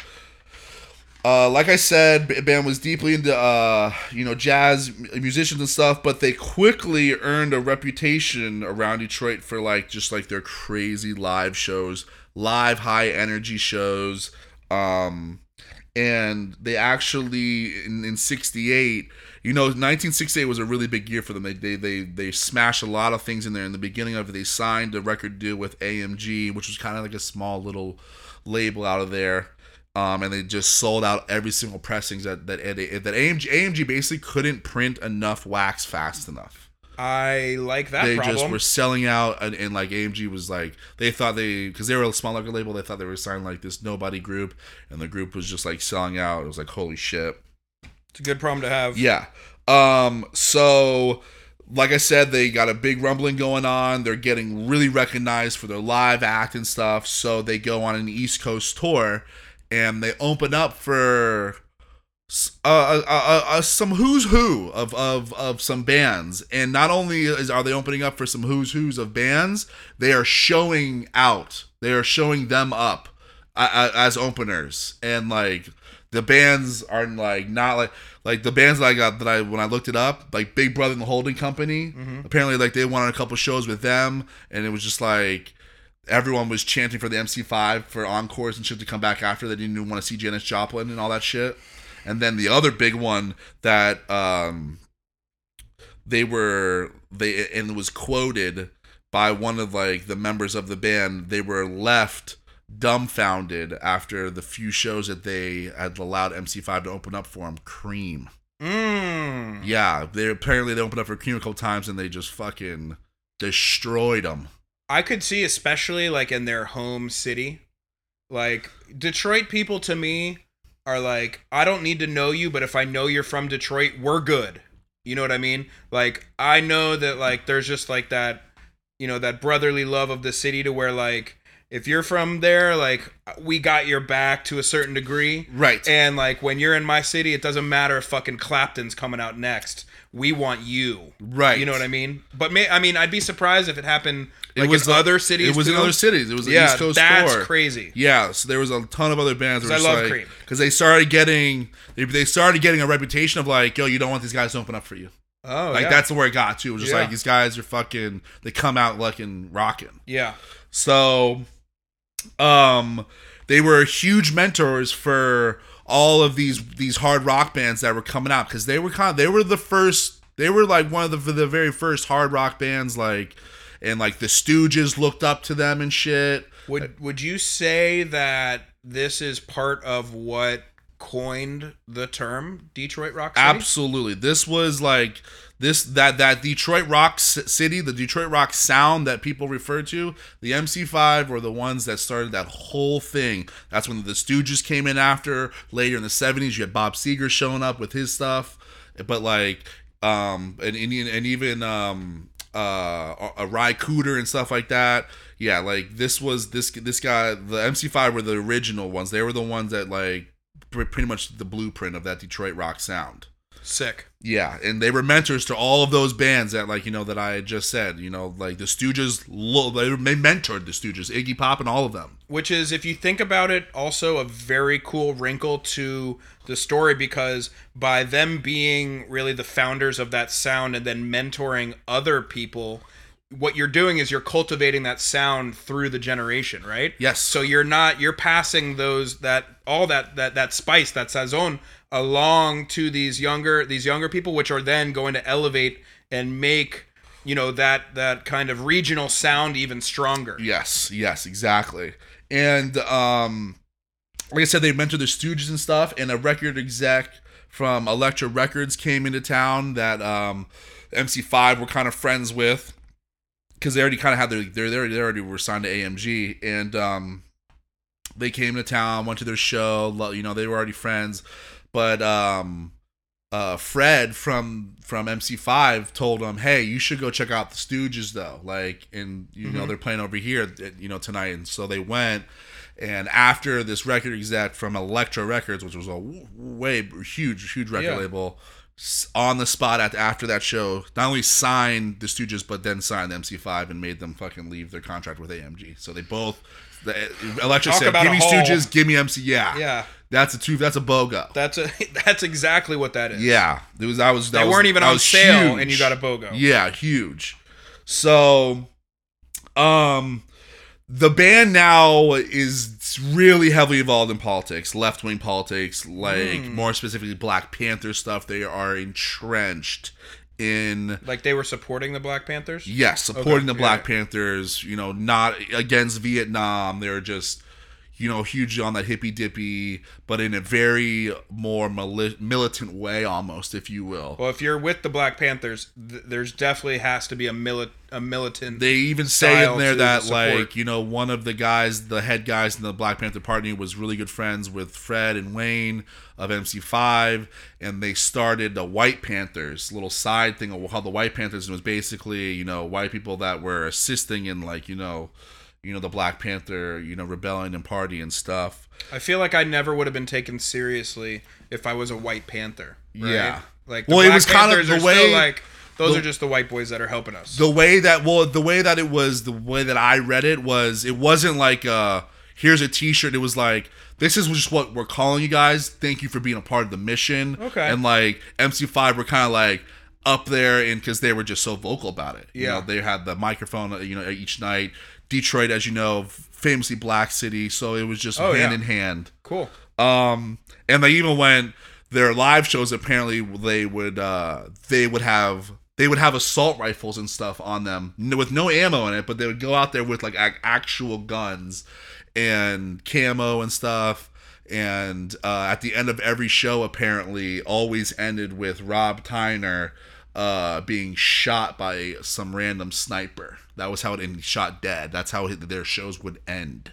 Speaker 1: Uh, like I said, B- band was deeply into uh, you know jazz m- musicians and stuff, but they quickly earned a reputation around Detroit for like just like their crazy live shows, live high energy shows. Um, and they actually in, in 68 you know 1968 was a really big year for them they, they they they smashed a lot of things in there in the beginning of it they signed a record deal with amg which was kind of like a small little label out of there um, and they just sold out every single pressings that that that AMG, AMG basically couldn't print enough wax fast enough.
Speaker 2: I like that
Speaker 1: they
Speaker 2: problem.
Speaker 1: just were selling out, and, and like AMG was like they thought they because they were a small record label, they thought they were signed like this nobody group, and the group was just like selling out. It was like holy shit.
Speaker 2: it's a good problem to have.
Speaker 1: Yeah. Um, so like I said, they got a big rumbling going on. They're getting really recognized for their live act and stuff. So they go on an East Coast tour and they open up for s- uh, uh, uh, uh, some who's who of, of of some bands. And not only is are they opening up for some who's who's of bands, they are showing out. They are showing them up uh, as openers and like the bands are like not like like the bands that I got that I when I looked it up like Big Brother and the Holding Company apparently like they went on a couple shows with them and it was just like everyone was chanting for the MC5 for encores and shit to come back after they didn't even want to see Janis Joplin and all that shit and then the other big one that um they were they and it was quoted by one of like the members of the band they were left dumbfounded after the few shows that they had allowed mc5 to open up for them cream
Speaker 2: Mm.
Speaker 1: yeah they apparently they opened up for cream a couple times and they just fucking destroyed them
Speaker 2: I could see, especially like in their home city, like Detroit people to me are like, I don't need to know you, but if I know you're from Detroit, we're good. You know what I mean? Like, I know that like there's just like that, you know, that brotherly love of the city to where like if you're from there, like we got your back to a certain degree.
Speaker 1: right
Speaker 2: And like when you're in my city, it doesn't matter if fucking Clapton's coming out next. We want you.
Speaker 1: right
Speaker 2: You know what I mean? But may, I mean, I'd be surprised if it happened like
Speaker 1: was
Speaker 2: in
Speaker 1: the-
Speaker 2: other cities.
Speaker 1: it was in
Speaker 2: too.
Speaker 1: other cities it was the
Speaker 2: Yeah,
Speaker 1: east coast
Speaker 2: that's
Speaker 1: tour.
Speaker 2: crazy.
Speaker 1: Yeah, so there was a ton of other bands. That
Speaker 2: 'Cause
Speaker 1: were
Speaker 2: I
Speaker 1: just
Speaker 2: love
Speaker 1: like,
Speaker 2: Cream.
Speaker 1: because they started getting they, they started getting a reputation of like, yo, you don't want these guys to open up for you.
Speaker 2: Oh,
Speaker 1: Like
Speaker 2: yeah.
Speaker 1: that's where it got to. It was just
Speaker 2: Yeah.
Speaker 1: like these guys are fucking. They come out looking rocking.
Speaker 2: yeah.
Speaker 1: So, um, they were huge mentors for all of these these hard rock bands that were coming out because they were kind of, they were the first they were like one of the the very first hard rock bands like and like the Stooges looked up to them and shit.
Speaker 2: Would Would you say that this is part of what coined the term Detroit rock city?
Speaker 1: Absolutely. This was like this that that Detroit rock c- city, the Detroit rock sound that people refer to, the MC5 were the ones that started that whole thing. That's when the Stooges came in after. Later in the 70s, you had Bob Seger showing up with his stuff, but like um and and, and even um uh a Ry Cooter and stuff like that. Yeah, like this was this this guy the MC5 were the original ones. They were the ones that like pr- pretty much the blueprint of that Detroit rock sound.
Speaker 2: Sick.
Speaker 1: Yeah, and they were mentors to all of those bands that, like you know, that I had just said. You know, like the Stooges, lo- they they mentored the Stooges, Iggy Pop, and all of them.
Speaker 2: which is if you think about it also a very cool wrinkle to the story because by them being really the founders of that sound and then mentoring other people what you're doing is you're cultivating that sound through the generation right
Speaker 1: Yes.
Speaker 2: so you're not you're passing those that all that that that spice that sazon along to these younger these younger people which are then going to elevate and make you know that that kind of regional sound even stronger
Speaker 1: Yes, yes, exactly. And um, like I said, they mentored the Stooges and stuff. And a record exec from Elektra Records came into town that um, MC5 were kind of friends with because they already kind of had their they they they already were signed to AMG and um, they came to town, went to their show. lo- You know, they were already friends, but um, uh, Fred from from MC5 told him, "Hey, you should go check out the Stooges, though. Like, and you know they're playing over here, uh, you know tonight." And so they went. And after this record exec from Elektra Records, which was a w- way huge, huge record
Speaker 2: Yeah.
Speaker 1: label, s- on the spot at, after that show, not only signed the Stooges, but then signed MC5 and made them fucking leave their contract with AMG. So they both, the, uh, Elektra
Speaker 2: Talk
Speaker 1: said,
Speaker 2: about
Speaker 1: "Give
Speaker 2: a
Speaker 1: me
Speaker 2: haul."
Speaker 1: Stooges, give me MC." Yeah,
Speaker 2: yeah
Speaker 1: That's a two. That's a bogo.
Speaker 2: That's a (laughs) that's exactly what that is.
Speaker 1: Yeah, it was. I was. That
Speaker 2: they
Speaker 1: was-
Speaker 2: weren't even
Speaker 1: that
Speaker 2: on
Speaker 1: was
Speaker 2: sale,
Speaker 1: huge.
Speaker 2: and you got a bogo.
Speaker 1: Yeah, huge. So, um, the band now is really heavily involved in politics, left wing politics, like
Speaker 2: Hmm.
Speaker 1: more specifically Black Panther stuff. They are entrenched in
Speaker 2: Like they were supporting the Black Panthers.
Speaker 1: Yes, supporting
Speaker 2: Okay,
Speaker 1: the
Speaker 2: yeah.
Speaker 1: Black Panthers, you know, not against Vietnam. They're just you know, hugely on that hippy dippy, but in a very more mili- militant way, almost, if you will.
Speaker 2: Well, if you're with the Black Panthers, th- there's definitely has to be a mili- a militant.
Speaker 1: They even say in
Speaker 2: style
Speaker 1: there
Speaker 2: to
Speaker 1: that,
Speaker 2: support.
Speaker 1: like, you know, one of the guys, the head guys in the Black Panther Party was really good friends with Fred and Wayne of MC5, and they started the White Panthers, little side thing of how the White Panthers was basically, you know, white people that were assisting in, like, you know, you know, the Black Panther, you know, rebellion and party and stuff.
Speaker 2: I feel like I never would have been taken seriously if I was a White Panther. right?
Speaker 1: Yeah.
Speaker 2: Like the
Speaker 1: Well, it
Speaker 2: Black
Speaker 1: was kind of
Speaker 2: Panthers
Speaker 1: the
Speaker 2: are
Speaker 1: way-
Speaker 2: still like those
Speaker 1: the-
Speaker 2: are just the white boys that are helping us.
Speaker 1: the way that well the way that it was the way that i read it was it wasn't like uh here's a t-shirt it was like this is just what we're calling you guys thank you for being a part of the mission
Speaker 2: Okay.
Speaker 1: and like mc5 were kind of like up there and because they were just so vocal about it you
Speaker 2: Yeah.
Speaker 1: know, they had the microphone uh, you know each night detroit as you know famously black city so it was just
Speaker 2: Oh,
Speaker 1: hand
Speaker 2: yeah.
Speaker 1: in hand
Speaker 2: cool.
Speaker 1: um, and they even went their live shows. Apparently, they would uh, they would have they would have assault rifles and stuff on them n- with no ammo in it, but they would go out there with like ac- actual guns and camo and stuff. And uh, at the end of every show, apparently, always ended with Rob Tyner uh, being shot by some random sniper. That was how it ended. Shot dead. That's how hi- their shows would end.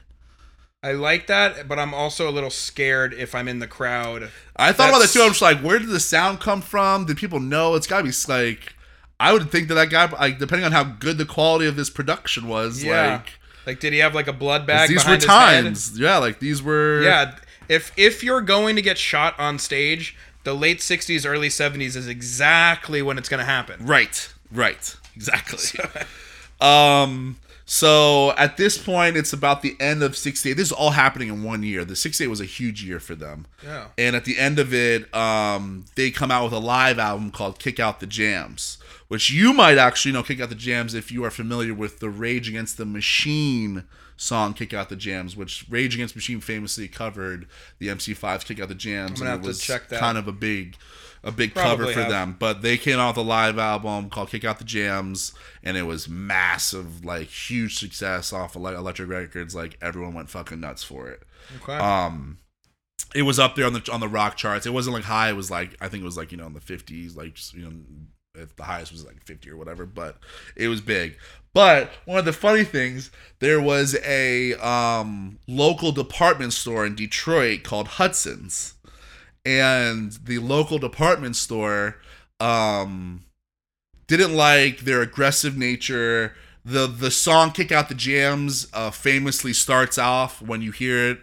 Speaker 2: I like that, but I'm also a little scared if I'm in the crowd.
Speaker 1: I thought about that
Speaker 2: That's-
Speaker 1: too. I'm just like, where did the sound come from? Did people know? It's gotta be like, I would think that that guy, like, depending on how good the quality of this production was,
Speaker 2: Yeah. Like, did he have like a blood
Speaker 1: like,
Speaker 2: bag?
Speaker 1: these were
Speaker 2: behind his head?
Speaker 1: times. Yeah, like these were.
Speaker 2: Yeah, if if you're going to get shot on stage, the late '60s, early '70s is exactly when it's going to happen.
Speaker 1: Right. Right. Exactly. (laughs) um. So at this point, it's about the end of '68. This is all happening in one year. The '68 was a huge year for them.
Speaker 2: Yeah.
Speaker 1: And at the end of it, um, they come out with a live album called Kick Out the Jams, which you might actually know Kick Out the Jams if you are familiar with the Rage Against the Machine song Kick Out the Jams, which Rage Against the Machine famously covered the MC5's Kick Out the Jams. and
Speaker 2: gonna have
Speaker 1: it
Speaker 2: to
Speaker 1: was
Speaker 2: check that.
Speaker 1: kind of a big a big cover
Speaker 2: Probably
Speaker 1: for
Speaker 2: have.
Speaker 1: them. But they came out with a live album called Kick Out the Jams and it was massive, like huge success off of like electric records. Like everyone went fucking nuts for it
Speaker 2: Okay.
Speaker 1: um it was up there on the on the rock charts it wasn't like high it was like i think it was like you know in the 50s like just, you know if the highest was like 50 or whatever but it was big but one of the funny things there was a um local department store in detroit called hudson's and the local department store um didn't like their aggressive nature. The the song "Kick Out the Jams" uh, famously starts off when you hear it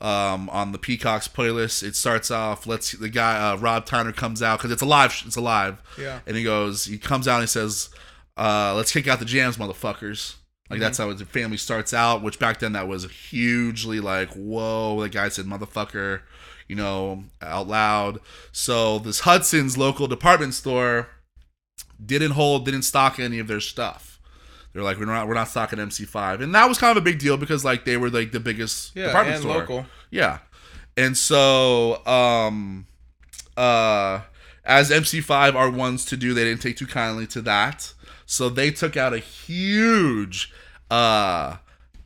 Speaker 1: um, on the Peacock's playlist. It starts off. Let's the guy uh, Rob Tyner comes out because it's a live. sh- It's a live.
Speaker 2: Yeah.
Speaker 1: And he goes. He comes out and he says, uh, "Let's kick out the jams, motherfuckers." Like that's
Speaker 2: Mm-hmm.
Speaker 1: how the family starts out. Which back then that was hugely like, whoa. The guy said, "Motherfucker," you know, out loud. So this Hudson's local department store didn't hold, didn't stock any of their stuff. They're like, we're not, we're not stocking MC5, and that was kind of a big deal because like they were like the biggest
Speaker 2: yeah,
Speaker 1: department
Speaker 2: and
Speaker 1: store,
Speaker 2: local.
Speaker 1: yeah. And so, um, uh, as MC5 are ones to do, they didn't take too kindly to that, so they took out a huge, uh,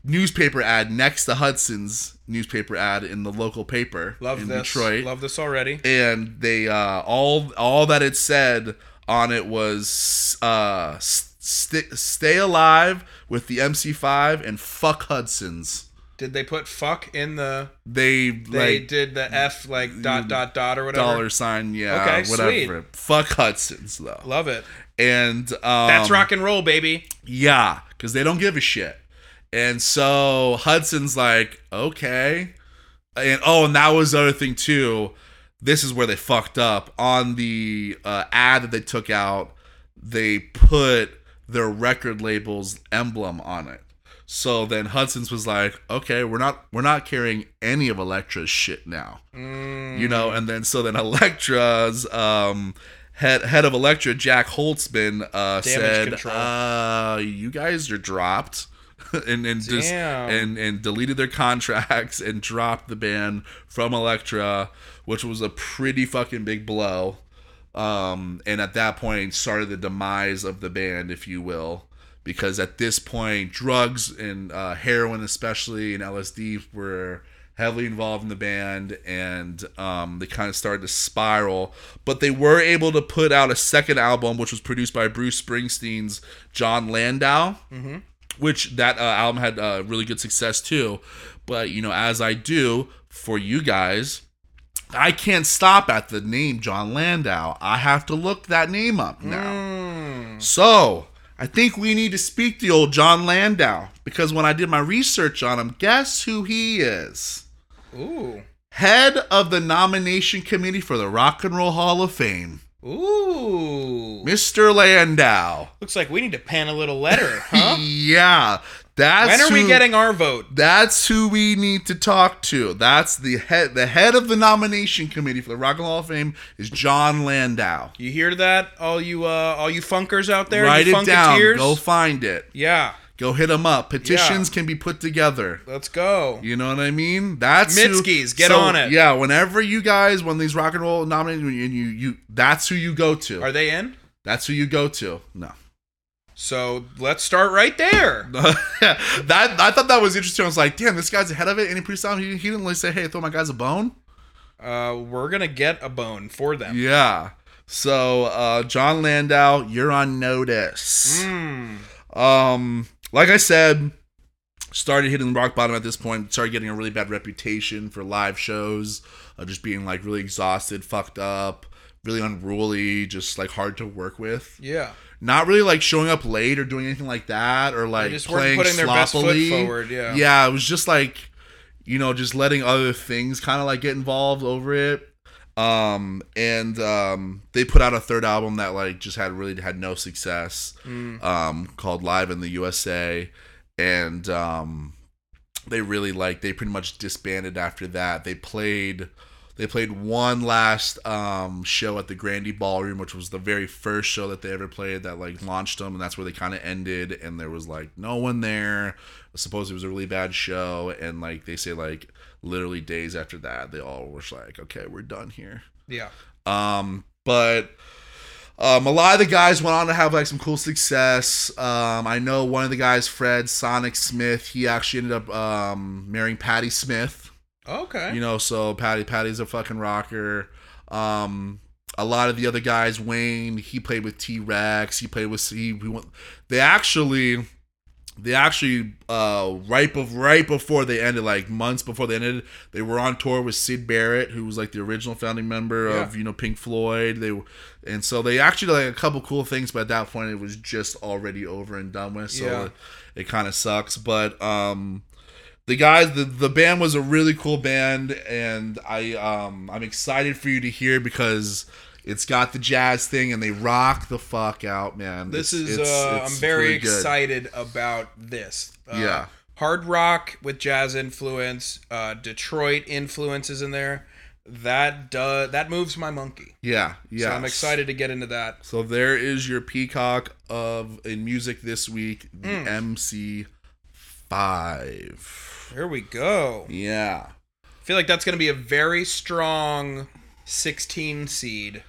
Speaker 1: newspaper ad next to Hudson's newspaper ad in the local paper
Speaker 2: Love
Speaker 1: in
Speaker 2: this.
Speaker 1: Detroit
Speaker 2: Love this already.
Speaker 1: and they uh all all that it said on it was uh st- stay alive with the MC5 and fuck Hudson's.
Speaker 2: Did they put fuck in the?
Speaker 1: They,
Speaker 2: They
Speaker 1: like
Speaker 2: did the F like
Speaker 1: Mm.
Speaker 2: dot dot dot or whatever.
Speaker 1: dollar sign yeah
Speaker 2: Okay,
Speaker 1: whatever. Fuck Hudson's though.
Speaker 2: Love it.
Speaker 1: And um
Speaker 2: That's rock and roll, baby.
Speaker 1: Yeah, because they don't give a shit. And so Hudson's like, okay. And oh, and that was the other thing too. This is where they fucked up on the uh, ad that they took out. They put their record label's emblem on it. So then Hudson's was like, okay, we're not we're not carrying any of Electra's shit now
Speaker 2: Mm,
Speaker 1: you know and then so then electra's um head head of electra jack holtzman uh said
Speaker 2: control.
Speaker 1: uh you guys are dropped (laughs) and and just
Speaker 2: Damn.
Speaker 1: and and deleted their (laughs) contracts and dropped the band from electra which was a pretty fucking big blow um and at that point started the demise of the band if you will because at this point, drugs and uh, heroin, especially and LSD, were heavily involved in the band, and um, they kind of started to spiral. But they were able to put out a second album, which was produced by Bruce Springsteen's John Landau, which that uh, album had uh, really good success too. But you know, as I do for you guys. I can't stop at the name John Landau. I have to look that name up now.
Speaker 2: Hmm.
Speaker 1: So, I think we need to speak to old John Landau because when I did my research on him, guess who he is?
Speaker 2: Ooh.
Speaker 1: Head of the nomination committee for the Rock and Roll Hall of Fame,
Speaker 2: Ooh.
Speaker 1: Mr. Landau.
Speaker 2: Looks like we need to pen a
Speaker 1: (laughs)
Speaker 2: little letter, huh?
Speaker 1: Yeah, that's
Speaker 2: when are we
Speaker 1: who-
Speaker 2: getting our vote?
Speaker 1: That's who we need to talk to. That's the head. The head of the nomination committee for the Rock and Roll Hall of Fame is John Landau.
Speaker 2: You hear that, all you uh, all you funkers out there?
Speaker 1: Write
Speaker 2: you
Speaker 1: it down.
Speaker 2: funketeers?
Speaker 1: Go find it.
Speaker 2: yeah,
Speaker 1: Go hit him up. Petitions can be put together.
Speaker 2: let's go.
Speaker 1: You know what I mean? That's who-
Speaker 2: Mitskis, get on it.
Speaker 1: Yeah, whenever you guys, when these rock and roll nominated, and you, you, you, that's who you go to.
Speaker 2: Are they in?
Speaker 1: that's who you go to. No,
Speaker 2: So let's start right there.
Speaker 1: (laughs) that I thought that was interesting. I was like, damn, this guy's ahead of it. Any freestyle, he, he didn't really say, hey, throw my guys a bone.
Speaker 2: Uh, we're gonna get a bone for them.
Speaker 1: Yeah. So, uh, John Landau, you're on notice.
Speaker 2: Mm.
Speaker 1: Um, like I said, started hitting rock bottom at this point. Started getting a really bad reputation for live shows, uh, just being like really exhausted, fucked up, really unruly, just like hard to work with.
Speaker 2: Yeah,
Speaker 1: Not really like showing up late or doing anything like that, or like
Speaker 2: just weren't
Speaker 1: playing
Speaker 2: putting their
Speaker 1: sloppily.
Speaker 2: best foot forward, yeah.
Speaker 1: yeah, it was just like you know, just letting other things kind of like get involved over it. Um, and um, they put out a third album that like just had really had no success.
Speaker 2: Hmm.
Speaker 1: Um, called Live in the USA, and um, they really like they pretty much disbanded after that. They played. They played one last um, show at the Grandy Ballroom, which was the very first show that they ever played that like launched them, and that's where they kind of ended. And there was like no one there. Supposedly it was a really bad show, and like they say, like literally days after that, they all were just like, "Okay, we're done here."
Speaker 2: yeah.
Speaker 1: Um, but um, a lot of the guys went on to have like some cool success. Um, I know one of the guys, Fred Sonic Smith, he actually ended up um, marrying Patty Smith.
Speaker 2: Okay.
Speaker 1: You know, so Patty Patty's a fucking rocker. Um, a lot of the other guys, Wayne, he played with T Rex. He played with C. We went. They actually, they actually, uh, right bef- right before they ended, like months before they ended, they were on tour with Sid Barrett, who was like the original founding member of you know Pink Floyd. They, w- and so they actually did, like a couple cool things, but at that point it was just already over and done with. So
Speaker 2: Yeah.
Speaker 1: it, it kind of sucks, but um the guys the, the band was a really cool band and i um i'm excited for you to hear because it's got the jazz thing and they rock the fuck out man
Speaker 2: this
Speaker 1: It's-
Speaker 2: is.
Speaker 1: it's-
Speaker 2: uh,
Speaker 1: it's
Speaker 2: I'm very
Speaker 1: really good.
Speaker 2: excited about this. Uh,
Speaker 1: Yeah.
Speaker 2: Hard rock with jazz influence, uh, Detroit influences in there. That does that moves my monkey.
Speaker 1: yeah yeah
Speaker 2: So I'm excited to get into that.
Speaker 1: so there is your peacock of in music this week the
Speaker 2: Mm.
Speaker 1: mc5
Speaker 2: Here we go.
Speaker 1: yeah
Speaker 2: I feel like that's going to be a very strong 16 seed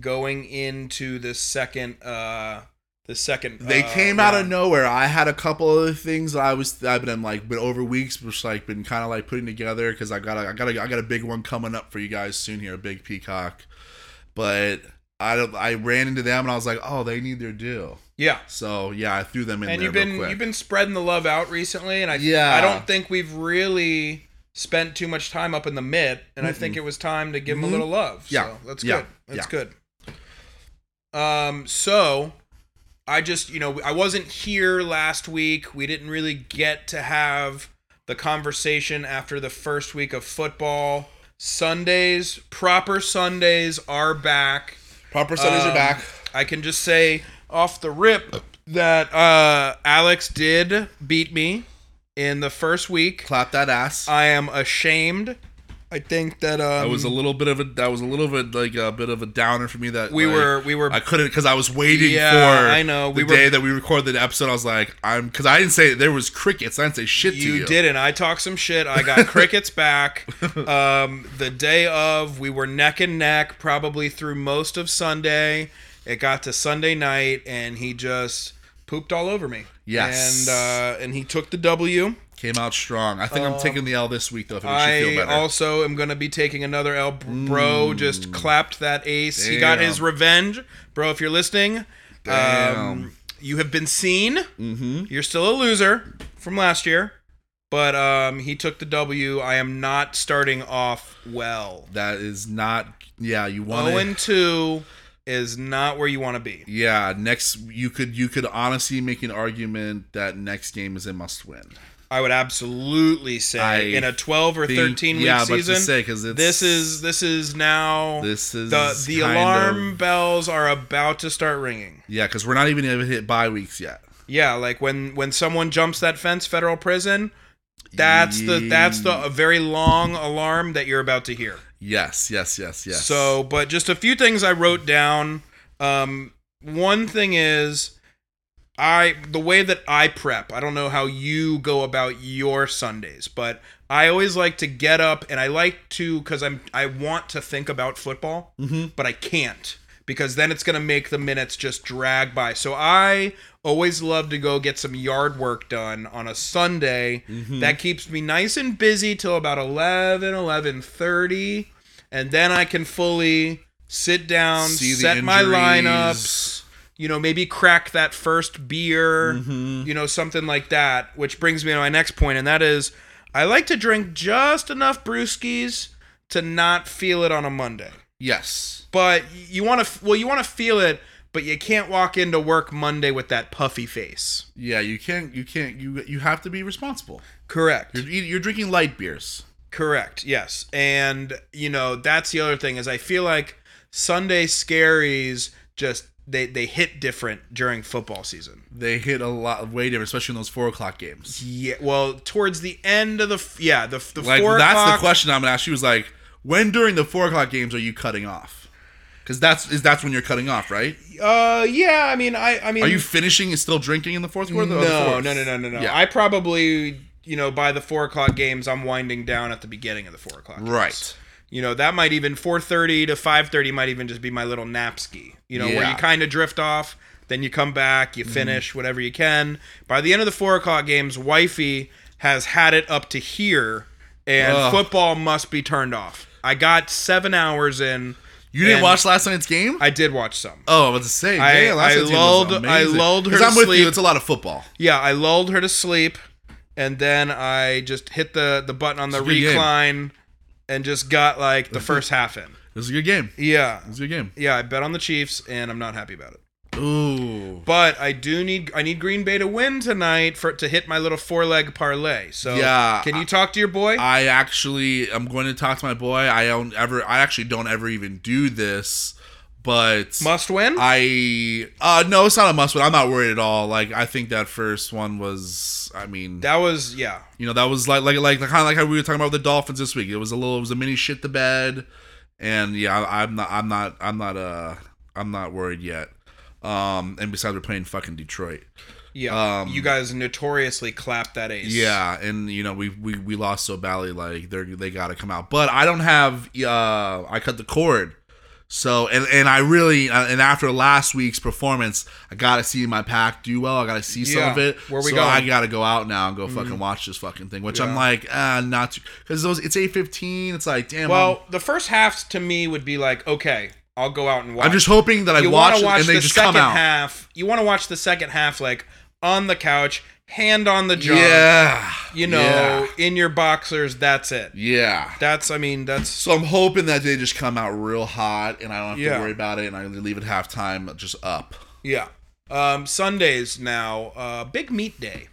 Speaker 2: going into the second uh the second
Speaker 1: They
Speaker 2: uh,
Speaker 1: came out of
Speaker 2: round.
Speaker 1: nowhere. I had a couple other things that I was I've been like been over weeks, which like been kind of like putting together because I got a, I got a, I got a big one coming up for you guys soon here, a big peacock. But I don't- I ran into them and I was like, oh, they need their due.
Speaker 2: Yeah.
Speaker 1: So yeah, I threw them in
Speaker 2: And
Speaker 1: there
Speaker 2: you've been
Speaker 1: real quick.
Speaker 2: you've been spreading the love out recently and I
Speaker 1: Yeah.
Speaker 2: I don't think we've really spent too much time up in the mid and I think it was time to give them
Speaker 1: Mhm.
Speaker 2: a little love.
Speaker 1: Yeah.
Speaker 2: So that's
Speaker 1: Yeah.
Speaker 2: good. That's good. Um so I just, you know, I wasn't here last week. We didn't really get to have the conversation after the first week of football. Sundays, proper Sundays are back.
Speaker 1: Proper studies
Speaker 2: Um,
Speaker 1: are back.
Speaker 2: I can just say off the rip that uh, Alex did beat me in the first week.
Speaker 1: Clap that ass.
Speaker 2: I am ashamed. I think that um,
Speaker 1: that was a little bit of a that was a little bit like a bit of a downer for me that
Speaker 2: we
Speaker 1: like,
Speaker 2: were we were
Speaker 1: I couldn't because I was waiting
Speaker 2: Yeah,
Speaker 1: for.
Speaker 2: I know.
Speaker 1: the
Speaker 2: We were-
Speaker 1: day that we recorded the episode. I was like, I'm because I didn't say there was crickets. I didn't say shit to
Speaker 2: you,
Speaker 1: you.
Speaker 2: didn't. I talked some shit.
Speaker 1: (laughs)
Speaker 2: I got crickets back. Um, the day of, we were neck and neck probably through most of Sunday. It got to Sunday night, and he just pooped all over me.
Speaker 1: Yes.
Speaker 2: And uh, and he took the W.
Speaker 1: Came out strong. I think I'm taking the L this week though. If it makes you feel
Speaker 2: Uh, I
Speaker 1: better. Mm.
Speaker 2: also am going to be taking another L. Bro just clapped that ace. He got
Speaker 1: Damn.
Speaker 2: his revenge. Bro, if you're listening, um,
Speaker 1: Damn.
Speaker 2: you have been seen.
Speaker 1: mm-hmm.
Speaker 2: You're still a loser from last year, but um, he took the W. I am not starting off well.
Speaker 1: That is not. Yeah, you want
Speaker 2: Oh
Speaker 1: to.
Speaker 2: and 2 is not where you want to be.
Speaker 1: yeah, next you could you could honestly make an argument that next game is a must win.
Speaker 2: I would absolutely say
Speaker 1: I
Speaker 2: in a 12 or
Speaker 1: Think-
Speaker 2: 13 week
Speaker 1: yeah, but
Speaker 2: season.
Speaker 1: to say because
Speaker 2: this is this is now
Speaker 1: this is
Speaker 2: the the
Speaker 1: kind
Speaker 2: alarm
Speaker 1: Of,
Speaker 2: bells are about to start ringing.
Speaker 1: yeah, because we're not even gonna hit bye weeks yet.
Speaker 2: Yeah, like when when someone jumps that fence, federal prison. That's the that's the a very long alarm that you're about to hear.
Speaker 1: Yes, yes, yes, yes.
Speaker 2: So, but just a few things I wrote down. Um, one thing is, I the way that I prep. I don't know how you go about your Sundays, but I always like to get up and I like to because I'm I want to think about football,
Speaker 1: Mm-hmm.
Speaker 2: but I can't because then it's gonna make the minutes just drag by. So I always love to go get some yard work done on a Sunday.
Speaker 1: Mm-hmm.
Speaker 2: That keeps me nice and busy till about 11, 11.30 and then I can fully sit down,
Speaker 1: See the
Speaker 2: set my
Speaker 1: injuries.
Speaker 2: lineups, you know, maybe crack that first beer, you know, something like that, which brings me to my next point, and that is I like to drink just enough brewskis to not feel it on a Monday.
Speaker 1: yes,
Speaker 2: But you want to, well, you want to feel it, but you can't walk into work Monday with that puffy face.
Speaker 1: yeah, you can't you can't you you have to be responsible.
Speaker 2: Correct.
Speaker 1: You're, you're drinking light beers.
Speaker 2: Correct. Yes. And you know, that's the other thing is I feel like Sunday scaries just they they hit different during football season.
Speaker 1: They hit a lot way different, especially in those four o'clock games.
Speaker 2: Yeah. Well, towards the end of the f- yeah the the
Speaker 1: Like
Speaker 2: four
Speaker 1: that's
Speaker 2: o'clock-
Speaker 1: the question I'm gonna ask. She was like, "When during the four o'clock games are you cutting off?" Because that's is that's when you're cutting off, right?
Speaker 2: Uh, yeah. I mean, I I mean,
Speaker 1: Are you finishing and still drinking in the fourth quarter? or the
Speaker 2: no, no,
Speaker 1: fourth?
Speaker 2: no, no, no, no.
Speaker 1: Yeah.
Speaker 2: I probably you know by the four o'clock games I'm winding down at the beginning of the four o'clock. games.
Speaker 1: Right.
Speaker 2: You know that might even four thirty to five thirty might even just be my little nap ski. You know where
Speaker 1: Yeah. Mm-hmm.
Speaker 2: you kind of drift off, then you come back, you finish whatever you can. By the end of the four o'clock games, wifey has had it up to here, and
Speaker 1: Ugh.
Speaker 2: football must be turned off. I got seven hours in.
Speaker 1: You didn't
Speaker 2: And-
Speaker 1: watch last night's game?
Speaker 2: I did watch some.
Speaker 1: oh, I was to say,
Speaker 2: I-
Speaker 1: damn, last
Speaker 2: I
Speaker 1: night's game
Speaker 2: lulled-
Speaker 1: was
Speaker 2: I
Speaker 1: amazing.
Speaker 2: lulled her
Speaker 1: 'Cause
Speaker 2: to
Speaker 1: I'm with
Speaker 2: sleep.
Speaker 1: you. It's a lot of football.
Speaker 2: Yeah, I lulled her to sleep, and then I just hit the the button on the
Speaker 1: It's a good game.
Speaker 2: recline, and just got like
Speaker 1: (laughs)
Speaker 2: the first half in.
Speaker 1: It was a good game. It
Speaker 2: Yeah,
Speaker 1: was a good game.
Speaker 2: yeah. I bet on the Chiefs, and I'm not happy about it.
Speaker 1: Ooh.
Speaker 2: But I do need I need Green Bay to win tonight for to hit my little four leg parlay. So
Speaker 1: Yeah,
Speaker 2: can you talk to your boy?
Speaker 1: I actually I'm going to talk to my boy. I don't ever I actually don't ever even do this, but
Speaker 2: Must win.
Speaker 1: I uh no, it's not a must win. I'm not worried at all. Like I think that first one was I mean
Speaker 2: that was yeah.
Speaker 1: you know that was like like like kind of like how we were talking about with the Dolphins this week. It was a little it was a mini shit the bed, and yeah, I, I'm not I'm not I'm not uh I'm not worried yet. Um, and besides, we're playing fucking Detroit.
Speaker 2: Yeah,
Speaker 1: Um,
Speaker 2: you guys notoriously clapped that ace.
Speaker 1: Yeah, and you know we we, we lost so badly, like they're they got to come out. But I don't have uh I cut the cord, so and and I really uh, and after last week's performance, I got to see my pack do well. I got to see
Speaker 2: Yeah,
Speaker 1: some of it.
Speaker 2: where we
Speaker 1: so
Speaker 2: going? Mm-hmm.
Speaker 1: I got to go out now and go fucking watch this fucking thing, which I'm like ah not because those it's eight fifteen. It's like damn.
Speaker 2: Well, the first half to me would be like okay, I'll go out and watch.
Speaker 1: I'm, I'm just hoping that I
Speaker 2: you want
Speaker 1: watch,
Speaker 2: to
Speaker 1: it
Speaker 2: watch
Speaker 1: and they
Speaker 2: the
Speaker 1: just
Speaker 2: second
Speaker 1: come out.
Speaker 2: half. You want to watch the second half like on the couch, hand on the jaw.
Speaker 1: Yeah,
Speaker 2: You know,
Speaker 1: yeah,
Speaker 2: in your boxers. That's it.
Speaker 1: yeah.
Speaker 2: That's I mean that's
Speaker 1: So I'm hoping that they just come out real hot, and I don't have
Speaker 2: Yeah.
Speaker 1: to worry about it, and I leave at halftime just up.
Speaker 2: yeah. Um, Sundays now, uh, big meat day.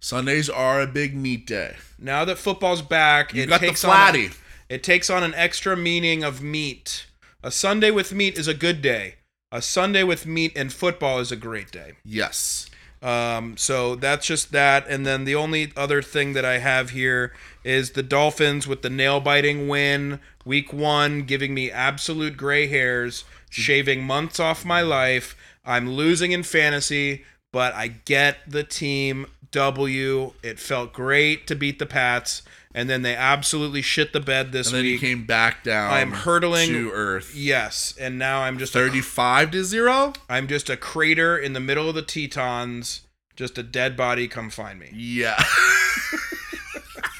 Speaker 1: Sundays are a big meat day.
Speaker 2: Now that football's back,
Speaker 1: You
Speaker 2: it
Speaker 1: got the
Speaker 2: takes on
Speaker 1: flatty.
Speaker 2: it takes on an extra meaning of meat. A Sunday with meat is a good day. A Sunday with meat and football is a great day.
Speaker 1: Yes.
Speaker 2: Um, so that's just that. And then the only other thing that I have here is the Dolphins with the nail biting win week one, giving me absolute gray hairs, shaving months off my life. I'm losing in fantasy, but I get the team W. It felt great to beat the Pats, and then they absolutely shit the bed this
Speaker 1: And then he
Speaker 2: week.
Speaker 1: came back down.
Speaker 2: I'm hurtling-
Speaker 1: to earth.
Speaker 2: yes, and now I'm just a,
Speaker 1: Thirty-five to zero.
Speaker 2: I'm just a crater in the middle of the Tetons, just a dead body. Come find me.
Speaker 1: Yeah. (laughs)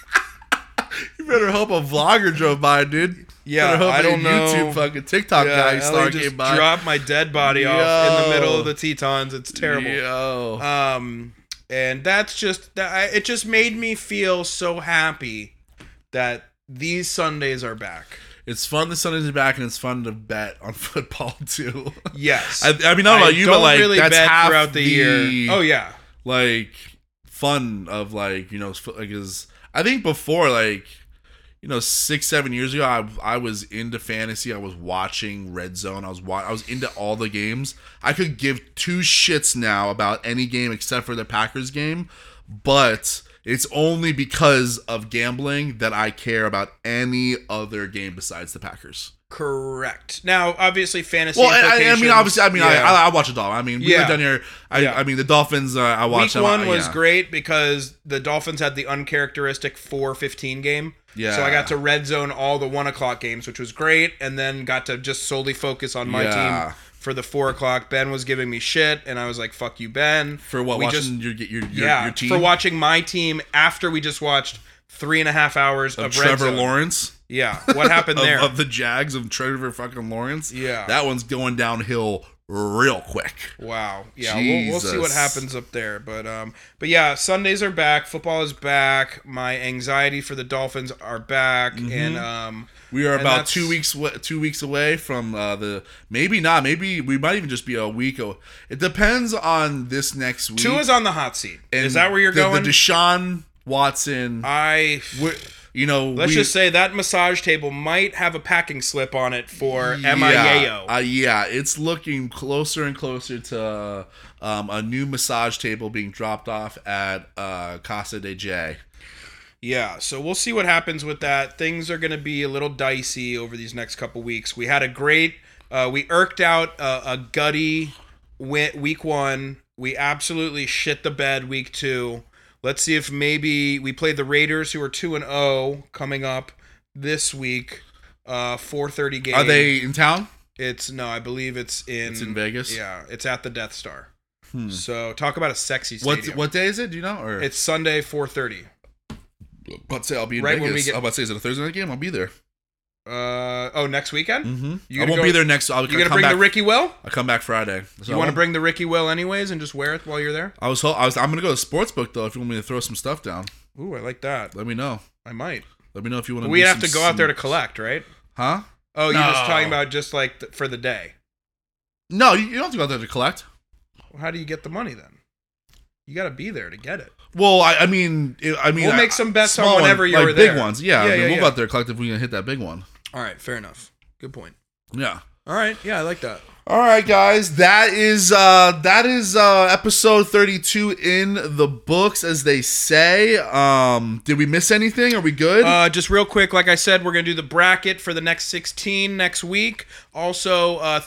Speaker 1: you better hope a vlogger drove by, dude.
Speaker 2: Yeah,
Speaker 1: better hope
Speaker 2: I
Speaker 1: that
Speaker 2: don't know.
Speaker 1: YouTube fucking TikTok
Speaker 2: Yeah,
Speaker 1: guy
Speaker 2: Ellie
Speaker 1: star
Speaker 2: just
Speaker 1: came by.
Speaker 2: dropped my dead body off in the
Speaker 1: Yo.
Speaker 2: middle of the Tetons. It's terrible.
Speaker 1: Yo.
Speaker 2: Um, and that's just that. I- It just made me feel so happy that these Sundays are back.
Speaker 1: it's fun the Sundays are back, and it's fun to bet on (laughs) football too.
Speaker 2: Yes, (laughs)
Speaker 1: I, I mean, I don't know about you, but
Speaker 2: don't
Speaker 1: like that's
Speaker 2: bet
Speaker 1: half
Speaker 2: throughout the, year. Oh yeah,
Speaker 1: like fun of like you know f- like is I think before like you know six seven years ago I I was into fantasy I was watching Red Zone I was wa- I was into all the games I could give two shits now about any game except for the Packers game but it's only because of gambling that I care about any other game besides the Packers.
Speaker 2: correct. Now, obviously, fantasy.
Speaker 1: Well, I, I mean,
Speaker 2: implications-
Speaker 1: obviously, I mean,
Speaker 2: Yeah.
Speaker 1: I, I, I watch it all. I mean, we
Speaker 2: Yeah.
Speaker 1: were down here. I,
Speaker 2: Yeah.
Speaker 1: I mean, the Dolphins. Uh, I
Speaker 2: Week
Speaker 1: watched. them,
Speaker 2: one
Speaker 1: I-
Speaker 2: was
Speaker 1: yeah.
Speaker 2: great because the Dolphins had the uncharacteristic 4-15 game.
Speaker 1: Yeah.
Speaker 2: So I got to red zone all the one o'clock games, which was great, and then got to just solely focus on my
Speaker 1: Yeah.
Speaker 2: team for the four o'clock. Ben was giving me shit, and I was like, "Fuck you, Ben."
Speaker 1: For what?
Speaker 2: we
Speaker 1: watching
Speaker 2: just
Speaker 1: your, your, your,
Speaker 2: yeah
Speaker 1: your team?
Speaker 2: for watching my team after we just watched three and a half hours of,
Speaker 1: Of
Speaker 2: red
Speaker 1: Trevor
Speaker 2: zone.
Speaker 1: Lawrence?
Speaker 2: Yeah, what
Speaker 1: (laughs)
Speaker 2: happened
Speaker 1: Of,
Speaker 2: there?
Speaker 1: of the Jags of Trevor fucking Lawrence?
Speaker 2: Yeah.
Speaker 1: That one's going downhill real quick.
Speaker 2: Wow. Yeah, we'll, we'll see what
Speaker 1: Jesus.
Speaker 2: happens up there, but um, but yeah, Sundays are back. Football is back. My anxiety for the Dolphins are back,
Speaker 1: Mm-hmm.
Speaker 2: and um,
Speaker 1: We are
Speaker 2: And
Speaker 1: about
Speaker 2: that's-
Speaker 1: two weeks wa- two weeks away from uh, the maybe not maybe we might even just be a week. o- It depends on this next week.
Speaker 2: Tua's on the hot seat.
Speaker 1: and
Speaker 2: is that where you're
Speaker 1: the-
Speaker 2: going?
Speaker 1: The Deshaun Watson.
Speaker 2: I
Speaker 1: we're- you know,
Speaker 2: let's
Speaker 1: we-
Speaker 2: just say that massage table might have a packing slip on it for
Speaker 1: Yeah,
Speaker 2: MIAO.
Speaker 1: Uh, yeah, it's looking closer and closer to um, a new massage table being dropped off at uh, Casa de J.
Speaker 2: Yeah, so we'll see what happens with that. Things are going to be a little dicey over these next couple weeks. We had a great, uh, we irked out a, a gutty win- week one. We absolutely shit the bed week two. Let's see if maybe we play the Raiders, who are two and zero coming up this week. Uh, four thirty game.
Speaker 1: Are they in town?
Speaker 2: It's no, I believe it's in.
Speaker 1: It's in Vegas?
Speaker 2: Mm, Yeah, it's at the Death Star.
Speaker 1: Hmm.
Speaker 2: So talk about a sexy
Speaker 1: What
Speaker 2: stadium.
Speaker 1: what day is it? Do you know? Or
Speaker 2: It's Sunday, four thirty.
Speaker 1: about to say I'll be in
Speaker 2: right
Speaker 1: Vegas.
Speaker 2: when we get-
Speaker 1: I'm about to say is it a Thursday night game? I'll be there.
Speaker 2: Uh oh, next weekend.
Speaker 1: Mm-hmm.
Speaker 2: You
Speaker 1: I
Speaker 2: gonna
Speaker 1: won't
Speaker 2: go-
Speaker 1: be there next. I'll,
Speaker 2: You
Speaker 1: I'll
Speaker 2: gonna
Speaker 1: come
Speaker 2: bring
Speaker 1: back.
Speaker 2: the Ricky Will?
Speaker 1: I'll come back Friday. So
Speaker 2: You
Speaker 1: I
Speaker 2: want to
Speaker 1: won't-
Speaker 2: bring the Ricky Will anyways and just wear it while you're there?
Speaker 1: I was. ho- I was. I'm gonna go to Sportsbook though. If you want me to throw some stuff down,
Speaker 2: Ooh, I like that.
Speaker 1: let me know.
Speaker 2: I might.
Speaker 1: Let me know if you want to.
Speaker 2: We'd have to go out there to collect, right?
Speaker 1: Huh?
Speaker 2: Oh, you're just
Speaker 1: No.
Speaker 2: talking about just like th- for the day.
Speaker 1: No, you, you don't have to go out there to collect.
Speaker 2: Well, how do you get the money then? You got to be there to get it.
Speaker 1: Well, I, I mean, it- I mean,
Speaker 2: We'll
Speaker 1: I-
Speaker 2: make some bets on
Speaker 1: small one,
Speaker 2: whenever you
Speaker 1: like
Speaker 2: were
Speaker 1: big
Speaker 2: there.
Speaker 1: ones. Yeah,
Speaker 2: Yeah,
Speaker 1: I mean,
Speaker 2: yeah,
Speaker 1: we'll
Speaker 2: yeah.
Speaker 1: go out there collectively and hit that big one.
Speaker 2: All right, fair enough. Good point.
Speaker 1: Yeah.
Speaker 2: All right, yeah, I like that.
Speaker 1: All right, guys, that is uh that is uh episode 32 in the books, as they say. Um, did we miss anything? Are we good?
Speaker 2: Uh, just real quick, like I said, we're gonna do the bracket for the next 16 next week. Also, uh,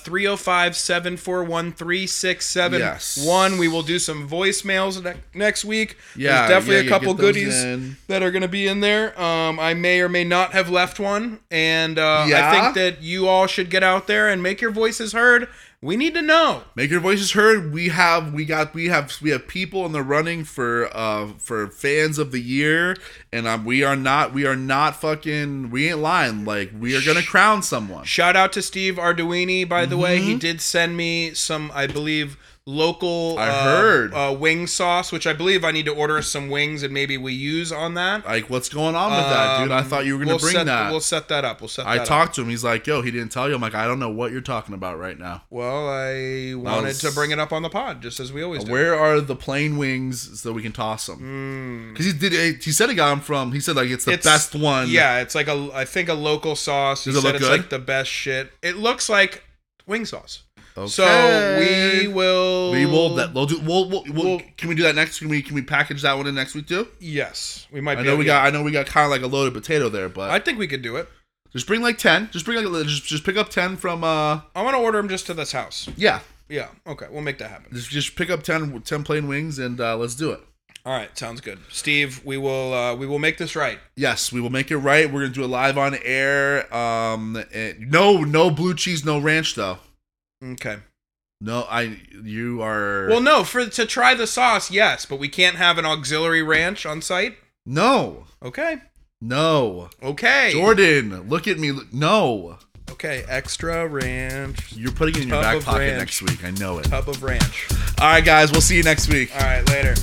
Speaker 2: 305-741-3671.
Speaker 1: Yes.
Speaker 2: We will do some voicemails ne- next week.
Speaker 1: Yeah,
Speaker 2: There's definitely
Speaker 1: yeah,
Speaker 2: a
Speaker 1: yeah,
Speaker 2: couple
Speaker 1: get those
Speaker 2: goodies
Speaker 1: in.
Speaker 2: that are gonna be in there. Um, I may or may not have left one, and uh, I
Speaker 1: Yeah.
Speaker 2: think that you all should get out there and make your voices heard. We need to know.
Speaker 1: Make your voices heard. We have we got we have we have people in the running for uh for fans of the year, and um, we are not we are not fucking we ain't lying. Like we are gonna crown someone.
Speaker 2: Shout out to Steve Arduini, by the way.
Speaker 1: Mm-hmm.
Speaker 2: He did send me some, I believe, local
Speaker 1: I
Speaker 2: uh,
Speaker 1: heard.
Speaker 2: Uh, wing sauce, which I believe I need to order some wings and maybe we use on that.
Speaker 1: Like what's going on with that, dude? I
Speaker 2: Um,
Speaker 1: thought you were gonna
Speaker 2: we'll
Speaker 1: bring
Speaker 2: set,
Speaker 1: that.
Speaker 2: We'll set that up. We'll set
Speaker 1: I
Speaker 2: that up.
Speaker 1: talked to him. He's like, "Yo, he didn't tell you." I'm like, "I don't know what you're talking about right now."
Speaker 2: Well, I wanted
Speaker 1: was-
Speaker 2: to bring it up on the pod, just as we always do.
Speaker 1: Where are the plain wings so we can toss them?
Speaker 2: Mm,
Speaker 1: Because he did. eh, He said he got them from. He said like it's the
Speaker 2: It's-
Speaker 1: best one.
Speaker 2: Yeah, it's like a, I think a local sauce. He
Speaker 1: Does it
Speaker 2: said
Speaker 1: look
Speaker 2: it's
Speaker 1: good?
Speaker 2: like the best shit. It looks like wing sauce.
Speaker 1: Okay.
Speaker 2: So we will.
Speaker 1: we will that. We'll do. We'll, we'll, we'll-
Speaker 2: We'll-
Speaker 1: Can we do that next? Can we? Can we package that one in next week too?
Speaker 2: Yes, we might.
Speaker 1: I
Speaker 2: be
Speaker 1: know
Speaker 2: able
Speaker 1: we
Speaker 2: to-
Speaker 1: got. I know we got kind of like a loaded potato there, but
Speaker 2: I think we could do it.
Speaker 1: just bring like ten. Just bring like a- just just pick up ten from. uh
Speaker 2: I want to order them just to this house.
Speaker 1: Yeah.
Speaker 2: Yeah. Okay. We'll make that happen.
Speaker 1: Just just pick up 10, 10 plain wings and uh let's do it.
Speaker 2: All right, sounds good. Steve, we will uh, we will make this right.
Speaker 1: Yes, we will make it right. We're gonna do it live on air. Um, and- no, no blue cheese, no ranch though.
Speaker 2: Okay.
Speaker 1: No, I you are
Speaker 2: Well, no, for to try the sauce, yes, but we can't have an auxiliary ranch on site.
Speaker 1: no,
Speaker 2: Okay.
Speaker 1: no.
Speaker 2: Okay.
Speaker 1: Jordan, look at me. Look- No,
Speaker 2: Okay, extra ranch,
Speaker 1: you're putting it in your
Speaker 2: Tub
Speaker 1: back
Speaker 2: of
Speaker 1: pocket
Speaker 2: ranch.
Speaker 1: (laughs) next week. I know it.
Speaker 2: tub of ranch.
Speaker 1: All right, guys, we'll see you next week.
Speaker 2: All right, later.